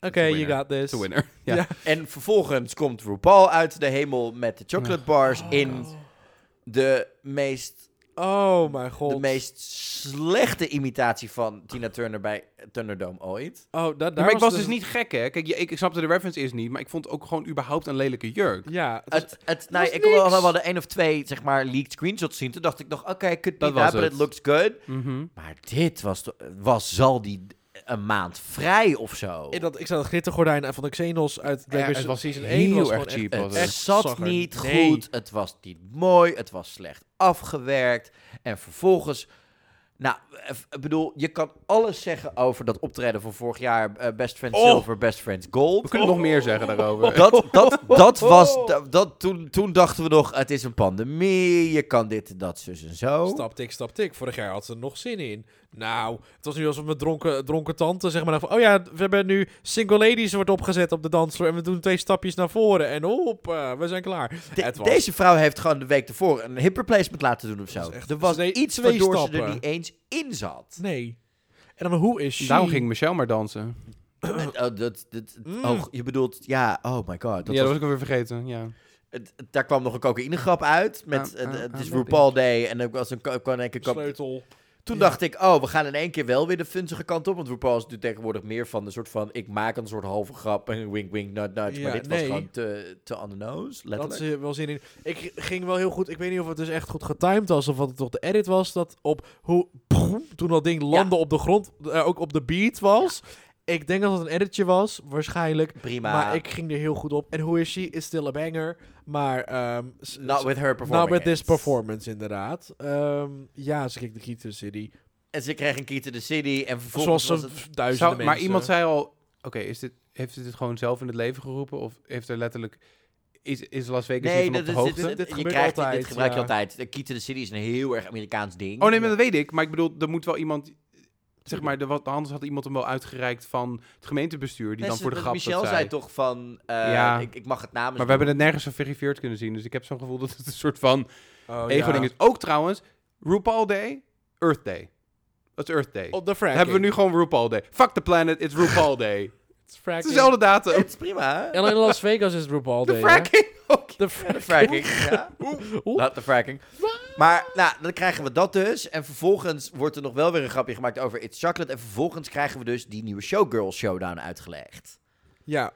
Speaker 3: Oké,
Speaker 2: It's a
Speaker 3: you
Speaker 2: winner.
Speaker 3: got this.
Speaker 2: it's a winner. Ja.
Speaker 3: Ja.
Speaker 1: En vervolgens komt RuPaul uit de hemel met de chocolate bars in de meest,
Speaker 3: Oh mijn god.
Speaker 1: de meest slechte imitatie van Tina Turner bij Thunderdome ooit.
Speaker 3: Oh, da- daar
Speaker 2: maar ik was
Speaker 3: het-
Speaker 2: dus niet gek, hè. Kijk, ja, ik, ik snapte de reference eerst niet. Maar ik vond ook gewoon überhaupt een lelijke jurk.
Speaker 3: Ja, het
Speaker 1: Het, het, nou,
Speaker 3: was
Speaker 1: ik kon wel-
Speaker 3: niks.
Speaker 1: wel de één of twee zeg maar, leaked screenshots zien. Toen dacht ik nog, oké, could be
Speaker 2: Dat
Speaker 1: that,
Speaker 2: was
Speaker 1: but
Speaker 2: het.
Speaker 1: it looks good.
Speaker 2: Mhm.
Speaker 1: Maar dit was, toch- was zal die een maand vrij of zo?
Speaker 3: Ik, dat, ik zag dat glittergordijn van de Xenos uit Drag
Speaker 2: Ja,
Speaker 3: Race
Speaker 2: het was
Speaker 3: Season
Speaker 2: heel
Speaker 3: 1 was
Speaker 2: erg
Speaker 3: gewoon
Speaker 2: cheap,
Speaker 3: Echt,
Speaker 1: Het
Speaker 2: was het.
Speaker 3: echt zag
Speaker 1: zat
Speaker 3: er-
Speaker 1: niet
Speaker 3: nee.
Speaker 1: goed, het was niet mooi, het was slecht afgewerkt. En vervolgens, nou, eh, ik bedoel, je kan alles zeggen over dat optreden van vorig jaar. eh, Best Friends
Speaker 3: Oh.
Speaker 1: Silver, Best Friends
Speaker 2: We
Speaker 1: Gold.
Speaker 2: kunnen nog meer zeggen
Speaker 1: [laughs]
Speaker 2: daarover.
Speaker 1: Dat, dat, dat was, dat, dat- toen, toen dachten we nog, het is een pandemie, je kan dit en dat, zus en zo.
Speaker 3: Stap tik, stap tik. Vorig jaar had ze er nog zin in. Nou, het was nu alsof mijn dronken, dronken tante zeg maar dacht van... Oh ja, we hebben nu single ladies wordt opgezet op de dansvloer... en we doen twee stapjes naar voren en hop, eh, we zijn klaar.
Speaker 1: De-
Speaker 3: het was-
Speaker 1: Deze vrouw heeft gewoon de week ervoor een hip replacement laten doen of zo.
Speaker 3: was echt-
Speaker 1: er was
Speaker 3: ze deed
Speaker 1: iets
Speaker 3: twee
Speaker 1: waardoor ze er
Speaker 3: stappen.
Speaker 1: niet eens in
Speaker 3: [clears throat]
Speaker 1: zat.
Speaker 3: Nee. En dan hoe is she...
Speaker 2: [laughs] Daarom ging Michelle maar dansen.
Speaker 1: Eh, oh, dat, dat,
Speaker 3: Mm.
Speaker 1: oh, je bedoelt, ja, oh my god. Dat
Speaker 2: ja,
Speaker 1: was
Speaker 2: dat was ik alweer vergeten. Ja.
Speaker 1: Het- het- daar kwam nog een cocaïnegrap uit. Met,
Speaker 2: Aan-
Speaker 1: eh,
Speaker 2: aan-
Speaker 1: het
Speaker 2: aan
Speaker 1: is
Speaker 2: dat
Speaker 1: RuPaul Day. En dan was een, ko- kon in één keer kap-
Speaker 3: Sleutel.
Speaker 1: Toen
Speaker 3: Ja.
Speaker 1: dacht ik, oh, we gaan in één keer wel weer de funzige kant op. Want RuPaul is natuurlijk tegenwoordig meer van de soort van... Ik maak een soort halve grap en wink, wink, nudge, nudge.
Speaker 3: Ja,
Speaker 1: maar dit was
Speaker 3: nee.
Speaker 1: gewoon te, te on the nose,
Speaker 3: Dat
Speaker 1: letterlijk.
Speaker 3: ze wel zin in. Ik ging wel heel goed. Ik weet niet of het dus echt goed getimed was of wat het toch de edit was. Dat op hoe boem, toen dat ding landde op de grond, eh, ook op de beat was. Ik denk dat het een editje was, waarschijnlijk.
Speaker 1: Prima.
Speaker 3: Maar, ik ging er heel goed op. En hoe is she? Is still a banger. Maar ehm s-
Speaker 1: Not
Speaker 3: s-
Speaker 1: with her performance.
Speaker 3: not with this performance, inderdaad. Ehm, ja, ze kreeg de Keaton City.
Speaker 1: En ze kreeg een key to the city. En
Speaker 3: Zoals
Speaker 1: vervolgens
Speaker 3: ze
Speaker 1: was het...
Speaker 3: duizenden
Speaker 2: Zou-
Speaker 3: mensen.
Speaker 2: maar iemand zei al, oké, is dit, heeft ze dit gewoon zelf in het leven geroepen? Of heeft er letterlijk, is, is Las Vegas
Speaker 1: Nee,
Speaker 2: hiervan
Speaker 1: dat
Speaker 2: op de
Speaker 1: is, dit,
Speaker 2: hoogte?
Speaker 1: dit,
Speaker 3: Dit
Speaker 1: je
Speaker 3: gebeurt
Speaker 1: krijgt, dit-
Speaker 3: altijd,
Speaker 1: dit gebruik je
Speaker 3: ja.
Speaker 1: altijd. De Key to the City is een heel erg Amerikaans ding.
Speaker 2: Oh nee, maar dat weet ik. Maar ik bedoel, er moet wel iemand... Zeg maar, de, wat, anders had iemand hem wel uitgereikt van het gemeentebestuur... die
Speaker 1: Nee,
Speaker 2: dan
Speaker 1: ze-
Speaker 2: voor de grap dat
Speaker 1: dus Michel zei toch van... eh,
Speaker 2: Ja.
Speaker 1: ik, ik mag het namens
Speaker 2: Maar we hebben het nergens geverifieerd kunnen zien. Dus ik heb zo'n gevoel dat het een soort van
Speaker 3: Oh,
Speaker 2: ego-ding
Speaker 3: ja.
Speaker 2: is. Ook trouwens, RuPaul Day, Earth Day. Dat is Earth
Speaker 1: Oh,
Speaker 2: Day.
Speaker 3: Op de fracking.
Speaker 2: hebben we nu gewoon RuPaul Day. Fuck the planet, it's RuPaul
Speaker 3: [laughs]
Speaker 2: Day. Het is
Speaker 3: fracking.
Speaker 2: dezelfde [laughs] datum.
Speaker 1: Het is prima, hè?
Speaker 3: En [laughs] in Las Vegas is RuPaul
Speaker 2: De
Speaker 3: Day, hè?
Speaker 2: [laughs] fracking ook.
Speaker 3: De
Speaker 1: nou, De
Speaker 3: [laughs]
Speaker 1: fracking, ja. Laat de fracking. Maar, nou, dan krijgen we dat dus. En vervolgens wordt er nog wel weer een grapje gemaakt over It's Chocolate. En vervolgens krijgen we dus die nieuwe Showgirl Showdown uitgelegd.
Speaker 3: Ja,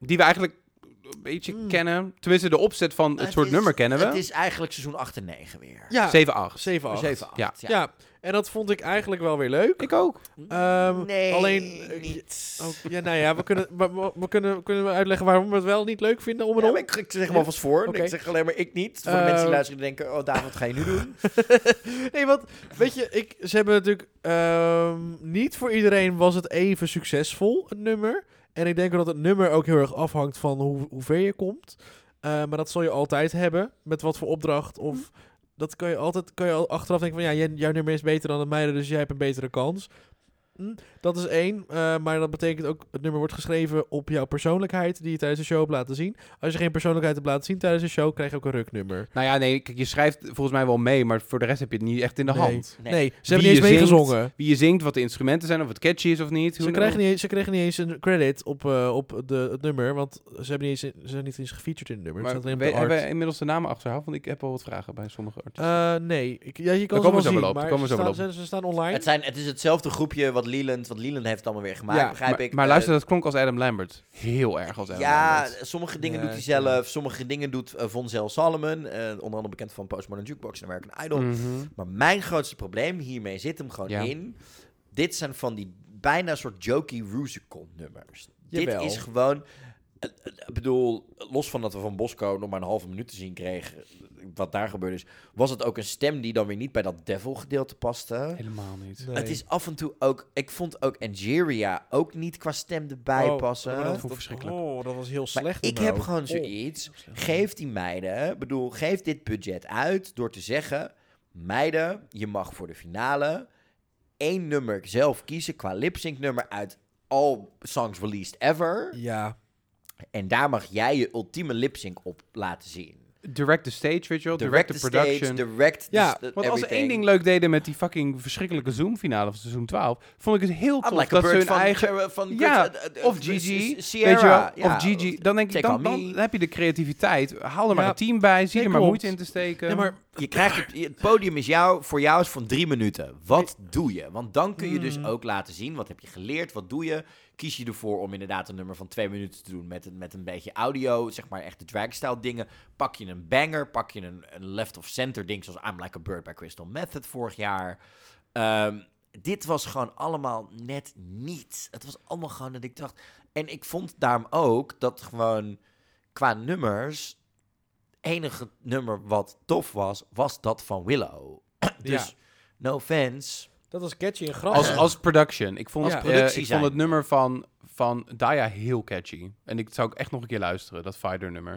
Speaker 2: Die we eigenlijk een beetje
Speaker 3: Mm.
Speaker 2: kennen. Tenminste, de opzet van het, soort
Speaker 1: is-
Speaker 2: nummer kennen we.
Speaker 1: Hmm. Het is eigenlijk seizoen 8 en 9 weer.
Speaker 3: ja.
Speaker 2: 7-8.
Speaker 3: 7 8.
Speaker 1: 7, 8.
Speaker 2: Ja.
Speaker 3: Ja. en dat vond ik eigenlijk wel weer leuk.
Speaker 2: Ik ook.
Speaker 3: Ehm,
Speaker 1: nee,
Speaker 3: alleen, eh,
Speaker 1: niet. Oh,
Speaker 3: ook- ja, nou ja, we kunnen, maar we, we kunnen, kunnen we uitleggen waarom we het wel niet leuk vinden om en
Speaker 1: Ja,
Speaker 3: om.
Speaker 1: maar ik, ik zeg hem alvast voor.
Speaker 3: Oké.
Speaker 1: Ik zeg alleen maar ik niet. Voor de
Speaker 3: Eh,
Speaker 1: mensen die luisteren die denken, oh David, wat ga je nu doen?
Speaker 3: [laughs] Nee, want weet je, ik, ze hebben natuurlijk ehm, niet voor iedereen was het even succesvol een nummer. En ik denk dat het nummer ook heel erg afhangt van hoe, hoe ver je komt. Eh, maar dat zal je altijd hebben met wat voor opdracht
Speaker 2: Mhm.
Speaker 3: of. Dat kan je altijd kan je al achteraf denken van ja, jij- jouw nummer is beter dan het mijne, dus jij hebt een betere kans. Hm, dat is één, eh, maar dat betekent ook het nummer wordt geschreven op jouw persoonlijkheid die je tijdens de show hebt laten zien. Als je geen persoonlijkheid hebt laten zien tijdens de show, krijg je ook een ruknummer.
Speaker 2: Nou ja, nee, kijk, je schrijft volgens mij wel mee, maar voor de rest heb je het niet echt in de
Speaker 3: Nee.
Speaker 2: hand.
Speaker 1: Nee.
Speaker 3: Nee, ze hebben niet
Speaker 2: je
Speaker 3: eens
Speaker 2: zingt,
Speaker 3: meegezongen.
Speaker 2: Wie je zingt, wat de instrumenten zijn, of het catchy is of niet.
Speaker 3: Ze kregen, niet, ze kregen niet eens een credit op, eh, op de, het nummer, want ze, hebben niet eens, ze zijn niet eens gefeatured in het nummer.
Speaker 2: maar
Speaker 3: het staat alleen op
Speaker 2: we,
Speaker 3: de art.
Speaker 2: hebben we inmiddels de namen achterhaald? Want ik heb wel wat vragen bij sommige artiesten.
Speaker 3: Eh, nee, ik, ja,
Speaker 2: Daar
Speaker 3: je kan ze
Speaker 2: komen
Speaker 3: wel
Speaker 2: we zo
Speaker 3: zien,
Speaker 2: wel op, daar
Speaker 3: maar
Speaker 2: komen we
Speaker 3: ze,
Speaker 2: zo wel
Speaker 3: staan, ze, ze staan online.
Speaker 1: Het, zijn, het is hetzelfde groepje wat Leland, want Leland heeft het allemaal weer gemaakt,
Speaker 3: Ja,
Speaker 1: begrijp
Speaker 2: maar,
Speaker 1: ik.
Speaker 2: maar
Speaker 1: Eh,
Speaker 2: luister, dat klonk als Adam Lambert. Heel erg als Adam
Speaker 1: Ja,
Speaker 2: Lambert.
Speaker 1: sommige dingen
Speaker 3: Ja,
Speaker 1: doet hij
Speaker 3: ik, eh,
Speaker 1: zelf. Sommige dingen doet eh, Von Zel Salomon. eh, onder andere bekend van Postmodern Jukebox en American
Speaker 3: Mm.
Speaker 1: Idol.
Speaker 2: Mhm.
Speaker 1: Maar mijn grootste probleem hiermee zit hem gewoon
Speaker 2: Ja.
Speaker 1: in. Dit zijn van die bijna soort jokey musical nummers. Dit
Speaker 3: Jawel.
Speaker 1: is gewoon... eh, eh, Ik bedoel, los van dat we van Bosco nog maar een halve minuut te zien kregen, eh, wat daar gebeurd is, was het ook een stem die dan weer niet bij dat devil gedeelte paste.
Speaker 2: Helemaal niet.
Speaker 3: Nee.
Speaker 1: Het is af en toe ook. Ik vond ook Angeria ook niet qua stem erbij
Speaker 3: Oh,
Speaker 1: passen.
Speaker 2: maar dat
Speaker 1: Maar
Speaker 2: vond ik verschrikkelijk.
Speaker 3: Oh, dat was heel slecht.
Speaker 1: ik
Speaker 3: nou.
Speaker 1: heb gewoon
Speaker 2: Oh.
Speaker 1: zoiets. Geef die meiden, ik bedoel, geef dit budget uit door te zeggen: meiden, je mag voor de finale één nummer zelf kiezen qua lip-sync nummer uit all songs released ever.
Speaker 3: Ja.
Speaker 1: En daar mag jij je ultieme lip-sync op laten zien.
Speaker 2: Eh, Direct the stage, weet je wel.
Speaker 1: Direct
Speaker 2: Direct, the
Speaker 1: the stage,
Speaker 2: production.
Speaker 1: direct. the
Speaker 3: Ja,
Speaker 1: st-
Speaker 2: Want als ze één
Speaker 1: everything.
Speaker 2: ding leuk deden met die fucking verschrikkelijke Zoom-finale van seizoen 12, vond ik het heel tof
Speaker 1: I'm like a
Speaker 2: dat ze
Speaker 1: bird
Speaker 2: hun
Speaker 1: Ah, van,
Speaker 2: eigen...
Speaker 1: Ger- van
Speaker 2: Ja,
Speaker 1: eh, eh,
Speaker 2: Of
Speaker 1: eh,
Speaker 2: Gigi,
Speaker 1: Sierra,
Speaker 2: weet je wel,
Speaker 1: ja.
Speaker 2: of Gigi. Dan denk ik,
Speaker 1: Take
Speaker 2: dan,
Speaker 1: on
Speaker 2: dan
Speaker 1: me.
Speaker 2: heb je de creativiteit. Haal er maar
Speaker 3: Ja.
Speaker 2: een team bij, zie
Speaker 3: Nee,
Speaker 2: er maar
Speaker 3: klopt.
Speaker 2: moeite in te steken.
Speaker 3: ja, maar
Speaker 1: Je krijgt het, het podium is jou, voor jou is van drie minuten. Wat doe je? Want dan kun je dus ook laten zien, wat heb je geleerd, wat doe je? Kies je ervoor om inderdaad een nummer van twee minuten te doen met, een- met een beetje audio, zeg maar echt de dragstyle dingen. Pak je een banger, pak je een, een left of center ding zoals I'm Like a Bird by Crystal Method vorig jaar. Ehm, dit was gewoon allemaal net niet. Het was allemaal gewoon dat ik dacht... En ik vond daarom ook dat gewoon qua nummers enige nummer wat tof was, was dat van Willow. dus, no offense.
Speaker 3: dat was catchy en grappig.
Speaker 2: Als, als production. Ik vond,
Speaker 3: Oh. Als
Speaker 2: eh,
Speaker 1: productie
Speaker 2: ik
Speaker 1: zijn.
Speaker 2: vond het nummer van, van Daya heel catchy. En ik zou ook echt nog een keer luisteren, dat Fighter nummer.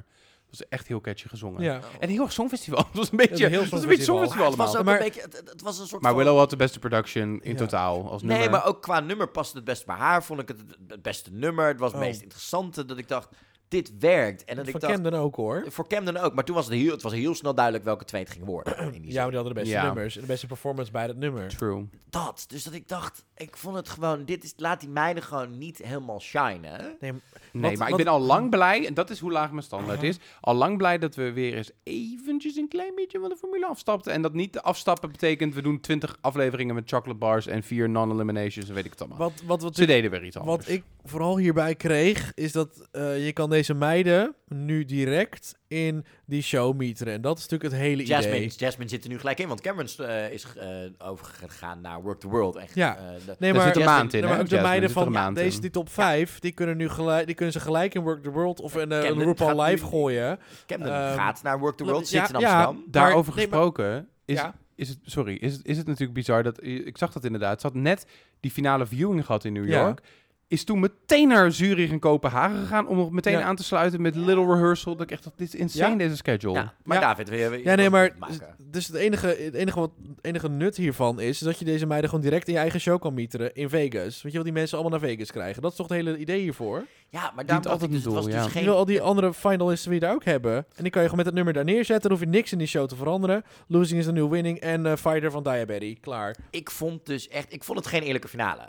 Speaker 2: Dat is echt heel catchy gezongen.
Speaker 3: ja.
Speaker 2: En heel erg songfestival. [laughs] Dat was een beetje,
Speaker 3: heel
Speaker 2: dat was een beetje
Speaker 3: songfestival.
Speaker 2: songfestival
Speaker 1: het was
Speaker 2: allemaal.
Speaker 1: ook
Speaker 3: Maar-
Speaker 1: een beetje... Het, het- het was een soort
Speaker 2: Maar
Speaker 1: van...
Speaker 2: Willow had de beste production in
Speaker 3: Ja.
Speaker 2: totaal als
Speaker 1: Nee,
Speaker 2: nummer.
Speaker 1: maar ook qua nummer past het best bij haar. Vond ik het het- het beste nummer. Het was het
Speaker 3: Oh.
Speaker 1: meest interessante. Dat ik dacht, dit werkt. En dat
Speaker 3: Van
Speaker 1: ik dacht...
Speaker 3: Camden ook hoor.
Speaker 1: Voor Camden ook. Maar toen was het heel, het was heel snel duidelijk welke twee het ging
Speaker 3: [clears throat]
Speaker 1: worden. in die zin.
Speaker 3: Ja, maar die hadden de beste
Speaker 2: Ja.
Speaker 3: nummers. en De beste performance bij dat nummer.
Speaker 2: True.
Speaker 1: Dat. Dus dat ik dacht, ik vond het gewoon... Dit is, laat die meiden gewoon niet helemaal shinen.
Speaker 3: Nee,
Speaker 2: Nee,
Speaker 3: Wat-
Speaker 2: maar
Speaker 3: wat-
Speaker 2: ik ben al lang blij, en dat is hoe laag mijn standaard is, al lang blij dat we weer eens eventjes een klein beetje van de formule afstapten. En dat niet afstappen betekent, we doen 20 afleveringen met chocolate bars en vier non-eliminations en weet ik het allemaal.
Speaker 3: Wat, wat, wat,
Speaker 2: Ze deden weer iets anders.
Speaker 3: Wat ik vooral hierbij kreeg, is dat eh, je kan deze meiden nu direct in die show mieteren. En dat is natuurlijk het hele
Speaker 1: Jasmine,
Speaker 3: idee.
Speaker 1: Jasmine zit er nu gelijk in. Want Cameron eh, is eh, overgegaan naar Work the World. Echt,
Speaker 3: Ja.
Speaker 1: eh, dat-
Speaker 3: Nee,
Speaker 2: er
Speaker 3: maar,
Speaker 2: zit een maand in,
Speaker 3: nee,
Speaker 2: hè?
Speaker 3: maar ook de
Speaker 2: Jasmine,
Speaker 3: meiden
Speaker 2: zit er
Speaker 3: van
Speaker 2: een
Speaker 3: ja,
Speaker 2: maand
Speaker 3: deze,
Speaker 2: in.
Speaker 3: die top 5, die, kunnen nu gelijk, die kunnen ze gelijk in Work the World of in eh
Speaker 1: Camden
Speaker 3: RuPaul
Speaker 1: gaat
Speaker 3: Live
Speaker 1: nu-
Speaker 3: gooien.
Speaker 1: Camden
Speaker 3: Ehm,
Speaker 1: gaat naar Work the World,
Speaker 3: ja,
Speaker 1: zit in
Speaker 3: ja.
Speaker 1: Amsterdam.
Speaker 2: Daarover
Speaker 3: nee, maar-
Speaker 2: gesproken, is,
Speaker 3: Ja.
Speaker 2: is het, sorry, is, het- is het natuurlijk bizar dat, ik zag dat inderdaad, ze had net die finale viewing gehad in New
Speaker 3: Ja.
Speaker 2: York. Is toen meteen naar Zurich en Kopenhagen gegaan om nog meteen
Speaker 3: Ja.
Speaker 2: aan te sluiten met Little Rehearsal. Dat ik echt dacht, dit is insane,
Speaker 3: Ja.
Speaker 2: deze schedule.
Speaker 1: Ja, maar
Speaker 3: Ja.
Speaker 1: David, wil je- wil je
Speaker 3: Ja, nee,
Speaker 1: wat
Speaker 3: maar
Speaker 1: maken?
Speaker 3: dus het enige, het, enige wat, het enige nut hiervan is, is dat je deze meiden gewoon direct in je eigen show kan mieteren in Vegas. Weet je wel, die mensen allemaal naar Vegas krijgen. Dat is toch het hele idee hiervoor?
Speaker 1: Ja, maar daarom dacht
Speaker 2: altijd
Speaker 1: ik dus, het
Speaker 2: een
Speaker 1: was
Speaker 2: doel,
Speaker 1: dus
Speaker 2: ja.
Speaker 3: Je wil
Speaker 1: geen...
Speaker 3: al die andere finalisten die daar ook hebben. En die kan je gewoon met het nummer daar neerzetten. Dan hoef je niks in die show te veranderen. Losing is de new winning. En eh, Fighter van Diabetti. Klaar.
Speaker 1: Ik vond dus echt... Ik vond het geen eerlijke finale.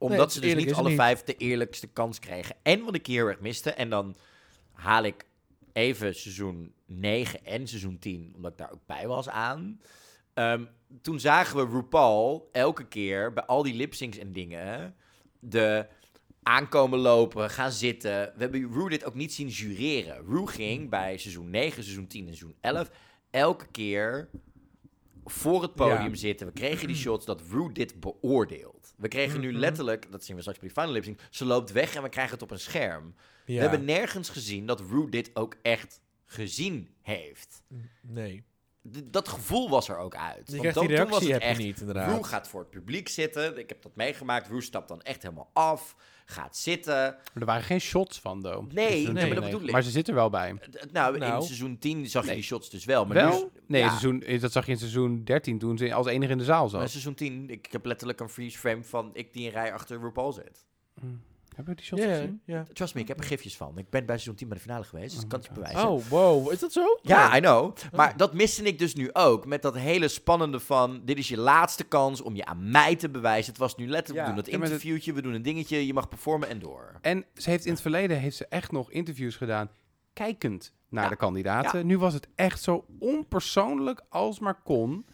Speaker 1: Omdat
Speaker 3: Nee, het
Speaker 1: ze dus
Speaker 3: eerlijk
Speaker 1: niet
Speaker 3: is het
Speaker 1: alle
Speaker 3: niet.
Speaker 1: vijf de eerlijkste kans kregen. En wat ik hier heel erg miste. En dan haal ik even seizoen 9 en seizoen 10, omdat ik daar ook bij was aan. Ehm, toen zagen we RuPaul elke keer bij al die lipsyncs en dingen... de aankomen lopen, gaan zitten. We hebben Rue dit ook niet zien jureren. Rue ging bij seizoen 9, seizoen 10 en seizoen 11 elke keer voor het podium
Speaker 3: Ja.
Speaker 1: zitten. We kregen die shots dat Rue dit beoordeelt. We kregen
Speaker 3: Mhm.
Speaker 1: nu letterlijk, dat zien we straks bij die final lip sync, ze loopt weg en we krijgen het op een scherm. We hebben nergens gezien dat Rue dit ook echt gezien heeft.
Speaker 3: Nee.
Speaker 1: D- dat gevoel was er ook uit.
Speaker 3: Je
Speaker 1: Want
Speaker 3: krijgt
Speaker 1: dan-
Speaker 3: die
Speaker 1: toen was
Speaker 3: reactie
Speaker 1: het
Speaker 3: heb je
Speaker 1: echt
Speaker 3: niet,
Speaker 2: Nou.
Speaker 1: Roe
Speaker 3: inderdaad.
Speaker 1: gaat voor het publiek zitten. Ik heb dat meegemaakt. Roe stapt dan echt helemaal af. Gaat zitten.
Speaker 2: Maar er waren geen shots van, though.
Speaker 1: Nee,
Speaker 2: Dus
Speaker 1: nee,
Speaker 2: dan-
Speaker 1: maar dat bedoel ik.
Speaker 2: Maar ze zitten er wel bij.
Speaker 1: D- d- Nou,
Speaker 3: Nou.
Speaker 1: in seizoen 10 zag je die shots dus wel. Maar
Speaker 2: wel?
Speaker 1: nu-
Speaker 2: Nee,
Speaker 1: ja,
Speaker 2: seizoen, eh, dat zag je in seizoen 13 toen ze als enige in de zaal
Speaker 1: maar
Speaker 2: zat.
Speaker 1: seizoen 10, ik, ik heb letterlijk een freeze frame van ik die een rij achter RuPaul zit.
Speaker 2: Hebben we die shots
Speaker 3: Ja, ja,
Speaker 2: gezien?
Speaker 3: ja.
Speaker 1: Trust me, ik heb er gifjes van. Ik ben bij seizoen 10 bij de finale geweest. Dus ik kan het je bewijzen.
Speaker 3: Oh, wow. Is dat zo?
Speaker 2: Oh.
Speaker 1: Ja, I know. Maar dat miste ik dus nu ook. Met dat hele spannende van... dit is je laatste kans om je aan mij te bewijzen. Het was nu letterlijk,
Speaker 2: Ja,
Speaker 1: we doen dat
Speaker 2: ja, maar dat-
Speaker 1: interviewtje... we doen een dingetje, je mag performen en door.
Speaker 2: En ze heeft in het verleden heeft ze echt nog interviews gedaan, kijkend naar
Speaker 1: Ja.
Speaker 2: de kandidaten. Nu was het echt zo onpersoonlijk als maar kon. Het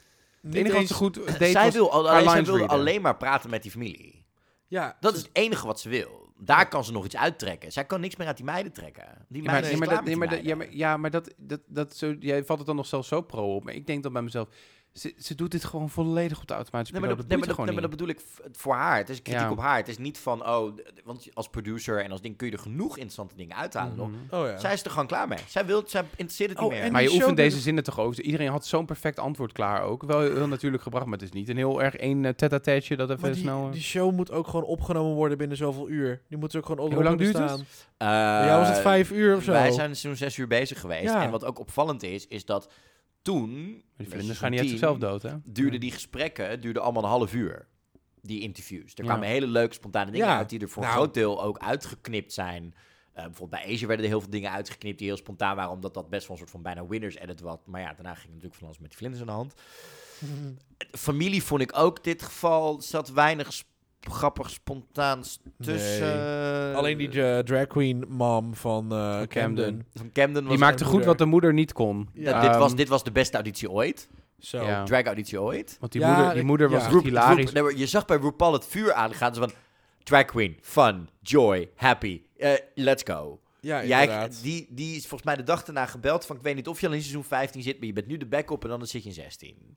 Speaker 3: Niet
Speaker 2: enige wat
Speaker 3: eens-
Speaker 2: ze goed deed
Speaker 1: Zij,
Speaker 2: was
Speaker 1: wil,
Speaker 2: haar
Speaker 1: alleen, zij
Speaker 2: lines
Speaker 1: wilde
Speaker 2: readen.
Speaker 1: alleen maar praten met die familie.
Speaker 3: Ja.
Speaker 1: Dat is het enige wat ze wil. Daar kan ze nog iets uittrekken. Zij kan niks meer uit die meiden trekken. Die
Speaker 2: Ja, maar,
Speaker 1: meiden
Speaker 2: nee, maar
Speaker 1: zijn
Speaker 2: dat,
Speaker 1: klaar
Speaker 2: nee, maar
Speaker 1: met
Speaker 2: dat-
Speaker 1: die
Speaker 2: ja, maar,
Speaker 1: meiden.
Speaker 2: ja, maar dat, dat, dat zo, jij valt het dan nog zelfs zo pro op. Maar ik denk dan bij mezelf, Ze, ze doet dit gewoon volledig op de automatische
Speaker 1: Nee, maar dat,
Speaker 2: piloot.
Speaker 1: nee, maar
Speaker 2: boeit
Speaker 1: dat, nee,
Speaker 2: gewoon
Speaker 1: maar dat
Speaker 2: niet.
Speaker 1: bedoel ik v- voor haar. Het is kritiek
Speaker 2: Ja.
Speaker 1: op haar. Het is niet van, oh, d- want als producer en als ding kun je er genoeg interessante dingen uithalen. nog.
Speaker 2: Mhm.
Speaker 3: Oh ja.
Speaker 1: Zij is er gewoon klaar mee. Zij, wil, zij interesseert het
Speaker 3: Oh,
Speaker 1: niet meer.
Speaker 3: en-
Speaker 2: Maar je
Speaker 3: die show
Speaker 2: oefent deze
Speaker 3: doet-
Speaker 2: zinnen toch over. Iedereen had zo'n perfect antwoord klaar ook. Wel heel natuurlijk gebracht, maar het is niet een heel erg één tet a tetje dat even
Speaker 3: Maar die,
Speaker 2: snel... eh,
Speaker 3: die show moet ook gewoon opgenomen worden binnen zoveel uur. Die moet ook gewoon op
Speaker 2: hoe lang duurt het?
Speaker 3: staan.
Speaker 1: Eh,
Speaker 3: Bij jou was het vijf uur of zo.
Speaker 1: Wij zijn zo'n zes uur bezig geweest.
Speaker 3: Ja.
Speaker 1: En wat ook opvallend is, is dat toen...
Speaker 2: Die
Speaker 1: met
Speaker 2: vlinders
Speaker 1: seizoen
Speaker 2: gaan niet uit
Speaker 1: 10,
Speaker 2: zichzelf dood, hè?
Speaker 1: Duurden die gesprekken, het duurde allemaal een half uur. Die interviews. Er
Speaker 2: Ja.
Speaker 1: kwamen hele leuke, spontane dingen
Speaker 3: Ja.
Speaker 1: uit die er voor een
Speaker 3: Nou.
Speaker 1: groot deel ook uitgeknipt zijn. Eh, bijvoorbeeld bij Asia werden er heel veel dingen uitgeknipt die heel spontaan waren, omdat dat best wel een soort van bijna winners edit was. Maar ja, daarna ging het natuurlijk van alles met die vlinders aan de hand. Familie vond ik ook in dit geval zat weinig sp- grappig spontaans tussen.
Speaker 3: [laughs] Alleen die eh, drag queen mom van eh,
Speaker 2: Van Camden.
Speaker 3: Camden.
Speaker 1: van Camden was
Speaker 2: Die maakte goed
Speaker 3: zijn moeder.
Speaker 2: wat de moeder niet kon.
Speaker 1: Ja,
Speaker 2: Ehm,
Speaker 1: dit, was, dit was de beste auditie ooit.
Speaker 3: Zo.
Speaker 2: Ja.
Speaker 1: Drag auditie ooit.
Speaker 2: Want die,
Speaker 3: Ja,
Speaker 2: moeder, die
Speaker 3: ik-
Speaker 2: moeder
Speaker 3: ja.
Speaker 2: was echt
Speaker 3: Roep-
Speaker 2: hilarisch.
Speaker 1: Roep- nee, maar je zag bij RuPaul het vuur aangaan. Ze van, drag queen, fun, joy, happy, eh, let's go.
Speaker 3: Ja,
Speaker 1: Jij,
Speaker 3: inderdaad.
Speaker 1: die, die is volgens mij de dag daarna gebeld van, ik weet niet of je al in seizoen 15 zit, maar je bent nu de backup en dan zit je in 16.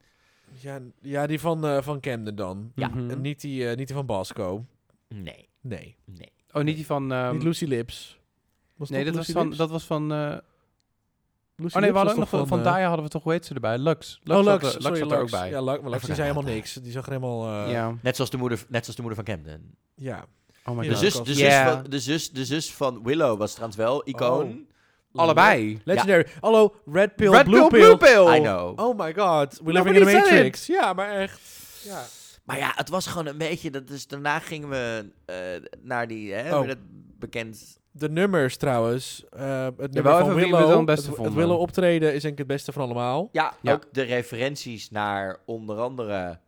Speaker 3: Ja, ja, die van, eh, van Camden dan.
Speaker 1: Ja.
Speaker 2: Mhm.
Speaker 3: En niet, die, eh, niet die van Basco.
Speaker 1: Nee,
Speaker 3: Nee.
Speaker 1: nee.
Speaker 2: Oh, niet die van... ehm,
Speaker 3: niet Lucy Lips. Was
Speaker 2: nee,
Speaker 3: toch
Speaker 2: dat was
Speaker 3: Lucy
Speaker 2: van...
Speaker 3: Lips?
Speaker 2: Dat was van eh,
Speaker 3: Lucy
Speaker 2: oh nee,
Speaker 3: Lips
Speaker 2: we
Speaker 3: was
Speaker 2: hadden ook
Speaker 3: toch
Speaker 2: nog van, van
Speaker 3: eh,
Speaker 2: Daya hadden we toch, hoe heet ze erbij? Lux. Lux,
Speaker 3: oh, Lux.
Speaker 2: Had, eh,
Speaker 3: sorry,
Speaker 2: zat er ook bij.
Speaker 3: Ja, Lux, maar Lux die
Speaker 1: vergeet
Speaker 3: zei helemaal
Speaker 1: het.
Speaker 3: niks. Die zag er helemaal... eh,
Speaker 2: Ja.
Speaker 1: Net zoals de moeder, net zoals de moeder van Camden.
Speaker 3: ja.
Speaker 2: Oh my
Speaker 3: Ja.
Speaker 1: De
Speaker 2: god.
Speaker 1: zus, de, zus
Speaker 2: Ja.
Speaker 1: van, de, zus, de zus van Willow was trouwens wel icoon.
Speaker 2: Allebei.
Speaker 3: Oh. Legendary. Hallo, Red Pill,
Speaker 2: Red
Speaker 3: Blue
Speaker 2: pill, blue
Speaker 3: Pill.
Speaker 2: pill.
Speaker 1: I know.
Speaker 3: Oh my god, we're
Speaker 2: Nobody
Speaker 3: living in a
Speaker 2: said it.
Speaker 3: matrix. Ja, maar echt. Ja.
Speaker 1: Maar ja, het was gewoon een beetje... Dat dus daarna gingen we eh, naar die... Hè,
Speaker 3: Oh.
Speaker 1: hoe heet dat bekend
Speaker 3: De nummers trouwens. eh het
Speaker 2: wel
Speaker 3: nummer van
Speaker 2: even wie we
Speaker 3: Willow.
Speaker 2: dan het beste
Speaker 3: het, het
Speaker 2: vonden.
Speaker 3: Willow optreden is denk ik het beste van allemaal.
Speaker 1: Ja,
Speaker 2: Ja.
Speaker 1: ook de referenties naar onder andere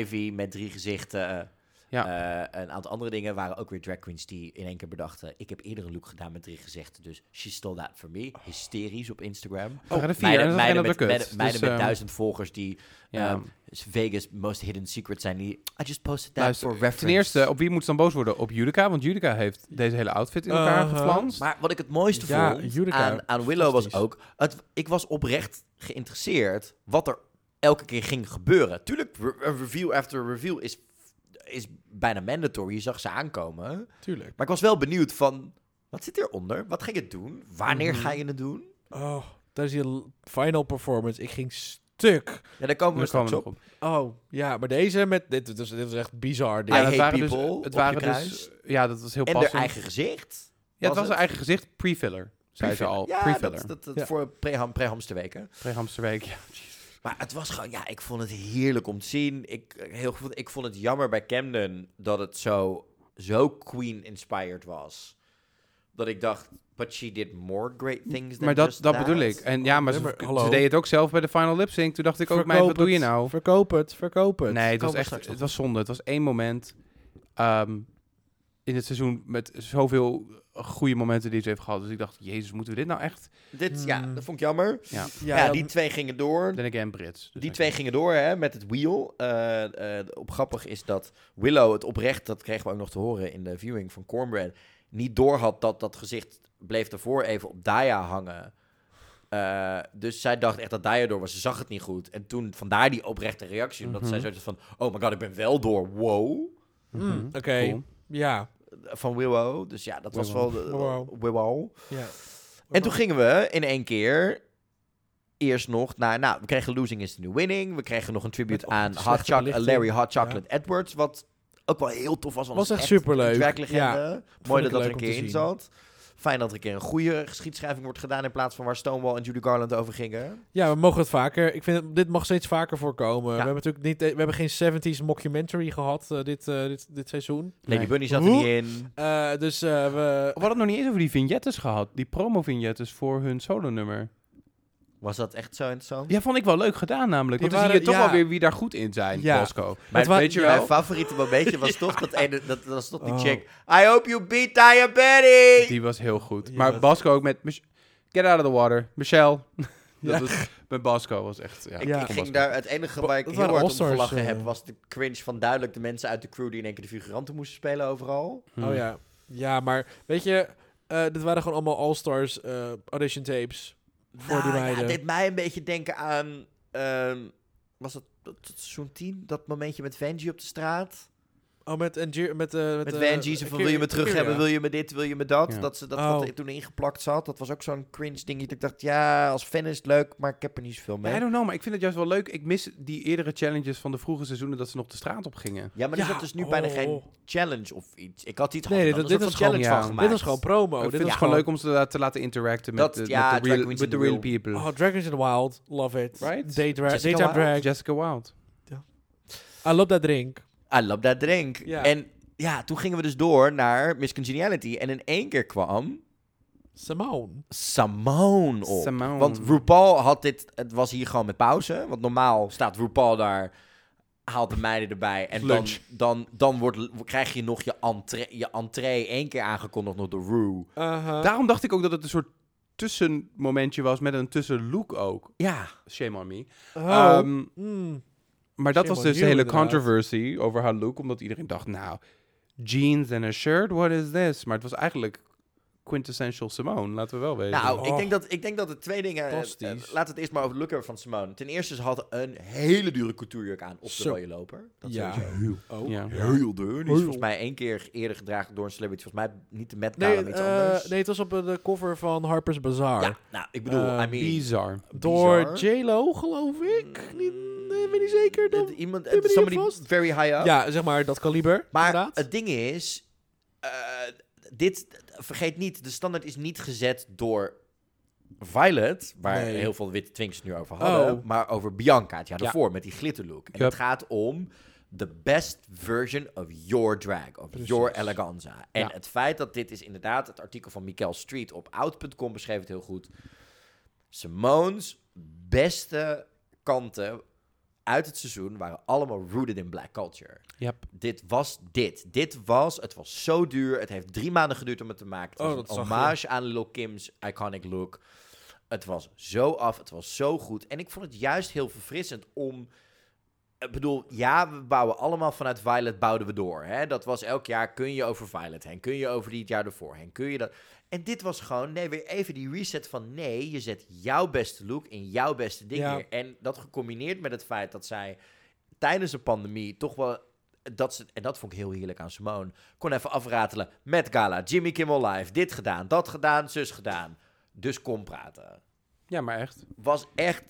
Speaker 1: Ivy met drie gezichten.
Speaker 2: Ja.
Speaker 1: eh, een aantal andere dingen waren ook weer drag queens die in één keer bedachten... ik heb eerder een look gedaan met drie gezichten, dus she stole that for me. Hysterisch op Instagram.
Speaker 2: Oh, de vier. en
Speaker 1: Meiden, meiden
Speaker 2: dat meiden
Speaker 1: met,
Speaker 2: op de kut.
Speaker 1: meiden- meiden
Speaker 2: Dus,
Speaker 1: met
Speaker 2: ehm,
Speaker 1: duizend volgers die
Speaker 2: ja.
Speaker 1: ehm, Vegas most hidden secret zijn. Die, I just posted that
Speaker 2: Luister,
Speaker 1: for reference.
Speaker 2: Ten eerste, op wie moet ze dan boos worden? Op Judica, want Judica heeft deze hele outfit in elkaar
Speaker 3: Uh-huh.
Speaker 2: geflanst.
Speaker 1: Maar wat ik het mooiste
Speaker 3: Ja,
Speaker 1: vond
Speaker 3: Judica,
Speaker 1: aan, aan Willow was
Speaker 3: fantastisch.
Speaker 1: ook... Het, ik was oprecht geïnteresseerd wat er elke keer ging gebeuren. Tuurlijk, re- een review after review is, is bijna mandatory. Je zag ze aankomen.
Speaker 3: Tuurlijk.
Speaker 1: Maar ik was wel benieuwd van... Wat zit hieronder? Wat ging het doen? Wanneer
Speaker 2: Mhm.
Speaker 1: ga je het doen?
Speaker 3: Oh, dat is die l- final performance. Ik ging stuk.
Speaker 1: Ja, daar komen we
Speaker 2: Daar komen
Speaker 1: straks
Speaker 2: we nog
Speaker 1: op.
Speaker 2: op.
Speaker 3: Oh, ja, maar deze met... Dit, dit, is, dit is echt bizar.
Speaker 1: I
Speaker 3: Dit.
Speaker 2: Ja, dat
Speaker 1: hate
Speaker 2: waren dus-
Speaker 1: people
Speaker 2: het
Speaker 1: op
Speaker 2: waren
Speaker 1: je
Speaker 2: dus,
Speaker 1: kruis.
Speaker 2: ja, dat was heel
Speaker 1: En haar
Speaker 2: passend.
Speaker 1: eigen gezicht.
Speaker 2: ja, het
Speaker 1: was
Speaker 2: was haar
Speaker 1: het?
Speaker 2: eigen gezicht pre-filler, zei ze al.
Speaker 1: Ja,
Speaker 2: Oh, pre-filler.
Speaker 1: dat, dat, dat
Speaker 3: Ja.
Speaker 1: voor pre-ham, pre-hamsterweken.
Speaker 2: Pre-Hamsterweek, ja.
Speaker 1: Maar het was gewoon, ja, ik vond het heerlijk om te zien. Ik, heel, goed- ik vond het jammer bij Camden dat het zo, zo Queen-inspired was. Dat ik dacht, but she did more great things than
Speaker 2: Maar dat,
Speaker 1: just
Speaker 2: dat bedoel ik. En ja, maar
Speaker 3: nee,
Speaker 2: ze,
Speaker 3: maar hallo.
Speaker 2: ze deed het ook zelf bij de final lip sync. Toen dacht ik ook, meid, wat doe je
Speaker 3: het,
Speaker 2: nou?
Speaker 3: Verkoop het, verkoop het.
Speaker 2: Nee, het was
Speaker 1: Komen we straks
Speaker 2: echt
Speaker 1: nog
Speaker 2: het was zonde. Het was één moment ehm, in het seizoen met zoveel goede momenten die ze heeft gehad. Dus ik dacht, jezus, moeten we dit nou echt?
Speaker 1: Dit, ja,
Speaker 3: Hmm.
Speaker 1: dat vond ik jammer.
Speaker 2: Ja,
Speaker 1: Ja, die twee gingen door.
Speaker 2: dan again Brits. Dus
Speaker 1: Die
Speaker 2: ik-
Speaker 1: twee gingen door hè, met het wheel. Eh, eh, op grappig is dat Willow het oprecht, dat kregen we ook nog te horen in de viewing van Cornbread, niet door had dat dat gezicht bleef daarvoor even op Daya hangen. Eh, dus zij dacht echt dat Daya door was. Ze zag het niet goed. En toen vandaar die oprechte reactie. Omdat
Speaker 2: Mhm.
Speaker 1: zij zoiets had van, oh my god, ik ben wel door. Wow.
Speaker 3: Mm,
Speaker 2: Mhm.
Speaker 3: Oké,
Speaker 2: Cool.
Speaker 3: ja.
Speaker 1: Van Willow. Dus ja, dat was wel...
Speaker 2: Willow.
Speaker 1: de-
Speaker 3: Wow.
Speaker 1: Willow.
Speaker 3: ja.
Speaker 1: En toen gingen we in één keer eerst nog naar... Nou, we kregen Losing is the New Winning. We kregen nog een tribute
Speaker 3: Met- oh,
Speaker 1: aan
Speaker 3: die
Speaker 1: Hot
Speaker 3: slechte
Speaker 1: Choc-
Speaker 3: belichting.
Speaker 1: Larry Hot Chocolate Edwards. Wat ook wel heel tof was. want
Speaker 3: Was
Speaker 1: het is
Speaker 3: echt superleuk.
Speaker 1: Een draglegende. Mooi dat dat
Speaker 3: ik
Speaker 1: er
Speaker 3: leuk
Speaker 1: een
Speaker 3: om
Speaker 1: keer
Speaker 3: te
Speaker 1: in
Speaker 3: zien.
Speaker 1: zat. Fijn dat er een keer een goede geschiedschrijving wordt gedaan... in plaats van waar Stonewall en Judy Garland over gingen.
Speaker 3: Ja, we mogen het vaker. Ik vind het- dit mag steeds vaker voorkomen. We hebben natuurlijk niet, we hebben geen 70s mockumentary gehad eh, dit, eh, dit, dit seizoen.
Speaker 1: Lady
Speaker 2: Nee.
Speaker 1: Bunny zat er
Speaker 3: Hoe?
Speaker 1: niet in.
Speaker 3: Eh, dus eh, we.
Speaker 2: We hadden het nog niet eens over die vignettes gehad. Die promo-vignettes voor hun solo-nummer.
Speaker 1: Was dat echt zo interessant?
Speaker 2: Ja, vond ik wel leuk gedaan namelijk.
Speaker 3: Die
Speaker 2: Want dan zie je
Speaker 3: waren-
Speaker 2: toch
Speaker 3: ja.
Speaker 2: wel weer wie daar goed in zijn,
Speaker 3: Ja.
Speaker 2: Bosco.
Speaker 1: Mijn,
Speaker 3: wa-
Speaker 1: weet je
Speaker 3: ja.
Speaker 1: mijn favoriete momentje
Speaker 3: [laughs]
Speaker 1: was toch dat, ene, dat, dat was toch die
Speaker 3: Oh.
Speaker 1: chick... I hope you beat diabetes!
Speaker 2: Die was heel goed.
Speaker 3: Die
Speaker 2: maar
Speaker 3: was-
Speaker 2: Bosco ook met... Mich- Get out of the water. Michelle.
Speaker 3: Ja.
Speaker 2: [laughs] dat was, met Bosco was echt... Ja,
Speaker 1: Ik,
Speaker 3: Ja.
Speaker 1: ik
Speaker 2: kon
Speaker 1: ging
Speaker 2: Bosco.
Speaker 1: daar, het enige waar ik
Speaker 3: Dat
Speaker 1: heel
Speaker 3: waren
Speaker 1: hard om
Speaker 3: All-Stars,
Speaker 1: gelachen
Speaker 3: eh.
Speaker 1: heb, was de cringe van duidelijk de mensen uit de crew die in één keer de figuranten moesten spelen overal.
Speaker 2: Hmm.
Speaker 3: Oh ja. Ja, maar weet je, eh, dit waren gewoon allemaal All-Stars eh, audition tapes. Voor die
Speaker 1: Nou ja,
Speaker 3: meiden.
Speaker 1: dit mij een beetje denken aan ehm, was dat, dat, dat seizoen 10? Dat momentje met Venji op de straat.
Speaker 3: Oh, met Angie, met, eh
Speaker 1: Met,
Speaker 3: eh,
Speaker 1: Venji, ze van wil je me terug
Speaker 3: Kyria.
Speaker 1: hebben, wil je me dit, wil je me dat.
Speaker 2: Ja.
Speaker 1: Dat ze dat
Speaker 3: Oh.
Speaker 1: wat er toen ingeplakt zat. Dat was ook zo'n cringe dingetje. Dat ik dacht, ja, als fan is het leuk, maar ik heb er niet zoveel mee.
Speaker 2: I don't know, maar ik vind het juist wel leuk. Ik mis die eerdere challenges van de vroege seizoenen dat ze nog de straat op gingen.
Speaker 1: Ja, maar er
Speaker 3: Ja,
Speaker 1: zat dus nu bijna
Speaker 3: oh.
Speaker 1: geen challenge of iets. Ik had iets
Speaker 3: Nee,
Speaker 1: nee,
Speaker 3: dit-
Speaker 1: dit
Speaker 3: dit
Speaker 1: een
Speaker 3: is gewoon-
Speaker 1: challenge
Speaker 2: ja,
Speaker 1: van
Speaker 2: dit
Speaker 1: gemaakt.
Speaker 3: Dit is gewoon promo.
Speaker 2: ik
Speaker 3: dit
Speaker 2: vind
Speaker 3: is
Speaker 2: het gewoon leuk om ze daar te laten interacten met,
Speaker 1: Dat-
Speaker 2: de,
Speaker 1: ja,
Speaker 2: met de
Speaker 1: Drag
Speaker 2: real,
Speaker 1: Queens
Speaker 2: with
Speaker 1: in
Speaker 2: the
Speaker 1: the
Speaker 2: real
Speaker 1: Real.
Speaker 2: people.
Speaker 3: Oh, Drag is in the Wild. Love it.
Speaker 2: Right?
Speaker 3: Day dra-
Speaker 1: Jessica
Speaker 3: daytime
Speaker 1: Wilde.
Speaker 3: drag.
Speaker 2: Jessica Wild.
Speaker 3: I love that drink.
Speaker 1: I love that drink.
Speaker 3: Ja.
Speaker 1: En ja, toen gingen we dus door naar Miss Congeniality. En in één keer kwam
Speaker 3: Simone.
Speaker 1: Simone op.
Speaker 2: Simone.
Speaker 1: Want RuPaul had dit... Het was hier gewoon met pauze. Want normaal staat RuPaul daar... Haalt de meiden erbij. En dan,
Speaker 2: Lunch.
Speaker 1: dan, dan wordt, krijg je nog je entree, je entree één keer aangekondigd nog door Ru.
Speaker 2: Daarom dacht ik ook dat het een soort tussenmomentje was met een tussenlook ook.
Speaker 1: Ja.
Speaker 2: Shame on me.
Speaker 3: oh.
Speaker 2: Ehm,
Speaker 3: mm.
Speaker 2: maar dat
Speaker 3: Shame
Speaker 2: was
Speaker 3: on
Speaker 2: dus de
Speaker 3: you,
Speaker 2: hele
Speaker 3: inderdaad.
Speaker 2: controversy over haar look. Omdat iedereen dacht, nou, jeans en een shirt, what is this? Maar het was eigenlijk quintessential Simone, laten we wel weten.
Speaker 1: Nou, ik,
Speaker 3: Oh.
Speaker 1: denk dat, ik denk dat er twee dingen... eh, eh,
Speaker 3: Fantastisch.
Speaker 1: laten we het eerst maar over de look hebben van Simone. Ten eerste, ze had een hele dure couturejurk aan op de
Speaker 3: Zo.
Speaker 1: rode loper. Dat
Speaker 3: Ja.
Speaker 1: sowieso.
Speaker 3: Oh.
Speaker 2: ja.
Speaker 1: Heel deur. Die
Speaker 3: Heel.
Speaker 1: is volgens mij één keer eerder gedragen door een celebrity. Volgens mij niet de Met Gala,
Speaker 3: Nee,
Speaker 1: maar iets
Speaker 3: eh,
Speaker 1: anders.
Speaker 3: nee, het was op eh, de cover van Harper's Bazaar.
Speaker 1: Ja, nou, ik bedoel,
Speaker 3: Eh,
Speaker 1: I mean...
Speaker 2: Bizar. Hmm.
Speaker 3: Door
Speaker 1: bizar.
Speaker 3: J-Lo, geloof ik. Niet, nee, weet niet zeker. Dan.
Speaker 1: Dat Iemand,
Speaker 3: ben je hier
Speaker 1: somebody
Speaker 3: vast?
Speaker 1: very high up.
Speaker 3: Ja, zeg maar, dat kaliber.
Speaker 1: maar
Speaker 3: inderdaad.
Speaker 1: het ding is... eh, dit, vergeet niet, de standaard is niet gezet door Violet, waar
Speaker 3: Nee.
Speaker 1: heel veel witte twinks het nu over hadden,
Speaker 3: Oh.
Speaker 1: maar over Bianca het jaar
Speaker 3: Ja.
Speaker 1: daarvoor met die glitterlook. En
Speaker 2: Yep.
Speaker 1: het gaat om the best version of your drag, of your eleganza. En
Speaker 2: Ja.
Speaker 1: het feit dat dit is inderdaad het artikel van Mikel Street op out.com beschreef het heel goed. Simone's beste kanten uit het seizoen waren allemaal rooted in black culture.
Speaker 2: Yep.
Speaker 1: Dit was dit. Dit was, het was zo duur. Het heeft drie maanden geduurd om het te maken. Het
Speaker 3: Oh,
Speaker 1: was
Speaker 3: dat
Speaker 1: een
Speaker 3: zag je.
Speaker 1: hommage aan Lil Kim's iconic look. Het was zo af, het was zo goed. En ik vond het juist heel verfrissend om... Ik bedoel, ja, we bouwen allemaal vanuit Violet bouwden we door. Hè? Dat was elk jaar, kun je over Violet heen, kun je over die het jaar ervoor heen, kun je dat... En dit was gewoon, nee, weer even die reset van... nee, je zet jouw beste look in jouw beste ding
Speaker 3: Ja.
Speaker 1: neer. En dat gecombineerd met het feit dat zij tijdens de pandemie toch wel dat ze, en dat vond ik heel heerlijk aan Simone. Kon even afratelen. Met Gala, Jimmy Kimmel Live. Dit gedaan, dat gedaan, zus gedaan. Dus kom praten.
Speaker 2: Ja, maar echt.
Speaker 1: Was echt...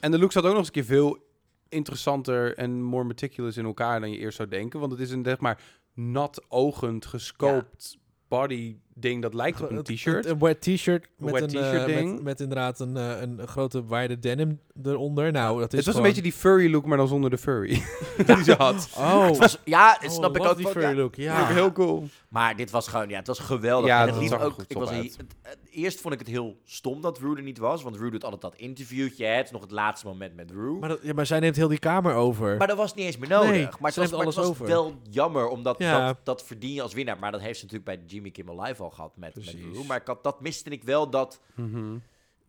Speaker 2: En de look zat ook nog eens een keer veel interessanter en more meticulous in elkaar dan je eerst zou denken. Want het is een, zeg maar, nat ogend, gescoopt body ding dat lijkt op een
Speaker 3: Het- het-
Speaker 2: t-shirt.
Speaker 3: Een wet t-shirt.
Speaker 2: Een
Speaker 3: Met
Speaker 2: wet
Speaker 3: een eh,
Speaker 2: t-shirt
Speaker 3: met-
Speaker 2: ding.
Speaker 3: Met, inderdaad een, eh, een, een grote wijde denim eronder. Nou, dat is
Speaker 2: Het was
Speaker 3: gewoon-
Speaker 2: een beetje die furry look, maar dan zonder de furry [laughs] die ze had.
Speaker 3: Oh,
Speaker 1: Was, ja, dat
Speaker 3: Oh,
Speaker 1: snap ik
Speaker 3: love
Speaker 1: ook.
Speaker 3: die
Speaker 1: wel,
Speaker 3: furry
Speaker 1: ja.
Speaker 3: look, ja.
Speaker 1: Ja.
Speaker 2: Heel cool.
Speaker 1: Maar dit was gewoon... Ja, het was geweldig.
Speaker 2: Ja,
Speaker 1: En het
Speaker 2: dat
Speaker 1: liet
Speaker 2: zag er
Speaker 1: ook...
Speaker 2: goed
Speaker 1: Ik was
Speaker 2: op
Speaker 1: een-
Speaker 2: uit.
Speaker 1: het- het- eerst vond ik het heel stom dat Rue er niet was. Want Rue doet altijd dat interviewtje. hè. Het is nog het laatste moment met Rue.
Speaker 3: Maar, dat, ja, maar zij neemt heel die kamer over.
Speaker 1: Maar dat was niet eens meer nodig.
Speaker 3: Nee,
Speaker 1: maar het
Speaker 3: ze
Speaker 1: was,
Speaker 3: neemt
Speaker 1: maar het
Speaker 3: alles
Speaker 1: was
Speaker 3: over.
Speaker 1: wel jammer, omdat
Speaker 3: Ja.
Speaker 1: dat, dat verdien je als winnaar. Maar dat heeft ze natuurlijk bij Jimmy Kimmel Live al gehad met, met
Speaker 3: Precies.
Speaker 1: Rue. Maar ik had, dat miste ik wel, dat
Speaker 3: Mhm.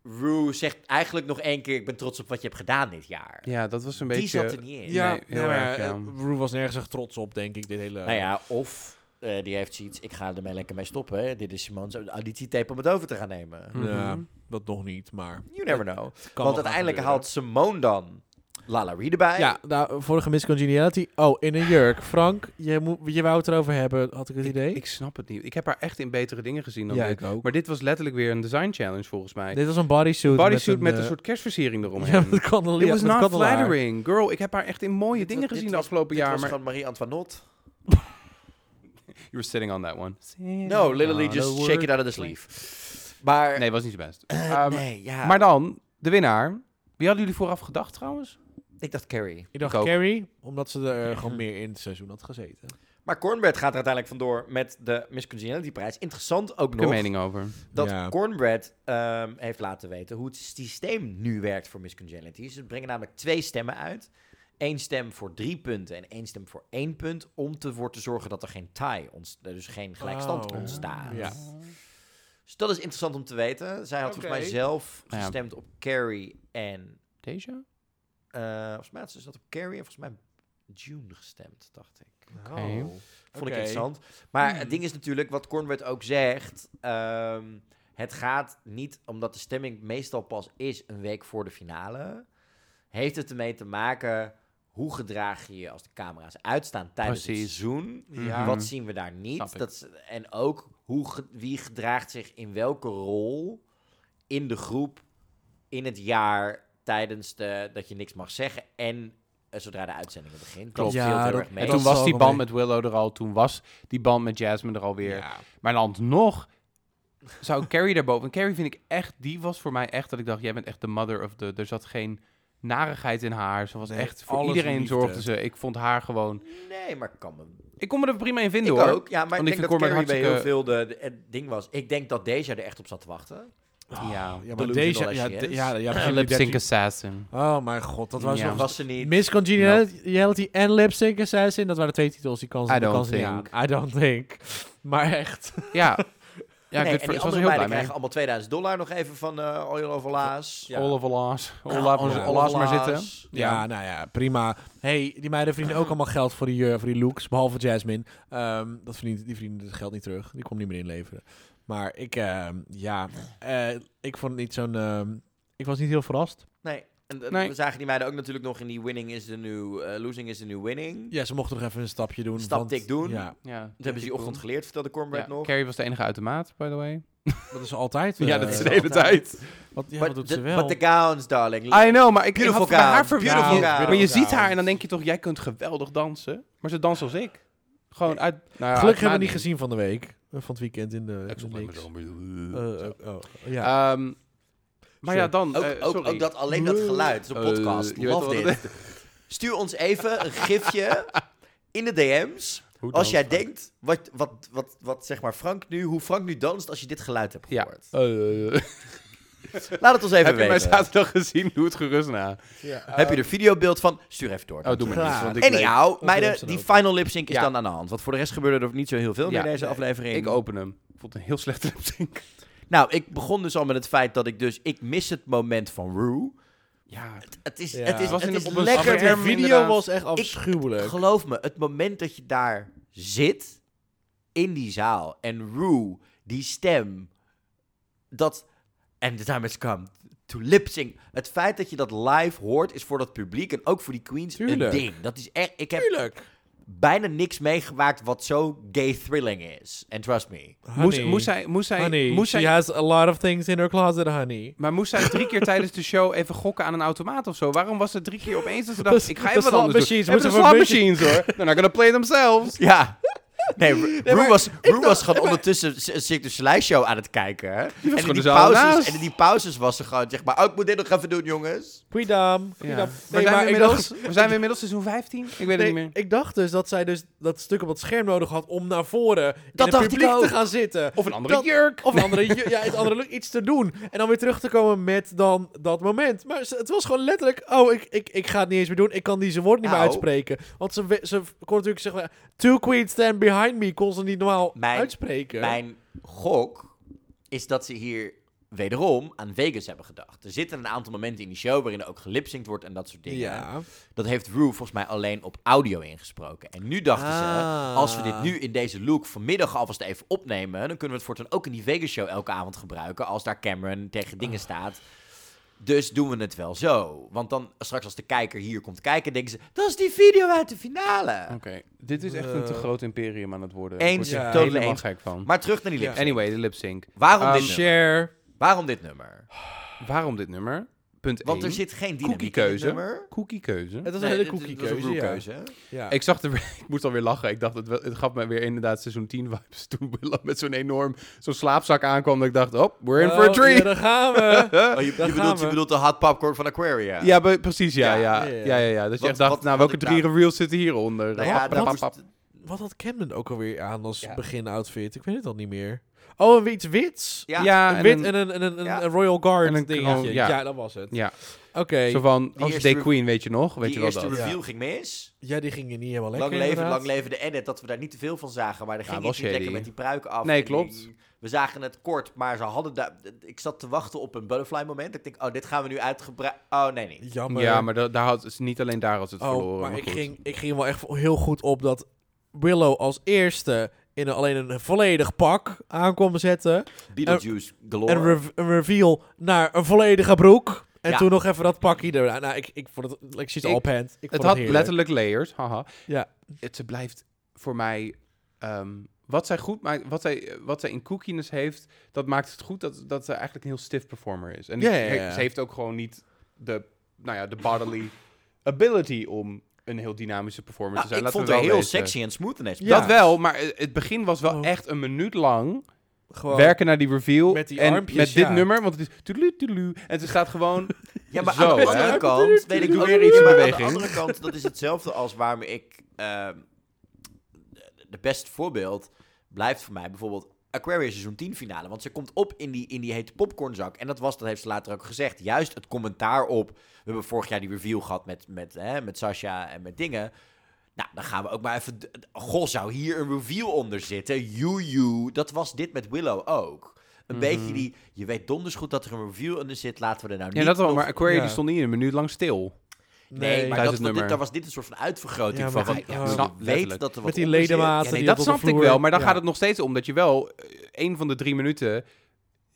Speaker 1: Rue zegt eigenlijk nog één keer... ik ben trots op wat je hebt gedaan dit jaar.
Speaker 2: Ja, dat was een
Speaker 1: Die
Speaker 2: beetje...
Speaker 1: zat er niet in.
Speaker 3: ja,
Speaker 2: nee, heel
Speaker 3: ja, maar,
Speaker 2: erg, ja.
Speaker 3: eh, Rue was nergens echt trots op, denk ik, dit hele...
Speaker 1: Nou ja, of eh, die heeft zoiets... ik ga ermee lekker mee stoppen. hè. Dit is ah, Simone's auditietape om het over te gaan nemen.
Speaker 2: Mhm.
Speaker 3: eh, Ja, dat nog niet, maar...
Speaker 1: You never know.
Speaker 3: het kan wel
Speaker 1: Want
Speaker 3: gaan
Speaker 1: uiteindelijk
Speaker 3: gebeuren.
Speaker 1: haalt Simone dan Lala Ree erbij.
Speaker 3: Ja, nou, vorige Miss Congeniality. Oh, in een jurk. Frank, je, moet, je wou het erover hebben, had ik het idee.
Speaker 2: Ik snap het niet. Ik heb haar echt in betere dingen gezien dan
Speaker 3: ja,
Speaker 2: dit.
Speaker 3: ik ook.
Speaker 2: Maar dit was letterlijk weer een design challenge volgens mij.
Speaker 3: Dit was een bodysuit.
Speaker 2: Bodysuit met een,
Speaker 3: eh,
Speaker 2: soort kerstversiering eromheen.
Speaker 3: [laughs] Ja, met kandel-
Speaker 2: It
Speaker 3: ja,
Speaker 2: was
Speaker 3: met
Speaker 2: not
Speaker 3: kandelaar.
Speaker 2: flattering. Girl, ik heb haar echt in mooie
Speaker 1: Dit
Speaker 2: dingen
Speaker 1: was- dit
Speaker 2: gezien de
Speaker 1: was-
Speaker 2: afgelopen
Speaker 1: dit
Speaker 2: jaar.
Speaker 1: was
Speaker 2: Maar... You
Speaker 1: gewoon Marie-Antoinette.
Speaker 2: were sitting on that one.
Speaker 1: No, literally
Speaker 2: Ah,
Speaker 1: just
Speaker 2: the
Speaker 1: shake it out of the sleeve. Maar...
Speaker 2: Nee, was niet zo best.
Speaker 1: Eh,
Speaker 2: Ehm,
Speaker 1: nee, ja.
Speaker 2: Maar dan, de winnaar. Wie hadden jullie vooraf gedacht trouwens?
Speaker 1: Ik dacht Carrie.
Speaker 3: Ik dacht
Speaker 2: Ik ook.
Speaker 3: Carrie, omdat ze
Speaker 1: [laughs]
Speaker 3: er gewoon meer in het seizoen had gezeten.
Speaker 1: Maar Cornbread gaat er uiteindelijk vandoor met de Miss Congeniality prijs. Interessant ook
Speaker 2: Ik
Speaker 1: nog
Speaker 2: heb een mening over.
Speaker 1: dat
Speaker 3: Ja.
Speaker 1: Cornbread ehm, heeft laten weten hoe het systeem nu werkt voor Miss Congeniality. Ze brengen namelijk twee stemmen uit. Eén stem voor drie punten en één stem voor één punt. Om ervoor te zorgen dat er geen tie, ontst- dus geen gelijkstand
Speaker 3: Oh.
Speaker 1: ontstaat.
Speaker 3: Ja.
Speaker 1: Dus dat is interessant om te weten. Zij had volgens mij
Speaker 3: Oké.
Speaker 1: zelf
Speaker 2: Ja.
Speaker 1: gestemd op Carrie en...
Speaker 2: Deja?
Speaker 1: eh volgens mij had ze dus dat op Carrie en volgens mij June gestemd, dacht ik.
Speaker 2: Oké.
Speaker 3: Oh.
Speaker 1: Vond
Speaker 3: Oké.
Speaker 1: ik interessant. Maar
Speaker 3: Hmm.
Speaker 1: het ding is natuurlijk, wat Cornwet ook zegt. ehm, het gaat niet, omdat de stemming meestal pas is een week voor de finale. heeft het ermee te maken hoe gedraag je je als de camera's uitstaan tijdens het
Speaker 2: Precies.
Speaker 1: seizoen?
Speaker 2: Ja.
Speaker 1: Wat zien we daar
Speaker 2: Snap
Speaker 1: niet?
Speaker 2: ik.
Speaker 1: Dat is- en ook hoe ge- wie gedraagt zich in welke rol in de groep in het jaar tijdens de, dat je niks mag zeggen en eh, zodra de uitzendingen begint.
Speaker 2: Klopt.
Speaker 1: Dat
Speaker 3: Ja,
Speaker 1: viel heel
Speaker 3: dat-
Speaker 1: erg mee.
Speaker 2: En
Speaker 3: dat
Speaker 2: toen
Speaker 3: is
Speaker 2: was
Speaker 3: wel
Speaker 2: die
Speaker 3: wel
Speaker 2: band
Speaker 3: mee.
Speaker 2: met Willow er al, toen was die band met Jasmine er alweer. Maar dan nog zou ik Carrie daarboven. En Carrie vind ik echt, die was voor mij echt dat ik dacht, jij bent echt de mother of the. Er zat geen narigheid in haar. Ze was
Speaker 3: Nee,
Speaker 2: echt voor
Speaker 3: alles
Speaker 2: iedereen
Speaker 3: liefde.
Speaker 2: zorgde ze. Ik vond haar gewoon.
Speaker 1: Nee, maar ik kan me
Speaker 2: Ik kon me er prima in vinden
Speaker 1: Ik
Speaker 2: hoor.
Speaker 1: ook, ja, maar
Speaker 2: Want
Speaker 1: ik
Speaker 2: ik
Speaker 1: denk
Speaker 2: vind
Speaker 1: dat
Speaker 2: Cormac
Speaker 1: Carrie bij heel
Speaker 2: hartstikke-
Speaker 1: veel de, de- het ding was. Ik denk dat Deja er echt op zat te wachten.
Speaker 2: Ah,
Speaker 1: Ah,
Speaker 2: Ja.
Speaker 3: Ja, maar
Speaker 1: Delusional
Speaker 3: deze...
Speaker 1: as
Speaker 3: Ja,
Speaker 1: she
Speaker 3: de-
Speaker 1: is. [laughs]
Speaker 3: ja, ja, precies,
Speaker 2: Lip
Speaker 3: die
Speaker 2: Sync
Speaker 3: 13
Speaker 2: Assassin.
Speaker 3: Oh mijn god, dat was
Speaker 2: Ja.
Speaker 1: Dat
Speaker 3: nog...
Speaker 1: was ze niet.
Speaker 3: Miss Congeniality en Lip Sync Assassin, dat waren de twee titels die kansen
Speaker 2: I don't
Speaker 3: kansen niet
Speaker 2: think.
Speaker 3: aan. I don't think. Maar echt.
Speaker 2: Ja. Ja,
Speaker 1: nee,
Speaker 2: ik
Speaker 1: en die
Speaker 2: vind was
Speaker 1: andere
Speaker 2: er heel blij
Speaker 1: meiden
Speaker 2: mee.
Speaker 1: krijgen allemaal 2000 dollar nog even van eh Oil of Olaas.
Speaker 3: Ja.
Speaker 2: All of Olaas. All
Speaker 1: Ja,
Speaker 2: of
Speaker 1: Oil of
Speaker 2: Olaas maar
Speaker 1: Olaas.
Speaker 2: zitten. [laughs]
Speaker 3: Ja,
Speaker 2: Ja.
Speaker 3: nou ja, prima. hey, die meiden verdienen ook allemaal geld voor die, eh, voor die looks, behalve Jasmine. Ehm, dat verdient, die verdienen het geld niet terug. Die komt niet meer inleveren. Maar ik, ehm, ja, eh, ik vond het niet zo'n... ehm, ik was niet heel verrast.
Speaker 1: Nee. En, eh,
Speaker 2: Nee.
Speaker 1: we zagen die meiden ook natuurlijk nog in die winning is the new, eh, losing is the new winning.
Speaker 3: Ja, ze mochten nog even een stapje doen.
Speaker 1: Stap
Speaker 3: want-
Speaker 1: dik doen.
Speaker 3: Ja,
Speaker 2: Ja.
Speaker 1: Dat hebben ze die ochtend geleerd, vertelde Cornbread
Speaker 2: Ja,
Speaker 1: nog.
Speaker 2: Carrie was de enige uit de maat, by the way.
Speaker 3: dat is altijd...
Speaker 2: ja,
Speaker 3: eh,
Speaker 2: dat is de
Speaker 1: nee.
Speaker 2: hele tijd.
Speaker 3: Wat, ja,
Speaker 1: but,
Speaker 3: wat doet
Speaker 1: the,
Speaker 3: ze wel?
Speaker 1: but the gowns, darling.
Speaker 2: I know, maar ik, ik
Speaker 1: Beautiful
Speaker 2: had bij haar
Speaker 1: gown.
Speaker 2: verwacht-
Speaker 1: Beautiful
Speaker 2: Ja,
Speaker 1: gown.
Speaker 2: Maar je
Speaker 3: Beautiful
Speaker 2: ziet haar
Speaker 3: gown.
Speaker 2: en dan denk je toch, jij kunt geweldig dansen. Maar ze danst als ik. Gewoon uit... Nou ja, uit
Speaker 3: Gelukkig hebben we
Speaker 2: Mali.
Speaker 3: niet gezien van de week. eh, Van het weekend in de...
Speaker 2: Ik
Speaker 3: in
Speaker 2: stond
Speaker 3: de
Speaker 2: alleen
Speaker 3: niks.
Speaker 2: maar zo.
Speaker 3: Eh, eh, oh, ja.
Speaker 2: Ehm, maar
Speaker 3: Sorry.
Speaker 2: ja, dan...
Speaker 1: Ook,
Speaker 2: eh,
Speaker 1: Oh, ook,
Speaker 2: sorry.
Speaker 1: ook dat, alleen dat geluid, zo'n
Speaker 2: Eh,
Speaker 1: podcast.
Speaker 2: je weet
Speaker 1: Love
Speaker 2: wel
Speaker 1: dit. Stuur ons even
Speaker 2: [laughs]
Speaker 1: een gifje in de DM's.
Speaker 2: Hoe
Speaker 1: Als
Speaker 2: danst
Speaker 1: jij
Speaker 2: Frank?
Speaker 1: denkt, wat, wat, wat, wat zeg maar Frank nu, hoe Frank nu danst als je dit geluid hebt
Speaker 2: Ja.
Speaker 1: gehoord.
Speaker 2: Eh,
Speaker 1: Laat het ons even
Speaker 2: heb je mij
Speaker 1: weten.
Speaker 2: zaterdag gezien? Doe het gerust na.
Speaker 1: Heb je er videobeeld van? Stuur even door.
Speaker 2: Oh, doe maar niet.
Speaker 3: Graag.
Speaker 2: Want ik, weet-
Speaker 1: Anyhow,
Speaker 3: weet-
Speaker 1: meiden,
Speaker 3: Ongelooflijk
Speaker 1: die
Speaker 3: open.
Speaker 1: final lip sync is
Speaker 2: Ja.
Speaker 1: dan aan de hand. Want voor de rest gebeurde er niet zo heel veel
Speaker 2: Ja,
Speaker 1: meer in deze
Speaker 3: nee.
Speaker 1: aflevering.
Speaker 2: ik open hem. Ik vond het een heel slechte [laughs] lip-sync.
Speaker 1: Nou, ik begon dus al met het feit dat ik dus... Ik mis het moment van Rue.
Speaker 2: Ja,
Speaker 1: Het, het is,
Speaker 3: Ja.
Speaker 1: het is,
Speaker 3: Het
Speaker 2: was
Speaker 1: het
Speaker 2: in
Speaker 1: is
Speaker 2: een- op een
Speaker 1: lekker...
Speaker 2: scherm
Speaker 3: de
Speaker 2: Herman,
Speaker 3: video
Speaker 2: inderdaad.
Speaker 3: was echt afschuwelijk.
Speaker 1: Geloof me, het moment dat je daar zit... In die zaal. En Rue, die stem... Dat... En the time has come to lip sync. Het feit dat je dat live hoort is voor dat publiek... En ook voor die queens
Speaker 3: Tuurlijk.
Speaker 1: een ding. Dat is echt... Ik heb
Speaker 3: Tuurlijk.
Speaker 1: bijna niks meegemaakt wat zo gay thrilling is. And trust me.
Speaker 2: moest, moest zij... Moest zij,
Speaker 3: honey,
Speaker 2: moest
Speaker 3: she
Speaker 2: zij
Speaker 3: has a lot of things in her closet, honey.
Speaker 2: maar moest zij drie keer tijdens de show even gokken aan een automaat of zo? Waarom was het drie keer opeens dat ze dacht, ik ga even wat anders doen? Hebben
Speaker 3: Moeten
Speaker 2: de
Speaker 3: we een beetje-
Speaker 2: slotmachines hoor. They're not gonna play themselves.
Speaker 1: Ja. [laughs] Nee, Ru Ru
Speaker 2: maar
Speaker 1: was, Ru was gewoon ondertussen s- een Cirque du Soleil show aan het kijken. hè. en, in
Speaker 2: gewoon
Speaker 1: die
Speaker 2: de zaal
Speaker 1: pauzes,
Speaker 2: naast.
Speaker 1: en in die pauzes was ze gewoon zeg maar... Oh, ik moet dit nog even doen, jongens.
Speaker 3: Freedom, freedom.
Speaker 2: Ja.
Speaker 3: Nee,
Speaker 2: maar zijn,
Speaker 3: maar
Speaker 2: we
Speaker 3: ik
Speaker 2: inmiddels,
Speaker 3: dacht,
Speaker 2: we zijn we inmiddels seizoen 15? Ik weet het
Speaker 3: nee,
Speaker 2: niet meer.
Speaker 3: ik dacht dus dat zij dus dat stuk op het scherm nodig had om naar voren in
Speaker 1: Dat
Speaker 3: het
Speaker 1: dacht ik
Speaker 3: publiek
Speaker 1: ook.
Speaker 3: te gaan zitten.
Speaker 2: Of een andere
Speaker 3: dat-
Speaker 2: jurk.
Speaker 3: Of een andere, ju- ja, het andere lu- iets te doen. En dan weer terug te komen met dan dat moment. Maar ze- het was gewoon letterlijk, oh, ik, ik, ik ga het niet eens meer doen. Ik kan deze woord niet meer
Speaker 1: Nou.
Speaker 3: uitspreken. Want ze, we- ze kon natuurlijk zeggen, two queens stand behind me, kon ze niet normaal
Speaker 1: Mijn-
Speaker 3: uitspreken.
Speaker 1: Mijn gok is dat ze hier wederom aan Vegas hebben gedacht. Er zitten een aantal momenten in die show waarin er ook gelipsynct wordt en dat soort dingen.
Speaker 3: ja.
Speaker 1: Dat heeft Ru volgens mij alleen op audio ingesproken. En nu dachten ze,
Speaker 3: Ah.
Speaker 1: als we dit nu in deze look vanmiddag alvast even opnemen, dan kunnen we het voortaan ook in die Vegas show elke avond gebruiken als daar Cameron tegen
Speaker 3: Ah.
Speaker 1: dingen staat. Dus doen we het wel zo. Want dan straks als de kijker hier komt kijken, denken ze, dat is die video uit de finale.
Speaker 2: Oké, dit is echt een te
Speaker 3: Eh.
Speaker 2: groot imperium aan het worden.
Speaker 1: Eens,
Speaker 2: Ik word er
Speaker 3: ja.
Speaker 2: helemaal
Speaker 1: totally eens.
Speaker 2: gek van.
Speaker 1: Maar terug naar die
Speaker 3: Ja.
Speaker 1: lip sync.
Speaker 2: Anyway, de lip sync.
Speaker 1: Waarom,
Speaker 2: Um,
Speaker 1: dit nummer?
Speaker 3: Share.
Speaker 1: Waarom dit nummer?
Speaker 2: Waarom dit nummer? Punt
Speaker 1: Want
Speaker 2: 1.
Speaker 1: er zit geen dynamiek in dit
Speaker 2: Cookiekeuze.
Speaker 1: nummer.
Speaker 2: Cookie keuze.
Speaker 3: Het was
Speaker 1: Nee,
Speaker 3: een hele
Speaker 1: dit- dit
Speaker 3: cookie
Speaker 1: was een
Speaker 3: keuze. Ja.
Speaker 1: Ru-keuze.
Speaker 3: Ja.
Speaker 2: Ik zag er, weer- [laughs] ik moest alweer lachen. Ik dacht, het, wel- het gaf me weer inderdaad seizoen 10 vibes toen Willem met zo'n enorm, zo'n slaapzak aankwam. Dat ik dacht, oh, we're in
Speaker 3: Oh,
Speaker 2: for a treat.
Speaker 3: Ja, daar gaan we.
Speaker 1: [laughs]
Speaker 2: Eh,
Speaker 1: Oh, je, je
Speaker 3: gaan
Speaker 1: bedoelt, je
Speaker 3: we.
Speaker 1: bedoelt de hot popcorn van Aquaria.
Speaker 2: Ja, be- precies, ja,
Speaker 1: Ja,
Speaker 2: ja. Ja,
Speaker 3: ja, ja.
Speaker 2: ja, ja. Dat
Speaker 1: Wat-
Speaker 2: je echt dacht,
Speaker 1: wat-
Speaker 2: nou,
Speaker 1: wat
Speaker 2: welke
Speaker 1: ik
Speaker 2: drie reveals zitten hieronder?
Speaker 1: Nou ja,
Speaker 2: Hap, hap,
Speaker 1: dat
Speaker 2: hap,
Speaker 1: was-
Speaker 2: hap.
Speaker 3: Wat had Camden ook alweer aan als
Speaker 1: Ja.
Speaker 3: beginoutfit? Ik weet het al niet meer. Oh, een iets wits.
Speaker 1: Ja.
Speaker 2: Ja,
Speaker 3: Een
Speaker 2: en
Speaker 3: wit
Speaker 2: een-
Speaker 3: en een, en een, een-
Speaker 1: Ja.
Speaker 3: een Royal Guard
Speaker 2: En een
Speaker 3: dingetje.
Speaker 2: kroon,
Speaker 3: ja.
Speaker 2: ja.
Speaker 3: dat was het.
Speaker 2: Ja.
Speaker 3: Oké.
Speaker 2: Zo van,
Speaker 1: Die
Speaker 2: als
Speaker 1: eerste
Speaker 2: Day
Speaker 1: re-
Speaker 2: Queen, weet je nog? Weet je
Speaker 1: die
Speaker 2: wel
Speaker 1: eerste
Speaker 2: dat?
Speaker 1: review
Speaker 3: Ja.
Speaker 1: ging mis.
Speaker 3: Ja, die gingen niet helemaal lekker.
Speaker 1: Lang leven,
Speaker 3: inderdaad.
Speaker 1: lang leven de edit, dat we daar niet te veel van zagen. Maar er ging
Speaker 2: was
Speaker 1: iets niet lekker
Speaker 2: shady.
Speaker 1: met die pruik af.
Speaker 2: Nee,
Speaker 1: en
Speaker 2: klopt.
Speaker 1: die- we zagen het kort, maar ze hadden daar... Ik zat te wachten op een butterfly moment. Ik denk, oh, dit gaan we nu uitgebreid... Oh, nee, niet.
Speaker 3: Jammer.
Speaker 2: Ja, maar da- daar had ze niet alleen daar had ze het
Speaker 3: Oh,
Speaker 2: verloren.
Speaker 3: maar ik
Speaker 2: goed.
Speaker 3: ging, ik ging wel echt heel goed op dat Willow als eerste in een- alleen een volledig pak aankwam zetten.
Speaker 1: Beetlejuice galore.
Speaker 3: En rev- een reveal naar een volledige broek. En En
Speaker 1: Ja.
Speaker 3: toen nog even dat pakje eraan. Nou, ik, ik vond het... Ik zie het
Speaker 2: Ik-
Speaker 3: ophand. Ik vond
Speaker 2: Het
Speaker 3: het
Speaker 2: had
Speaker 3: heerlijk.
Speaker 2: letterlijk layers, haha.
Speaker 3: Ja.
Speaker 2: Het blijft voor mij... ehm, wat zij goed maakt, wat zij, wat zij in kookiness heeft, dat maakt het goed dat, dat ze eigenlijk een heel stiff performer is. En
Speaker 3: Ja,
Speaker 2: ik-
Speaker 3: ja, ja, ja.
Speaker 2: ze heeft ook gewoon niet de, nou ja, de bodily ability om een heel dynamische performer
Speaker 1: Nou,
Speaker 2: te
Speaker 1: ik
Speaker 2: zijn. Laten
Speaker 1: vond
Speaker 2: we
Speaker 1: het
Speaker 2: wel
Speaker 1: heel
Speaker 2: wezen.
Speaker 1: sexy en smooth ineens.
Speaker 3: Ja.
Speaker 2: Dat wel, maar eh, het begin was wel
Speaker 3: Oh.
Speaker 2: echt een minuut lang
Speaker 3: Gewoon...
Speaker 2: werken naar die reveal.
Speaker 3: Met die
Speaker 2: en
Speaker 3: armpjes,
Speaker 2: met dit
Speaker 3: ja.
Speaker 2: nummer, want het is toedeloe, toedeloe. En ze staat
Speaker 3: [laughs]
Speaker 2: gewoon...
Speaker 1: Ja, maar
Speaker 2: Zo,
Speaker 1: aan de
Speaker 2: hè?
Speaker 1: andere kant weet ik
Speaker 2: Doe
Speaker 1: ook
Speaker 2: weer iets in
Speaker 1: maar Aan de
Speaker 2: beweging.
Speaker 1: andere kant, dat is hetzelfde als waarom ik... ehm, de beste voorbeeld blijft voor mij bijvoorbeeld Aquarius seizoen 10 finale. Want ze komt op in die, in die hete popcornzak. En dat was, dat heeft ze later ook gezegd, juist het commentaar op... We hebben vorig jaar die reveal gehad met, met, hè, met Sasha en met dingen... Nou, dan gaan we ook maar even... d- d- Goh, zou hier een reveal onder zitten? Joejoe. Dat was dit met Willow ook. Een
Speaker 2: Mhm.
Speaker 1: beetje die... Je weet donders goed dat er een reveal onder zit. Laten we er nou
Speaker 2: Ja,
Speaker 1: niet
Speaker 2: dat wel,
Speaker 1: nog
Speaker 2: maar Aquarius die
Speaker 3: Ja.
Speaker 2: stond niet een minuut lang stil.
Speaker 1: Nee, maar
Speaker 2: Tijdens
Speaker 1: dat,
Speaker 2: het
Speaker 1: want dit,
Speaker 2: nummer.
Speaker 1: daar was dit een soort van uitvergroting
Speaker 3: Ja, maar
Speaker 1: van.
Speaker 3: die-
Speaker 1: van,
Speaker 3: ja,
Speaker 1: ik
Speaker 2: snap-
Speaker 1: weet
Speaker 2: letterlijk.
Speaker 1: dat er wat
Speaker 3: Met die
Speaker 1: onder zit.
Speaker 3: ledematen.
Speaker 1: Ja,
Speaker 2: Nee,
Speaker 1: nee,
Speaker 3: die
Speaker 2: dat
Speaker 3: op de
Speaker 2: snapte ik
Speaker 3: vloer.
Speaker 2: wel. Maar dan
Speaker 3: Ja.
Speaker 2: gaat het nog steeds om dat je wel... Een van de drie minuten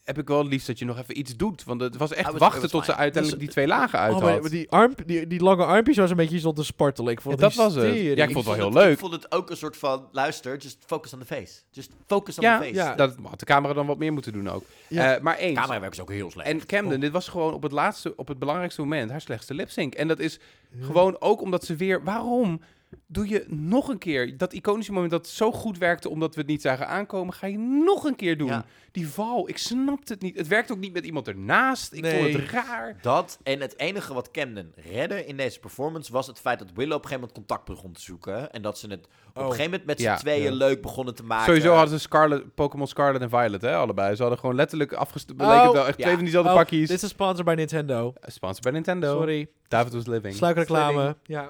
Speaker 2: heb ik wel het liefst dat je nog even iets doet. Want het was echt
Speaker 1: Ah, het-
Speaker 2: wachten
Speaker 1: het was
Speaker 2: tot ze
Speaker 1: fijn.
Speaker 2: uiteindelijk
Speaker 3: Dus-
Speaker 2: die twee lagen uit
Speaker 3: Oh,
Speaker 2: had.
Speaker 3: maar die, arm, die, die lange armpjes was een beetje zo te spartelen. Ik vond
Speaker 2: Ja,
Speaker 3: het
Speaker 2: dat was het.
Speaker 3: hysterisch.
Speaker 2: Ja, ik vond het wel heel
Speaker 1: het-
Speaker 2: leuk.
Speaker 1: Ik vond het ook een soort van, luister, just focus on the face. Just focus on
Speaker 2: Ja,
Speaker 1: the face.
Speaker 3: ja.
Speaker 2: Dat had de camera dan wat meer moeten doen ook.
Speaker 3: Ja. Oh.
Speaker 2: Eh, maar één.
Speaker 1: Camerawerk is ook heel slecht.
Speaker 2: En Camden, dit was gewoon op het laatste, op het belangrijkste moment haar slechtste lipsync. En dat is gewoon ook omdat ze weer. Waarom doe je nog een keer dat iconische moment dat zo goed werkte omdat we het niet zagen aankomen? Ga je nog een keer doen?
Speaker 1: Ja.
Speaker 2: Die val, ik snapte het niet. Het werkt ook niet met iemand ernaast. Ik
Speaker 3: Nee.
Speaker 2: vond het raar.
Speaker 1: Dat en het enige wat Camden redde in deze performance was het feit dat Willow op een gegeven moment contact begon te zoeken. En dat ze het op een
Speaker 3: Oh.
Speaker 1: gegeven moment met z'n
Speaker 2: Ja,
Speaker 1: tweeën
Speaker 3: ja.
Speaker 1: leuk begonnen te maken.
Speaker 2: Sowieso hadden ze Scarlet, Pokémon Scarlet en Violet, hè, allebei. Ze hadden gewoon letterlijk afgestemd. leek het wel echt
Speaker 1: ja.
Speaker 2: twee van diezelfde
Speaker 3: Oh,
Speaker 2: pakjes.
Speaker 3: Dit is sponsored bij Nintendo.
Speaker 2: Sponsor bij Nintendo.
Speaker 3: Sorry.
Speaker 2: David was living.
Speaker 3: Sluikreclame. Ja.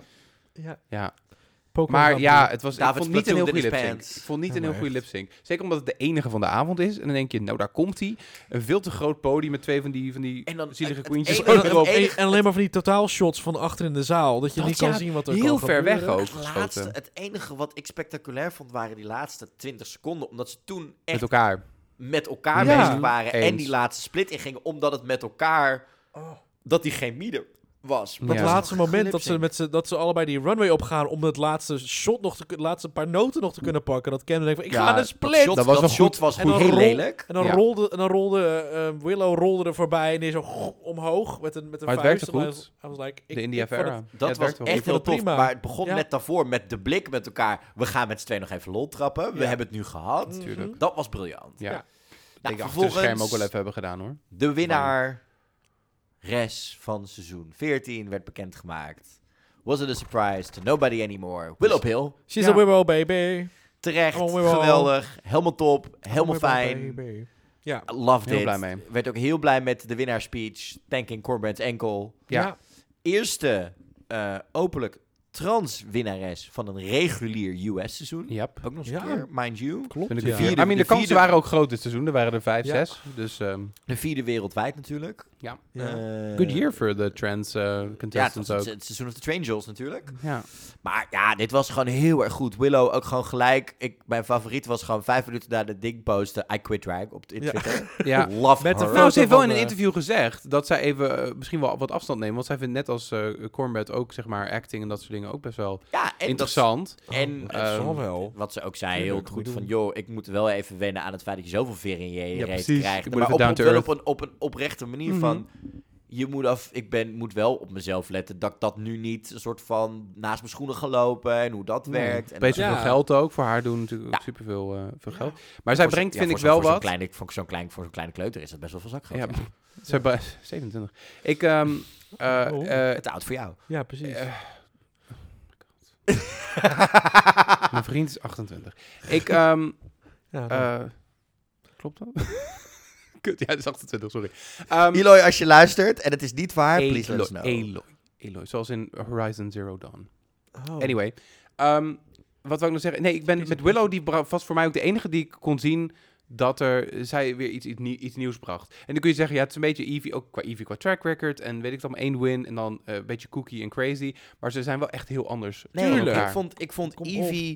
Speaker 3: ja.
Speaker 2: Ja.
Speaker 3: Pokémon
Speaker 2: Maar
Speaker 3: Company.
Speaker 2: ja, het was, ik
Speaker 1: David
Speaker 2: vond niet een heel
Speaker 1: Splatoon
Speaker 2: goede
Speaker 1: in his
Speaker 2: lipsync.
Speaker 1: pants.
Speaker 2: Ik vond niet
Speaker 3: Ja,
Speaker 2: een heel
Speaker 3: maar
Speaker 2: goede
Speaker 3: echt.
Speaker 2: lipsync. Zeker omdat het de enige van de avond is. En dan denk je, nou daar komt hij. Een veel te groot podium met twee van die, van die
Speaker 1: En dan
Speaker 2: zielige
Speaker 1: het-
Speaker 2: queentjes
Speaker 1: het enige-
Speaker 2: erop.
Speaker 1: het
Speaker 3: En,
Speaker 1: enige-
Speaker 3: Oh, en alleen maar van die totaalshots van achter in de zaal. Dat je
Speaker 2: Dat
Speaker 3: niet kan
Speaker 2: ja,
Speaker 3: zien wat er
Speaker 2: heel
Speaker 3: kan
Speaker 2: ver weg
Speaker 3: gebeuren.
Speaker 2: ook.
Speaker 1: Het laatste,
Speaker 2: geschoten.
Speaker 1: het enige wat ik spectaculair vond waren die laatste 20 seconden. Omdat ze toen echt
Speaker 2: Met elkaar.
Speaker 1: met elkaar
Speaker 3: Ja.
Speaker 1: bezig waren en
Speaker 2: Eens.
Speaker 1: die laatste split ingingen, omdat het met elkaar dat die chemie er was.
Speaker 2: Dat
Speaker 3: Oh. Dat
Speaker 2: Ja.
Speaker 3: laatste moment dat ze, met ze, dat ze allebei die runway opgaan om dat laatste shot nog te kun- laatste paar noten nog te kunnen pakken. Dat Camden denkt van ik
Speaker 2: Ja,
Speaker 3: ga naar de
Speaker 2: dat
Speaker 3: split.
Speaker 1: shot,
Speaker 2: Dat was
Speaker 1: dat
Speaker 2: wel
Speaker 1: shot
Speaker 2: goed.
Speaker 1: was
Speaker 3: En
Speaker 1: goed,
Speaker 3: dan
Speaker 1: heel
Speaker 3: rol-
Speaker 1: lelijk.
Speaker 3: En dan
Speaker 2: Ja.
Speaker 3: rolde, en dan rolde eh, Willow rolde er voorbij en die zo [laughs] omhoog met een, met een
Speaker 2: Maar het
Speaker 3: vuist.
Speaker 2: werkte
Speaker 3: En hij
Speaker 2: goed.
Speaker 3: was- hij was like, ik-
Speaker 2: De India
Speaker 3: ik vond
Speaker 2: Vera.
Speaker 3: het-
Speaker 2: Ja,
Speaker 1: Dat
Speaker 2: het
Speaker 1: was
Speaker 2: werkt wel.
Speaker 1: echt
Speaker 3: Ik
Speaker 1: heel
Speaker 3: vond het
Speaker 1: tof.
Speaker 3: prima.
Speaker 1: Maar het begon
Speaker 3: Ja.
Speaker 1: net daarvoor met de blik met elkaar. We gaan met z'n tweeën nog even lol trappen. We
Speaker 3: Ja. Mm.
Speaker 1: hebben het nu gehad.
Speaker 2: [laughs]
Speaker 3: Mhm.
Speaker 2: Natuurlijk.
Speaker 1: Dat was briljant.
Speaker 2: Ja.
Speaker 3: Ja.
Speaker 2: Ik
Speaker 1: Nou,
Speaker 2: denk achter het scherm ook wel
Speaker 1: vervolgens
Speaker 2: even hebben gedaan hoor.
Speaker 1: de winnaar res van seizoen 14 werd bekendgemaakt. Was it a surprise to nobody anymore? Willow Hill.
Speaker 3: She's
Speaker 2: Ja.
Speaker 3: a wibble baby.
Speaker 1: Terecht.
Speaker 3: Oh, Willow.
Speaker 1: geweldig. Helemaal top. Helemaal
Speaker 3: Wibble
Speaker 1: fijn.
Speaker 3: baby. Ja.
Speaker 1: Loved
Speaker 2: Heel
Speaker 1: it.
Speaker 2: blij mee.
Speaker 1: Werd ook heel blij met de winnaarspeech. Thanking Corbin's enkel.
Speaker 2: Ja.
Speaker 1: Eerste eh, openlijk trans winnares van een regulier US-seizoen.
Speaker 2: Yep.
Speaker 1: Ook nog eens
Speaker 3: Ja.
Speaker 1: een keer, mind you.
Speaker 3: Klopt.
Speaker 2: Vind ik
Speaker 3: ja.
Speaker 2: de vierde.
Speaker 1: Ja.
Speaker 2: I mean, de
Speaker 1: De
Speaker 2: kansen
Speaker 1: vierde-
Speaker 2: waren ook groot dit seizoen. Er waren er vijf,
Speaker 3: Ja.
Speaker 2: zes. Dus ehm,
Speaker 1: De vierde wereldwijd natuurlijk.
Speaker 3: Ja.
Speaker 1: Eh,
Speaker 2: good year for the trans eh,
Speaker 1: Ja, het was
Speaker 2: contestants
Speaker 1: het,
Speaker 2: ook.
Speaker 1: het seizoen of de Trangels natuurlijk. [laughs]
Speaker 2: Ja.
Speaker 1: Maar ja, dit was gewoon heel erg goed. Willow ook gewoon gelijk. Ik, mijn favoriet was gewoon vijf minuten na de ding posten. I quit drag op t- in
Speaker 3: Ja.
Speaker 1: Twitter.
Speaker 2: ja.
Speaker 1: Love
Speaker 3: Met de
Speaker 1: her.
Speaker 3: foto-
Speaker 2: Nou, ze heeft wel
Speaker 3: van
Speaker 2: in een
Speaker 3: de-
Speaker 2: interview gezegd dat zij even eh, misschien wel wat afstand neemt. Want zij vindt net als eh Cornbread ook, zeg maar, acting en dat soort dingen ook best wel
Speaker 1: Ja, en dat-
Speaker 2: interessant.
Speaker 1: en eh,
Speaker 3: Dat zal
Speaker 2: ehm,
Speaker 3: Oh, wel.
Speaker 1: Wat ze ook zei, heel
Speaker 3: Tuurlijk, moet
Speaker 1: goed
Speaker 3: doen.
Speaker 1: van... joh, ik moet wel even wennen aan het feit dat je zoveel veren in je
Speaker 3: Ja,
Speaker 1: reet
Speaker 3: precies.
Speaker 1: krijgt.
Speaker 2: Ik moet
Speaker 1: maar
Speaker 2: even
Speaker 1: op,
Speaker 2: down
Speaker 1: op,
Speaker 2: to
Speaker 1: wel
Speaker 2: earth.
Speaker 1: op een, op een oprechte manier
Speaker 2: Mhm.
Speaker 1: van... je moet af, ik ben, moet wel op mezelf letten... dat ik dat nu niet een soort van naast mijn schoenen ga lopen... en hoe dat werkt. En
Speaker 2: Beetje
Speaker 1: dat-
Speaker 3: Ja.
Speaker 2: veel geld ook. Voor haar doen natuurlijk
Speaker 1: Ja.
Speaker 2: superveel eh, veel geld. Maar zij
Speaker 1: Voor zo'n-
Speaker 2: brengt,
Speaker 1: ja, voor
Speaker 2: vind ik
Speaker 1: zo'n-
Speaker 2: wel
Speaker 1: voor zo'n
Speaker 2: wat.
Speaker 1: kleine- voor zo'n klein, voor zo'n kleine kleuter is dat best wel veel zakgeld.
Speaker 2: Ja,
Speaker 1: ja.
Speaker 2: [laughs] zij bre- 27. Ik, ehm, eh,
Speaker 3: Oh.
Speaker 2: eh,
Speaker 1: Het oud voor [laughs] jou.
Speaker 3: Ja, precies.
Speaker 2: Eh, mijn vriend is 28. Ik, ehm,
Speaker 1: [laughs]
Speaker 3: ja, nou.
Speaker 2: eh, klopt dat? [laughs] Kut, ja, het is 28, sorry. Ehm,
Speaker 1: Eloy, als je luistert en het is niet waar,
Speaker 2: Eloy,
Speaker 1: please let us know.
Speaker 2: Eloy, Eloy, zoals in Horizon Zero Dawn.
Speaker 3: nou. Oh.
Speaker 2: Anyway, ehm, wat wil ik nog zeggen? Nee, ik ben
Speaker 3: Is
Speaker 2: met
Speaker 3: het-
Speaker 2: Willow, die bra- was voor mij ook de enige die ik kon zien dat er, zij weer iets, iets, nie- iets nieuws bracht. En dan kun je zeggen, ja, het is een beetje Eevee, ook qua Eevee, qua track record, en weet ik dan, één win, en dan eh, een beetje cookie en crazy. Maar ze zijn wel echt heel anders.
Speaker 1: Nee,
Speaker 2: van
Speaker 1: ik
Speaker 2: elkaar.
Speaker 1: vond, ik vond
Speaker 3: Kom op.
Speaker 1: Evie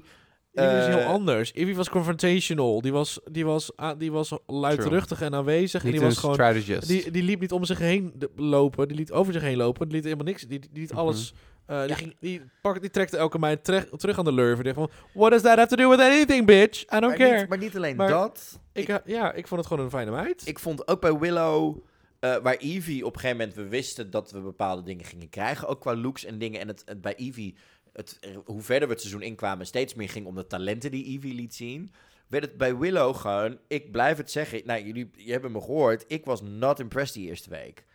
Speaker 3: Ivy is
Speaker 1: Eh,
Speaker 3: heel anders. Ivy was confrontational. Die was, die was, ah, die was luidruchtig en aanwezig. en
Speaker 2: Niet
Speaker 3: die
Speaker 2: een
Speaker 3: was gewoon
Speaker 2: strategist.
Speaker 3: Die, die liep niet om zich heen de- lopen. Die liet over zich heen lopen. Die liet helemaal niks. Die, die liet
Speaker 2: Mhm.
Speaker 3: alles. eh, die, ging, die, pakte, die trekte elke meid terug, terug aan de lurven. Die dacht van, what does that have to do with anything, bitch? I don't
Speaker 1: maar,
Speaker 3: care.
Speaker 1: Niet, maar niet alleen
Speaker 3: Maar
Speaker 1: dat.
Speaker 3: ik, eh, ja, ik vond het gewoon een fijne meid.
Speaker 1: Ik vond ook bij Willow, eh, waar Evie op een gegeven moment, we wisten dat we bepaalde dingen gingen krijgen, ook qua looks en dingen. En het, het bij Evie, het, eh, hoe verder we het seizoen inkwamen, steeds meer ging om de talenten die Evie liet zien. Werd het bij Willow gewoon, ik blijf het zeggen, nou jullie je hebben me gehoord, ik was not impressed die eerste week.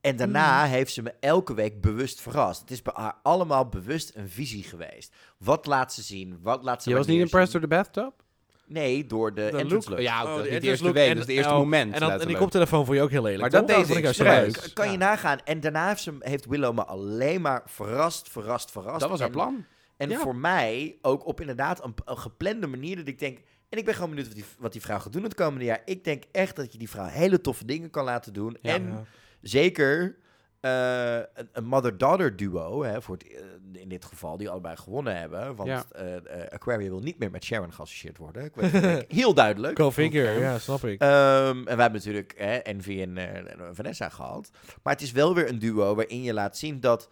Speaker 1: En daarna
Speaker 2: Mm.
Speaker 1: heeft ze me elke week bewust verrast. Het is bij haar allemaal bewust een visie geweest. Wat laat ze zien? Wat laat ze
Speaker 2: je was niet
Speaker 1: wanneer
Speaker 2: impressed
Speaker 1: zien?
Speaker 2: door de bathtub?
Speaker 1: Nee, door de,
Speaker 3: De
Speaker 1: entrance
Speaker 3: look.
Speaker 1: look.
Speaker 2: Ja,
Speaker 3: Oh,
Speaker 2: dat
Speaker 3: de
Speaker 2: is niet de
Speaker 3: entrance
Speaker 2: eerste
Speaker 3: look
Speaker 2: week,
Speaker 3: en-
Speaker 2: dus het eerste
Speaker 3: oh,
Speaker 2: moment.
Speaker 3: En, dan, en die
Speaker 2: letterlijk.
Speaker 3: koptelefoon vond je ook heel lelijk.
Speaker 2: Maar dat
Speaker 3: toch?
Speaker 2: deed
Speaker 3: vond
Speaker 2: ze
Speaker 3: ik juist
Speaker 2: expres.
Speaker 3: leuk.
Speaker 1: K- Kan je nagaan. En daarna heeft, ze, heeft Willow me alleen maar verrast, verrast, verrast.
Speaker 2: Dat was haar
Speaker 1: En-
Speaker 2: plan.
Speaker 1: En
Speaker 3: Ja.
Speaker 1: voor mij ook op inderdaad een, een geplande manier dat ik denk... En ik ben gewoon benieuwd wat die, wat die vrouw gaat doen het komende jaar. Ik denk echt dat je die vrouw hele toffe dingen kan laten doen.
Speaker 2: Ja.
Speaker 1: en zeker eh, een, een mother-daughter duo, hè, voor het, eh, in dit geval, die allebei gewonnen hebben. Want
Speaker 2: Ja.
Speaker 1: eh eh, Aquaria wil niet meer met Sharon geassocieerd worden. Ik weet het
Speaker 2: [laughs]
Speaker 1: niet. Heel duidelijk.
Speaker 3: Go figure, ja, snap ik.
Speaker 1: Ehm, en we hebben natuurlijk hè, Envy en eh, Vanessa gehad. Maar het is wel weer een duo waarin je laat zien dat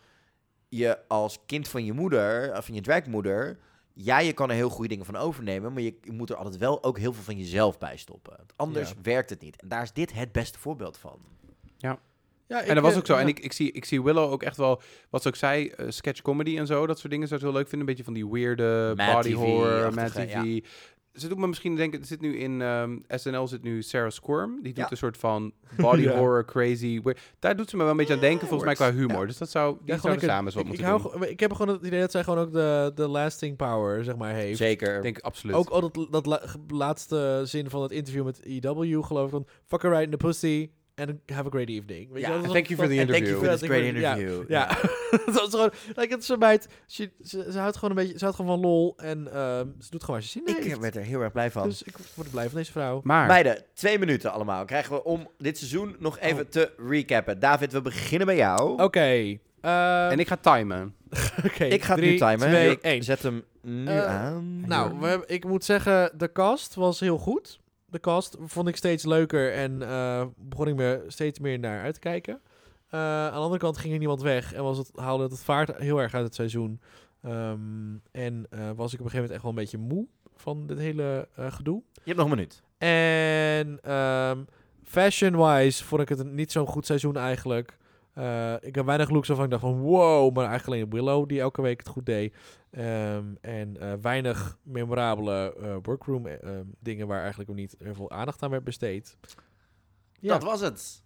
Speaker 1: je als kind van je moeder, of van je dragmoeder, ja, je kan er heel goede dingen van overnemen, maar je, je moet er altijd wel ook heel veel van jezelf bij stoppen. Anders
Speaker 3: Ja.
Speaker 1: werkt het niet. En daar is dit het beste voorbeeld van.
Speaker 3: Ja, ik,
Speaker 2: En dat was
Speaker 3: eh,
Speaker 2: ook zo. En
Speaker 3: ja.
Speaker 2: ik, ik, zie, ik zie Willow ook echt wel, wat ze ook zei, eh, sketch comedy en zo, dat soort dingen zou ze heel leuk vinden. Een beetje van die weirde
Speaker 1: Mad
Speaker 2: body
Speaker 1: TV
Speaker 2: horror,
Speaker 1: -achtige,
Speaker 2: mad TV. Ze doet me misschien denken, het zit nu in ehm, SNL zit nu Sarah Squirm. Die doet
Speaker 1: Ja.
Speaker 2: een soort van body
Speaker 3: Ja.
Speaker 2: horror, crazy. weird- Daar doet ze me wel een beetje aan denken, volgens mij qua humor.
Speaker 1: Ja.
Speaker 2: Dus dat zou, die
Speaker 3: Ja, gewoon
Speaker 2: zouden
Speaker 3: lekker-
Speaker 2: samen zo
Speaker 3: ik, ik,
Speaker 2: moeten
Speaker 3: hou,
Speaker 2: doen.
Speaker 3: gewoon- ik heb gewoon het idee dat zij gewoon ook de, de lasting power, zeg maar, heeft.
Speaker 1: Zeker.
Speaker 2: Ik denk absoluut.
Speaker 3: Ook al dat, dat la- ge- laatste zin van het interview met EW, geloof ik. Van, fuck her right in the pussy and have a great evening. Weet
Speaker 1: Ja,
Speaker 3: je, wel,
Speaker 1: en
Speaker 3: dat
Speaker 2: thank
Speaker 3: is wel-
Speaker 2: you for the
Speaker 1: en thank you
Speaker 2: interview.
Speaker 1: for this
Speaker 3: Ja,
Speaker 1: great
Speaker 3: ja.
Speaker 1: interview.
Speaker 3: Ja, [laughs] dat is gewoon... Like, het is een meid, she- ze, ze houdt gewoon een beetje... Ze houdt gewoon van lol en ehm, ze doet gewoon wat je zin heeft.
Speaker 1: Ik eh, werd er heel erg blij van.
Speaker 3: Dus ik word blij van deze vrouw.
Speaker 2: Maar,
Speaker 1: Meiden, twee minuten allemaal. Krijgen we om dit seizoen nog
Speaker 3: Oh.
Speaker 1: even te recappen. David, we beginnen bij jou.
Speaker 3: Oké. ehm,
Speaker 2: en ik ga timen.
Speaker 3: oké,
Speaker 1: Ik ga het nu
Speaker 3: drie,
Speaker 1: timen.
Speaker 3: twee,
Speaker 1: ik
Speaker 3: één.
Speaker 1: zet hem nu
Speaker 3: Eh,
Speaker 1: aan.
Speaker 3: Nou, we hebben- ik moet zeggen, de cast was heel goed. De cast vond ik steeds leuker en eh, begon ik me steeds meer naar uit te kijken. Eh, aan de andere kant ging er niemand weg en was het, haalde het het vaart heel erg uit het seizoen. Ehm, en eh, was ik op een gegeven moment echt wel een beetje moe van dit hele eh, gedoe.
Speaker 1: je hebt nog een minuut.
Speaker 3: En ehm, fashion-wise vond ik het een- niet zo'n goed seizoen eigenlijk. Eh, ik heb weinig looks waarvan ik dacht van wow, maar eigenlijk alleen Willow die elke week het goed deed. Ehm, en eh, weinig memorabele eh, workroom eh, ehm, dingen waar eigenlijk ook niet heel veel aandacht aan werd besteed. Ja,
Speaker 1: Dat was het.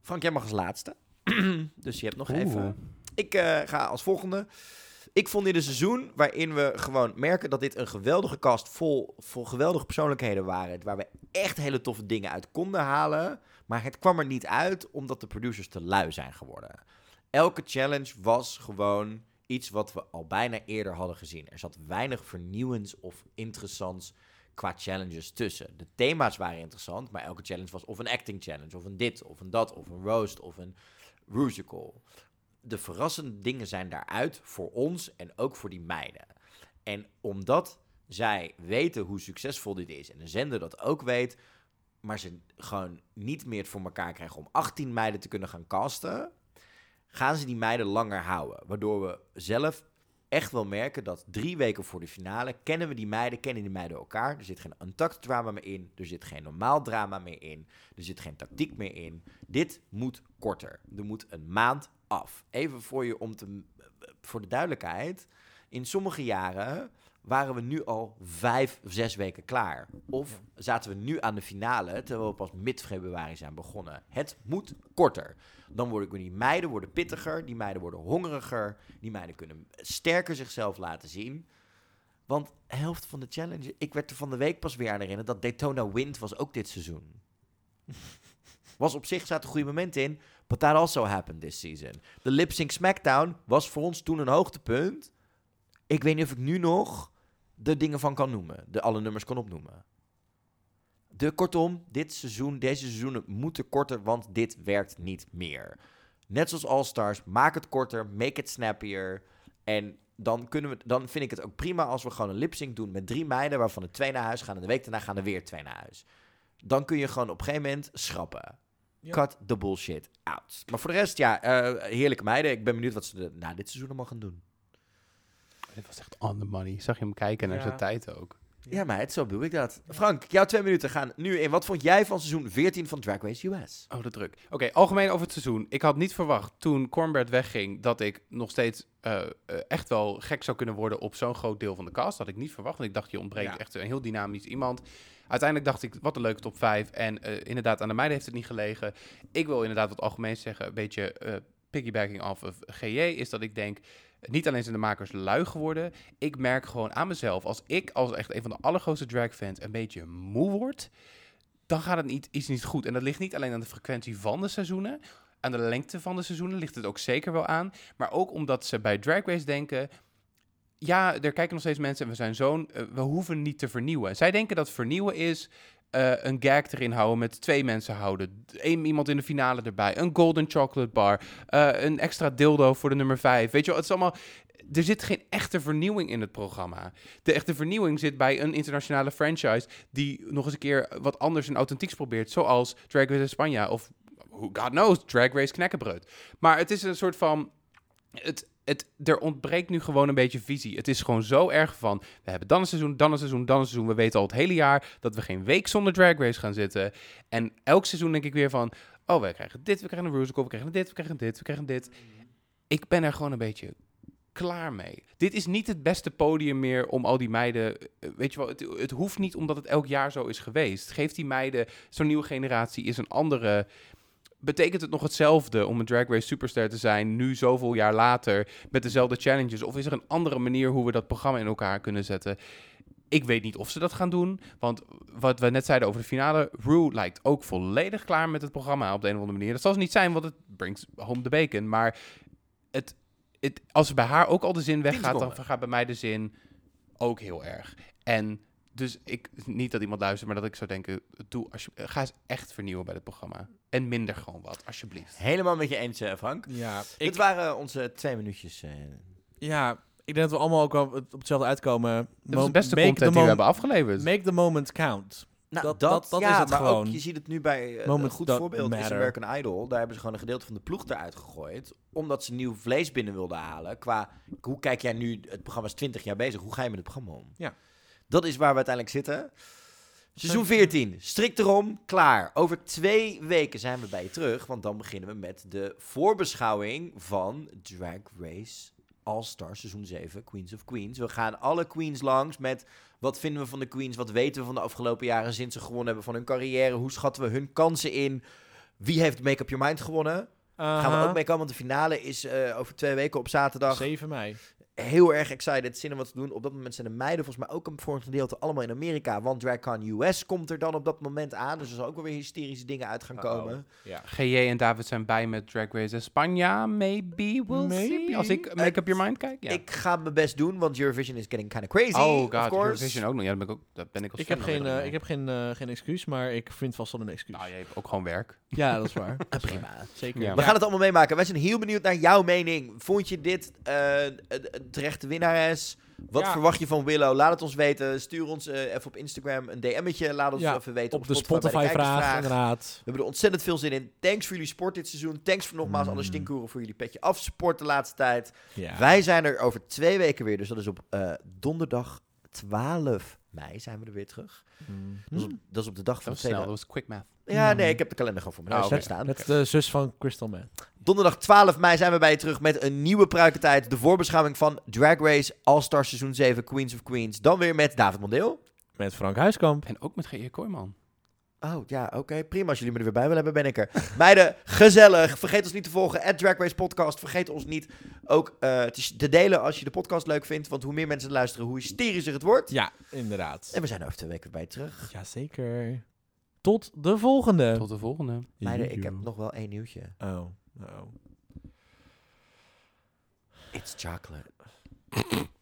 Speaker 1: Frank, jij mag als laatste. [clears throat] dus je hebt nog
Speaker 2: Oeh.
Speaker 1: even. Ik eh, ga als volgende. Ik vond dit een seizoen waarin we gewoon merken dat dit een geweldige cast vol, vol geweldige persoonlijkheden waren. Waar we echt hele toffe dingen uit konden halen. Maar het kwam er niet uit omdat de producers te lui zijn geworden. Elke challenge was gewoon iets wat we al bijna eerder hadden gezien. Er zat weinig vernieuwends of interessants qua challenges tussen. De thema's waren interessant, maar elke challenge was of een acting challenge, of een dit, of een dat, of een roast, of een rusical. De verrassende dingen zijn daaruit voor ons en ook voor die meiden. En omdat zij weten hoe succesvol dit is en een zender dat ook weet, maar ze gewoon niet meer het voor elkaar krijgen om 18 meiden te kunnen gaan casten, gaan ze die meiden langer houden. Waardoor we zelf echt wel merken dat drie weken voor de finale kennen we die meiden, kennen die meiden elkaar. Er zit geen untact drama meer in, er zit geen normaal drama meer in, er zit geen tactiek meer in. Dit moet korter. Er moet een maand af. Even voor je om te, voor de duidelijkheid. In sommige jaren waren we nu al vijf of zes weken klaar. Of zaten we nu aan de finale, terwijl we pas mid-februari zijn begonnen. Het moet korter. Dan worden die meiden worden pittiger, die meiden worden hongeriger, die meiden kunnen sterker zichzelf laten zien. Want de helft van de challenge, ik werd er van de week pas weer aan herinnerd dat Daytona Wind was ook dit seizoen. [laughs] Was op zich zaten goede momenten in, but that also happened this season. De Lip Sync Smackdown was voor ons toen een hoogtepunt. Ik weet niet of ik nu nog de dingen van kan noemen, de alle nummers kan opnoemen. De kortom, dit seizoen, deze seizoenen moeten korter, want dit werkt niet meer. Net zoals All Stars, maak het korter, make it snappier. En dan, kunnen we, dan vind ik het ook prima als we gewoon een lipsync doen met drie meiden, waarvan er twee naar huis gaan en de week daarna gaan er weer twee naar huis. Dan kun je gewoon op een gegeven moment schrappen.
Speaker 3: Ja.
Speaker 1: Cut the bullshit out. Maar voor de rest, ja, eh, heerlijke meiden. Ik ben benieuwd wat ze er na dit seizoen allemaal gaan doen.
Speaker 2: Dit was echt on the money. Zag je hem kijken naar
Speaker 3: Ja.
Speaker 2: zijn tijd ook.
Speaker 3: Ja.
Speaker 1: Ja, meid, zo bedoel ik dat. Frank, jouw twee minuten gaan nu in. Wat vond jij van seizoen 14 van Drag Race US?
Speaker 2: Oh, de druk. Oké, algemeen over het seizoen. Ik had niet verwacht toen Cornbert wegging dat ik nog steeds eh, eh, echt wel gek zou kunnen worden op zo'n groot deel van de cast. Dat had ik niet verwacht, want ik dacht je ontbreekt
Speaker 1: Ja.
Speaker 2: echt een heel dynamisch iemand. Uiteindelijk dacht ik, wat een leuke top 5. En eh, inderdaad, aan de meiden heeft het niet gelegen. Ik wil inderdaad wat algemeen zeggen, een beetje eh, piggybacking af of GJ, is dat ik denk, niet alleen zijn de makers lui geworden. Ik merk gewoon aan mezelf, als ik als echt een van de allergrootste dragfans een beetje moe word, dan gaat het niet, iets niet goed. En dat ligt niet alleen aan de frequentie van de seizoenen. Aan de lengte van de seizoenen ligt het ook zeker wel aan. Maar ook omdat ze bij Drag Race denken... Ja, er kijken nog steeds mensen en we zijn zo'n... eh, we hoeven niet te vernieuwen. Zij denken dat vernieuwen is... eh, een gag erin houden met twee mensen houden. Eén iemand in de finale erbij. Een golden chocolate bar. eh, een extra dildo voor de nummer vijf. Weet je wel, het is allemaal... Er zit geen echte vernieuwing in het programma. De echte vernieuwing zit bij een internationale franchise die nog eens een keer wat anders en authentieks probeert. Zoals Drag Race Spanje of who God knows, Drag Race Knekkenbreud. Maar het is een soort van... Het, het, er ontbreekt nu gewoon een beetje visie. Het is gewoon zo erg van... We hebben dan een seizoen, dan een seizoen, dan een seizoen. We weten al het hele jaar dat we geen week zonder Drag Race gaan zitten. En elk seizoen denk ik weer van... Oh, we krijgen dit, we krijgen een musical, we krijgen dit, we krijgen dit, we krijgen dit. Ik ben er gewoon een beetje klaar mee. Dit is niet het beste podium meer om al die meiden... eh, Weet je wel, het, het hoeft niet omdat het elk jaar zo is geweest. Geef die meiden... Zo'n nieuwe generatie is een andere... Betekent het nog hetzelfde om een Drag Race superster te zijn... nu zoveel jaar later met dezelfde challenges? Of is er een andere manier hoe we dat programma in elkaar kunnen zetten? Ik weet niet of ze dat gaan doen. Want wat we net zeiden over de finale... Rue lijkt ook volledig klaar met het programma op de een of andere manier. Dat zal ze niet zijn, want het brengt home the bacon. Maar het, het, als bij haar ook al de zin weggaat... dan
Speaker 1: seconden.
Speaker 2: vergaat bij mij de zin ook heel erg. En dus ik, niet dat iemand luistert, maar dat ik zou denken... Doe als ga eens echt vernieuwen bij dit programma. En minder gewoon wat, alsjeblieft.
Speaker 1: Helemaal met je eens, eh, Frank.
Speaker 3: Ja,
Speaker 1: Dit waren onze twee minuutjes. eh.
Speaker 3: ja, ik denk dat we allemaal ook wel op het- op hetzelfde uitkomen.
Speaker 2: Dat is
Speaker 3: Mo-
Speaker 2: de beste
Speaker 3: make
Speaker 2: content
Speaker 3: the
Speaker 2: die we
Speaker 3: mom-
Speaker 2: hebben afgeleverd.
Speaker 3: Make the moment count.
Speaker 1: Nou,
Speaker 3: Dat- dat- dat
Speaker 1: ja,
Speaker 3: is het
Speaker 1: maar
Speaker 3: gewoon.
Speaker 1: Ook, je ziet het nu bij eh, een
Speaker 3: Moments
Speaker 1: goed
Speaker 3: don't
Speaker 1: voorbeeld is
Speaker 3: matter.
Speaker 1: American Idol. Daar hebben ze gewoon een gedeelte van de ploeg eruit gegooid. Omdat ze nieuw vlees binnen wilden halen. Qua, hoe kijk jij nu, het programma is 20 jaar bezig. Hoe ga je met het programma om?
Speaker 3: Ja.
Speaker 1: Dat is waar we uiteindelijk zitten. Seizoen 14, strikt erom, klaar. Over twee weken zijn we bij je terug. Want dan beginnen we met de voorbeschouwing van Drag Race All-Star seizoen 7, Queens of Queens. We gaan alle queens langs met wat vinden we van de queens, wat weten we van de afgelopen jaren sinds ze gewonnen hebben van hun carrière, hoe schatten we hun kansen in, wie heeft Make Up Your Mind gewonnen. Gaan we ook mee komen, want de finale is eh, over twee weken op zaterdag.
Speaker 3: 7 mei.
Speaker 1: Heel erg excited, zin om wat te doen. Op dat moment zijn de meiden volgens mij ook een voor een gedeelte allemaal in Amerika, want DragCon US komt er dan op dat moment aan, dus er zal ook wel weer hysterische dingen uit gaan
Speaker 3: Uh-oh.
Speaker 1: komen.
Speaker 3: Ja.
Speaker 2: GJ en David zijn bij met Drag Race Spanje. Maybe we'll see.
Speaker 3: Maybe.
Speaker 2: Als ik Make Up Your Mind kijk. Ja.
Speaker 1: Ik ga mijn best doen, want Eurovision is getting kind of crazy.
Speaker 2: oh
Speaker 1: of
Speaker 2: god,
Speaker 1: course.
Speaker 2: Eurovision ook nog. Ja, dat ben ik, ook, dat ben ik als
Speaker 3: Ik heb,
Speaker 2: fan alweer
Speaker 3: geen,
Speaker 2: dan
Speaker 3: eh,
Speaker 2: mee.
Speaker 3: ik heb geen, eh, geen excuus, maar ik vind vast wel een excuus.
Speaker 2: Nou, jij hebt ook gewoon werk.
Speaker 3: [laughs] Ja, dat is waar.
Speaker 1: Ah, prima.
Speaker 3: Zeker.
Speaker 2: Ja.
Speaker 1: We gaan het allemaal meemaken. Wij zijn heel benieuwd naar jouw mening. Vond je dit eh, een- een terechte winnares? Wat
Speaker 3: Ja.
Speaker 1: verwacht je van Willow? Laat het ons weten. Stuur ons eh, even op Instagram een DM'tje. Laat ons
Speaker 3: Ja,
Speaker 1: even weten
Speaker 3: op de
Speaker 1: bij de
Speaker 3: Spotify-vraag,
Speaker 1: kijkersvraag.
Speaker 3: inderdaad.
Speaker 1: We hebben er ontzettend veel zin in. Thanks voor jullie sport dit seizoen. Thanks voor nogmaals alle
Speaker 3: Mm.
Speaker 1: stinkoeren voor jullie petje af support de laatste tijd.
Speaker 3: Ja.
Speaker 1: Wij zijn er over twee weken weer. Dus dat is op eh, donderdag 12 mei zijn we er weer terug.
Speaker 3: Mhm.
Speaker 1: Dat, is op, dat is op de dag
Speaker 2: Dat
Speaker 1: van
Speaker 2: was
Speaker 1: de
Speaker 2: snel,
Speaker 1: tweede.
Speaker 2: dat was quick math.
Speaker 1: Ja, nee, ik heb de kalender gewoon voor mijn
Speaker 2: Oh,
Speaker 1: neus
Speaker 2: oké.
Speaker 1: staan.
Speaker 3: Met de zus van Crystal Man.
Speaker 1: Donderdag 12 mei zijn we bij je terug met een nieuwe Pruikentijd. De voorbeschouwing van Drag Race All-Star Seizoen 7 Queens of Queens. Dan weer met David Mondeel.
Speaker 3: Met Frank Huiskamp.
Speaker 2: En ook met GJ Kooijman.
Speaker 1: Oh ja, oké. Prima. Als jullie me er weer bij willen hebben, ben ik er. [laughs] Meiden, gezellig. Vergeet ons niet te volgen. At Drag Race Podcast. Vergeet ons niet ook eh, te, te delen als je de podcast leuk vindt. Want hoe meer mensen het luisteren, hoe hysterischer het wordt.
Speaker 3: Ja, inderdaad.
Speaker 1: En we zijn over twee weken weer bij je terug.
Speaker 3: Jazeker. Tot de volgende.
Speaker 2: Tot de volgende.
Speaker 1: Meiden, ik heb nog wel één nieuwtje.
Speaker 3: Oh, oh.
Speaker 1: It's chocolate.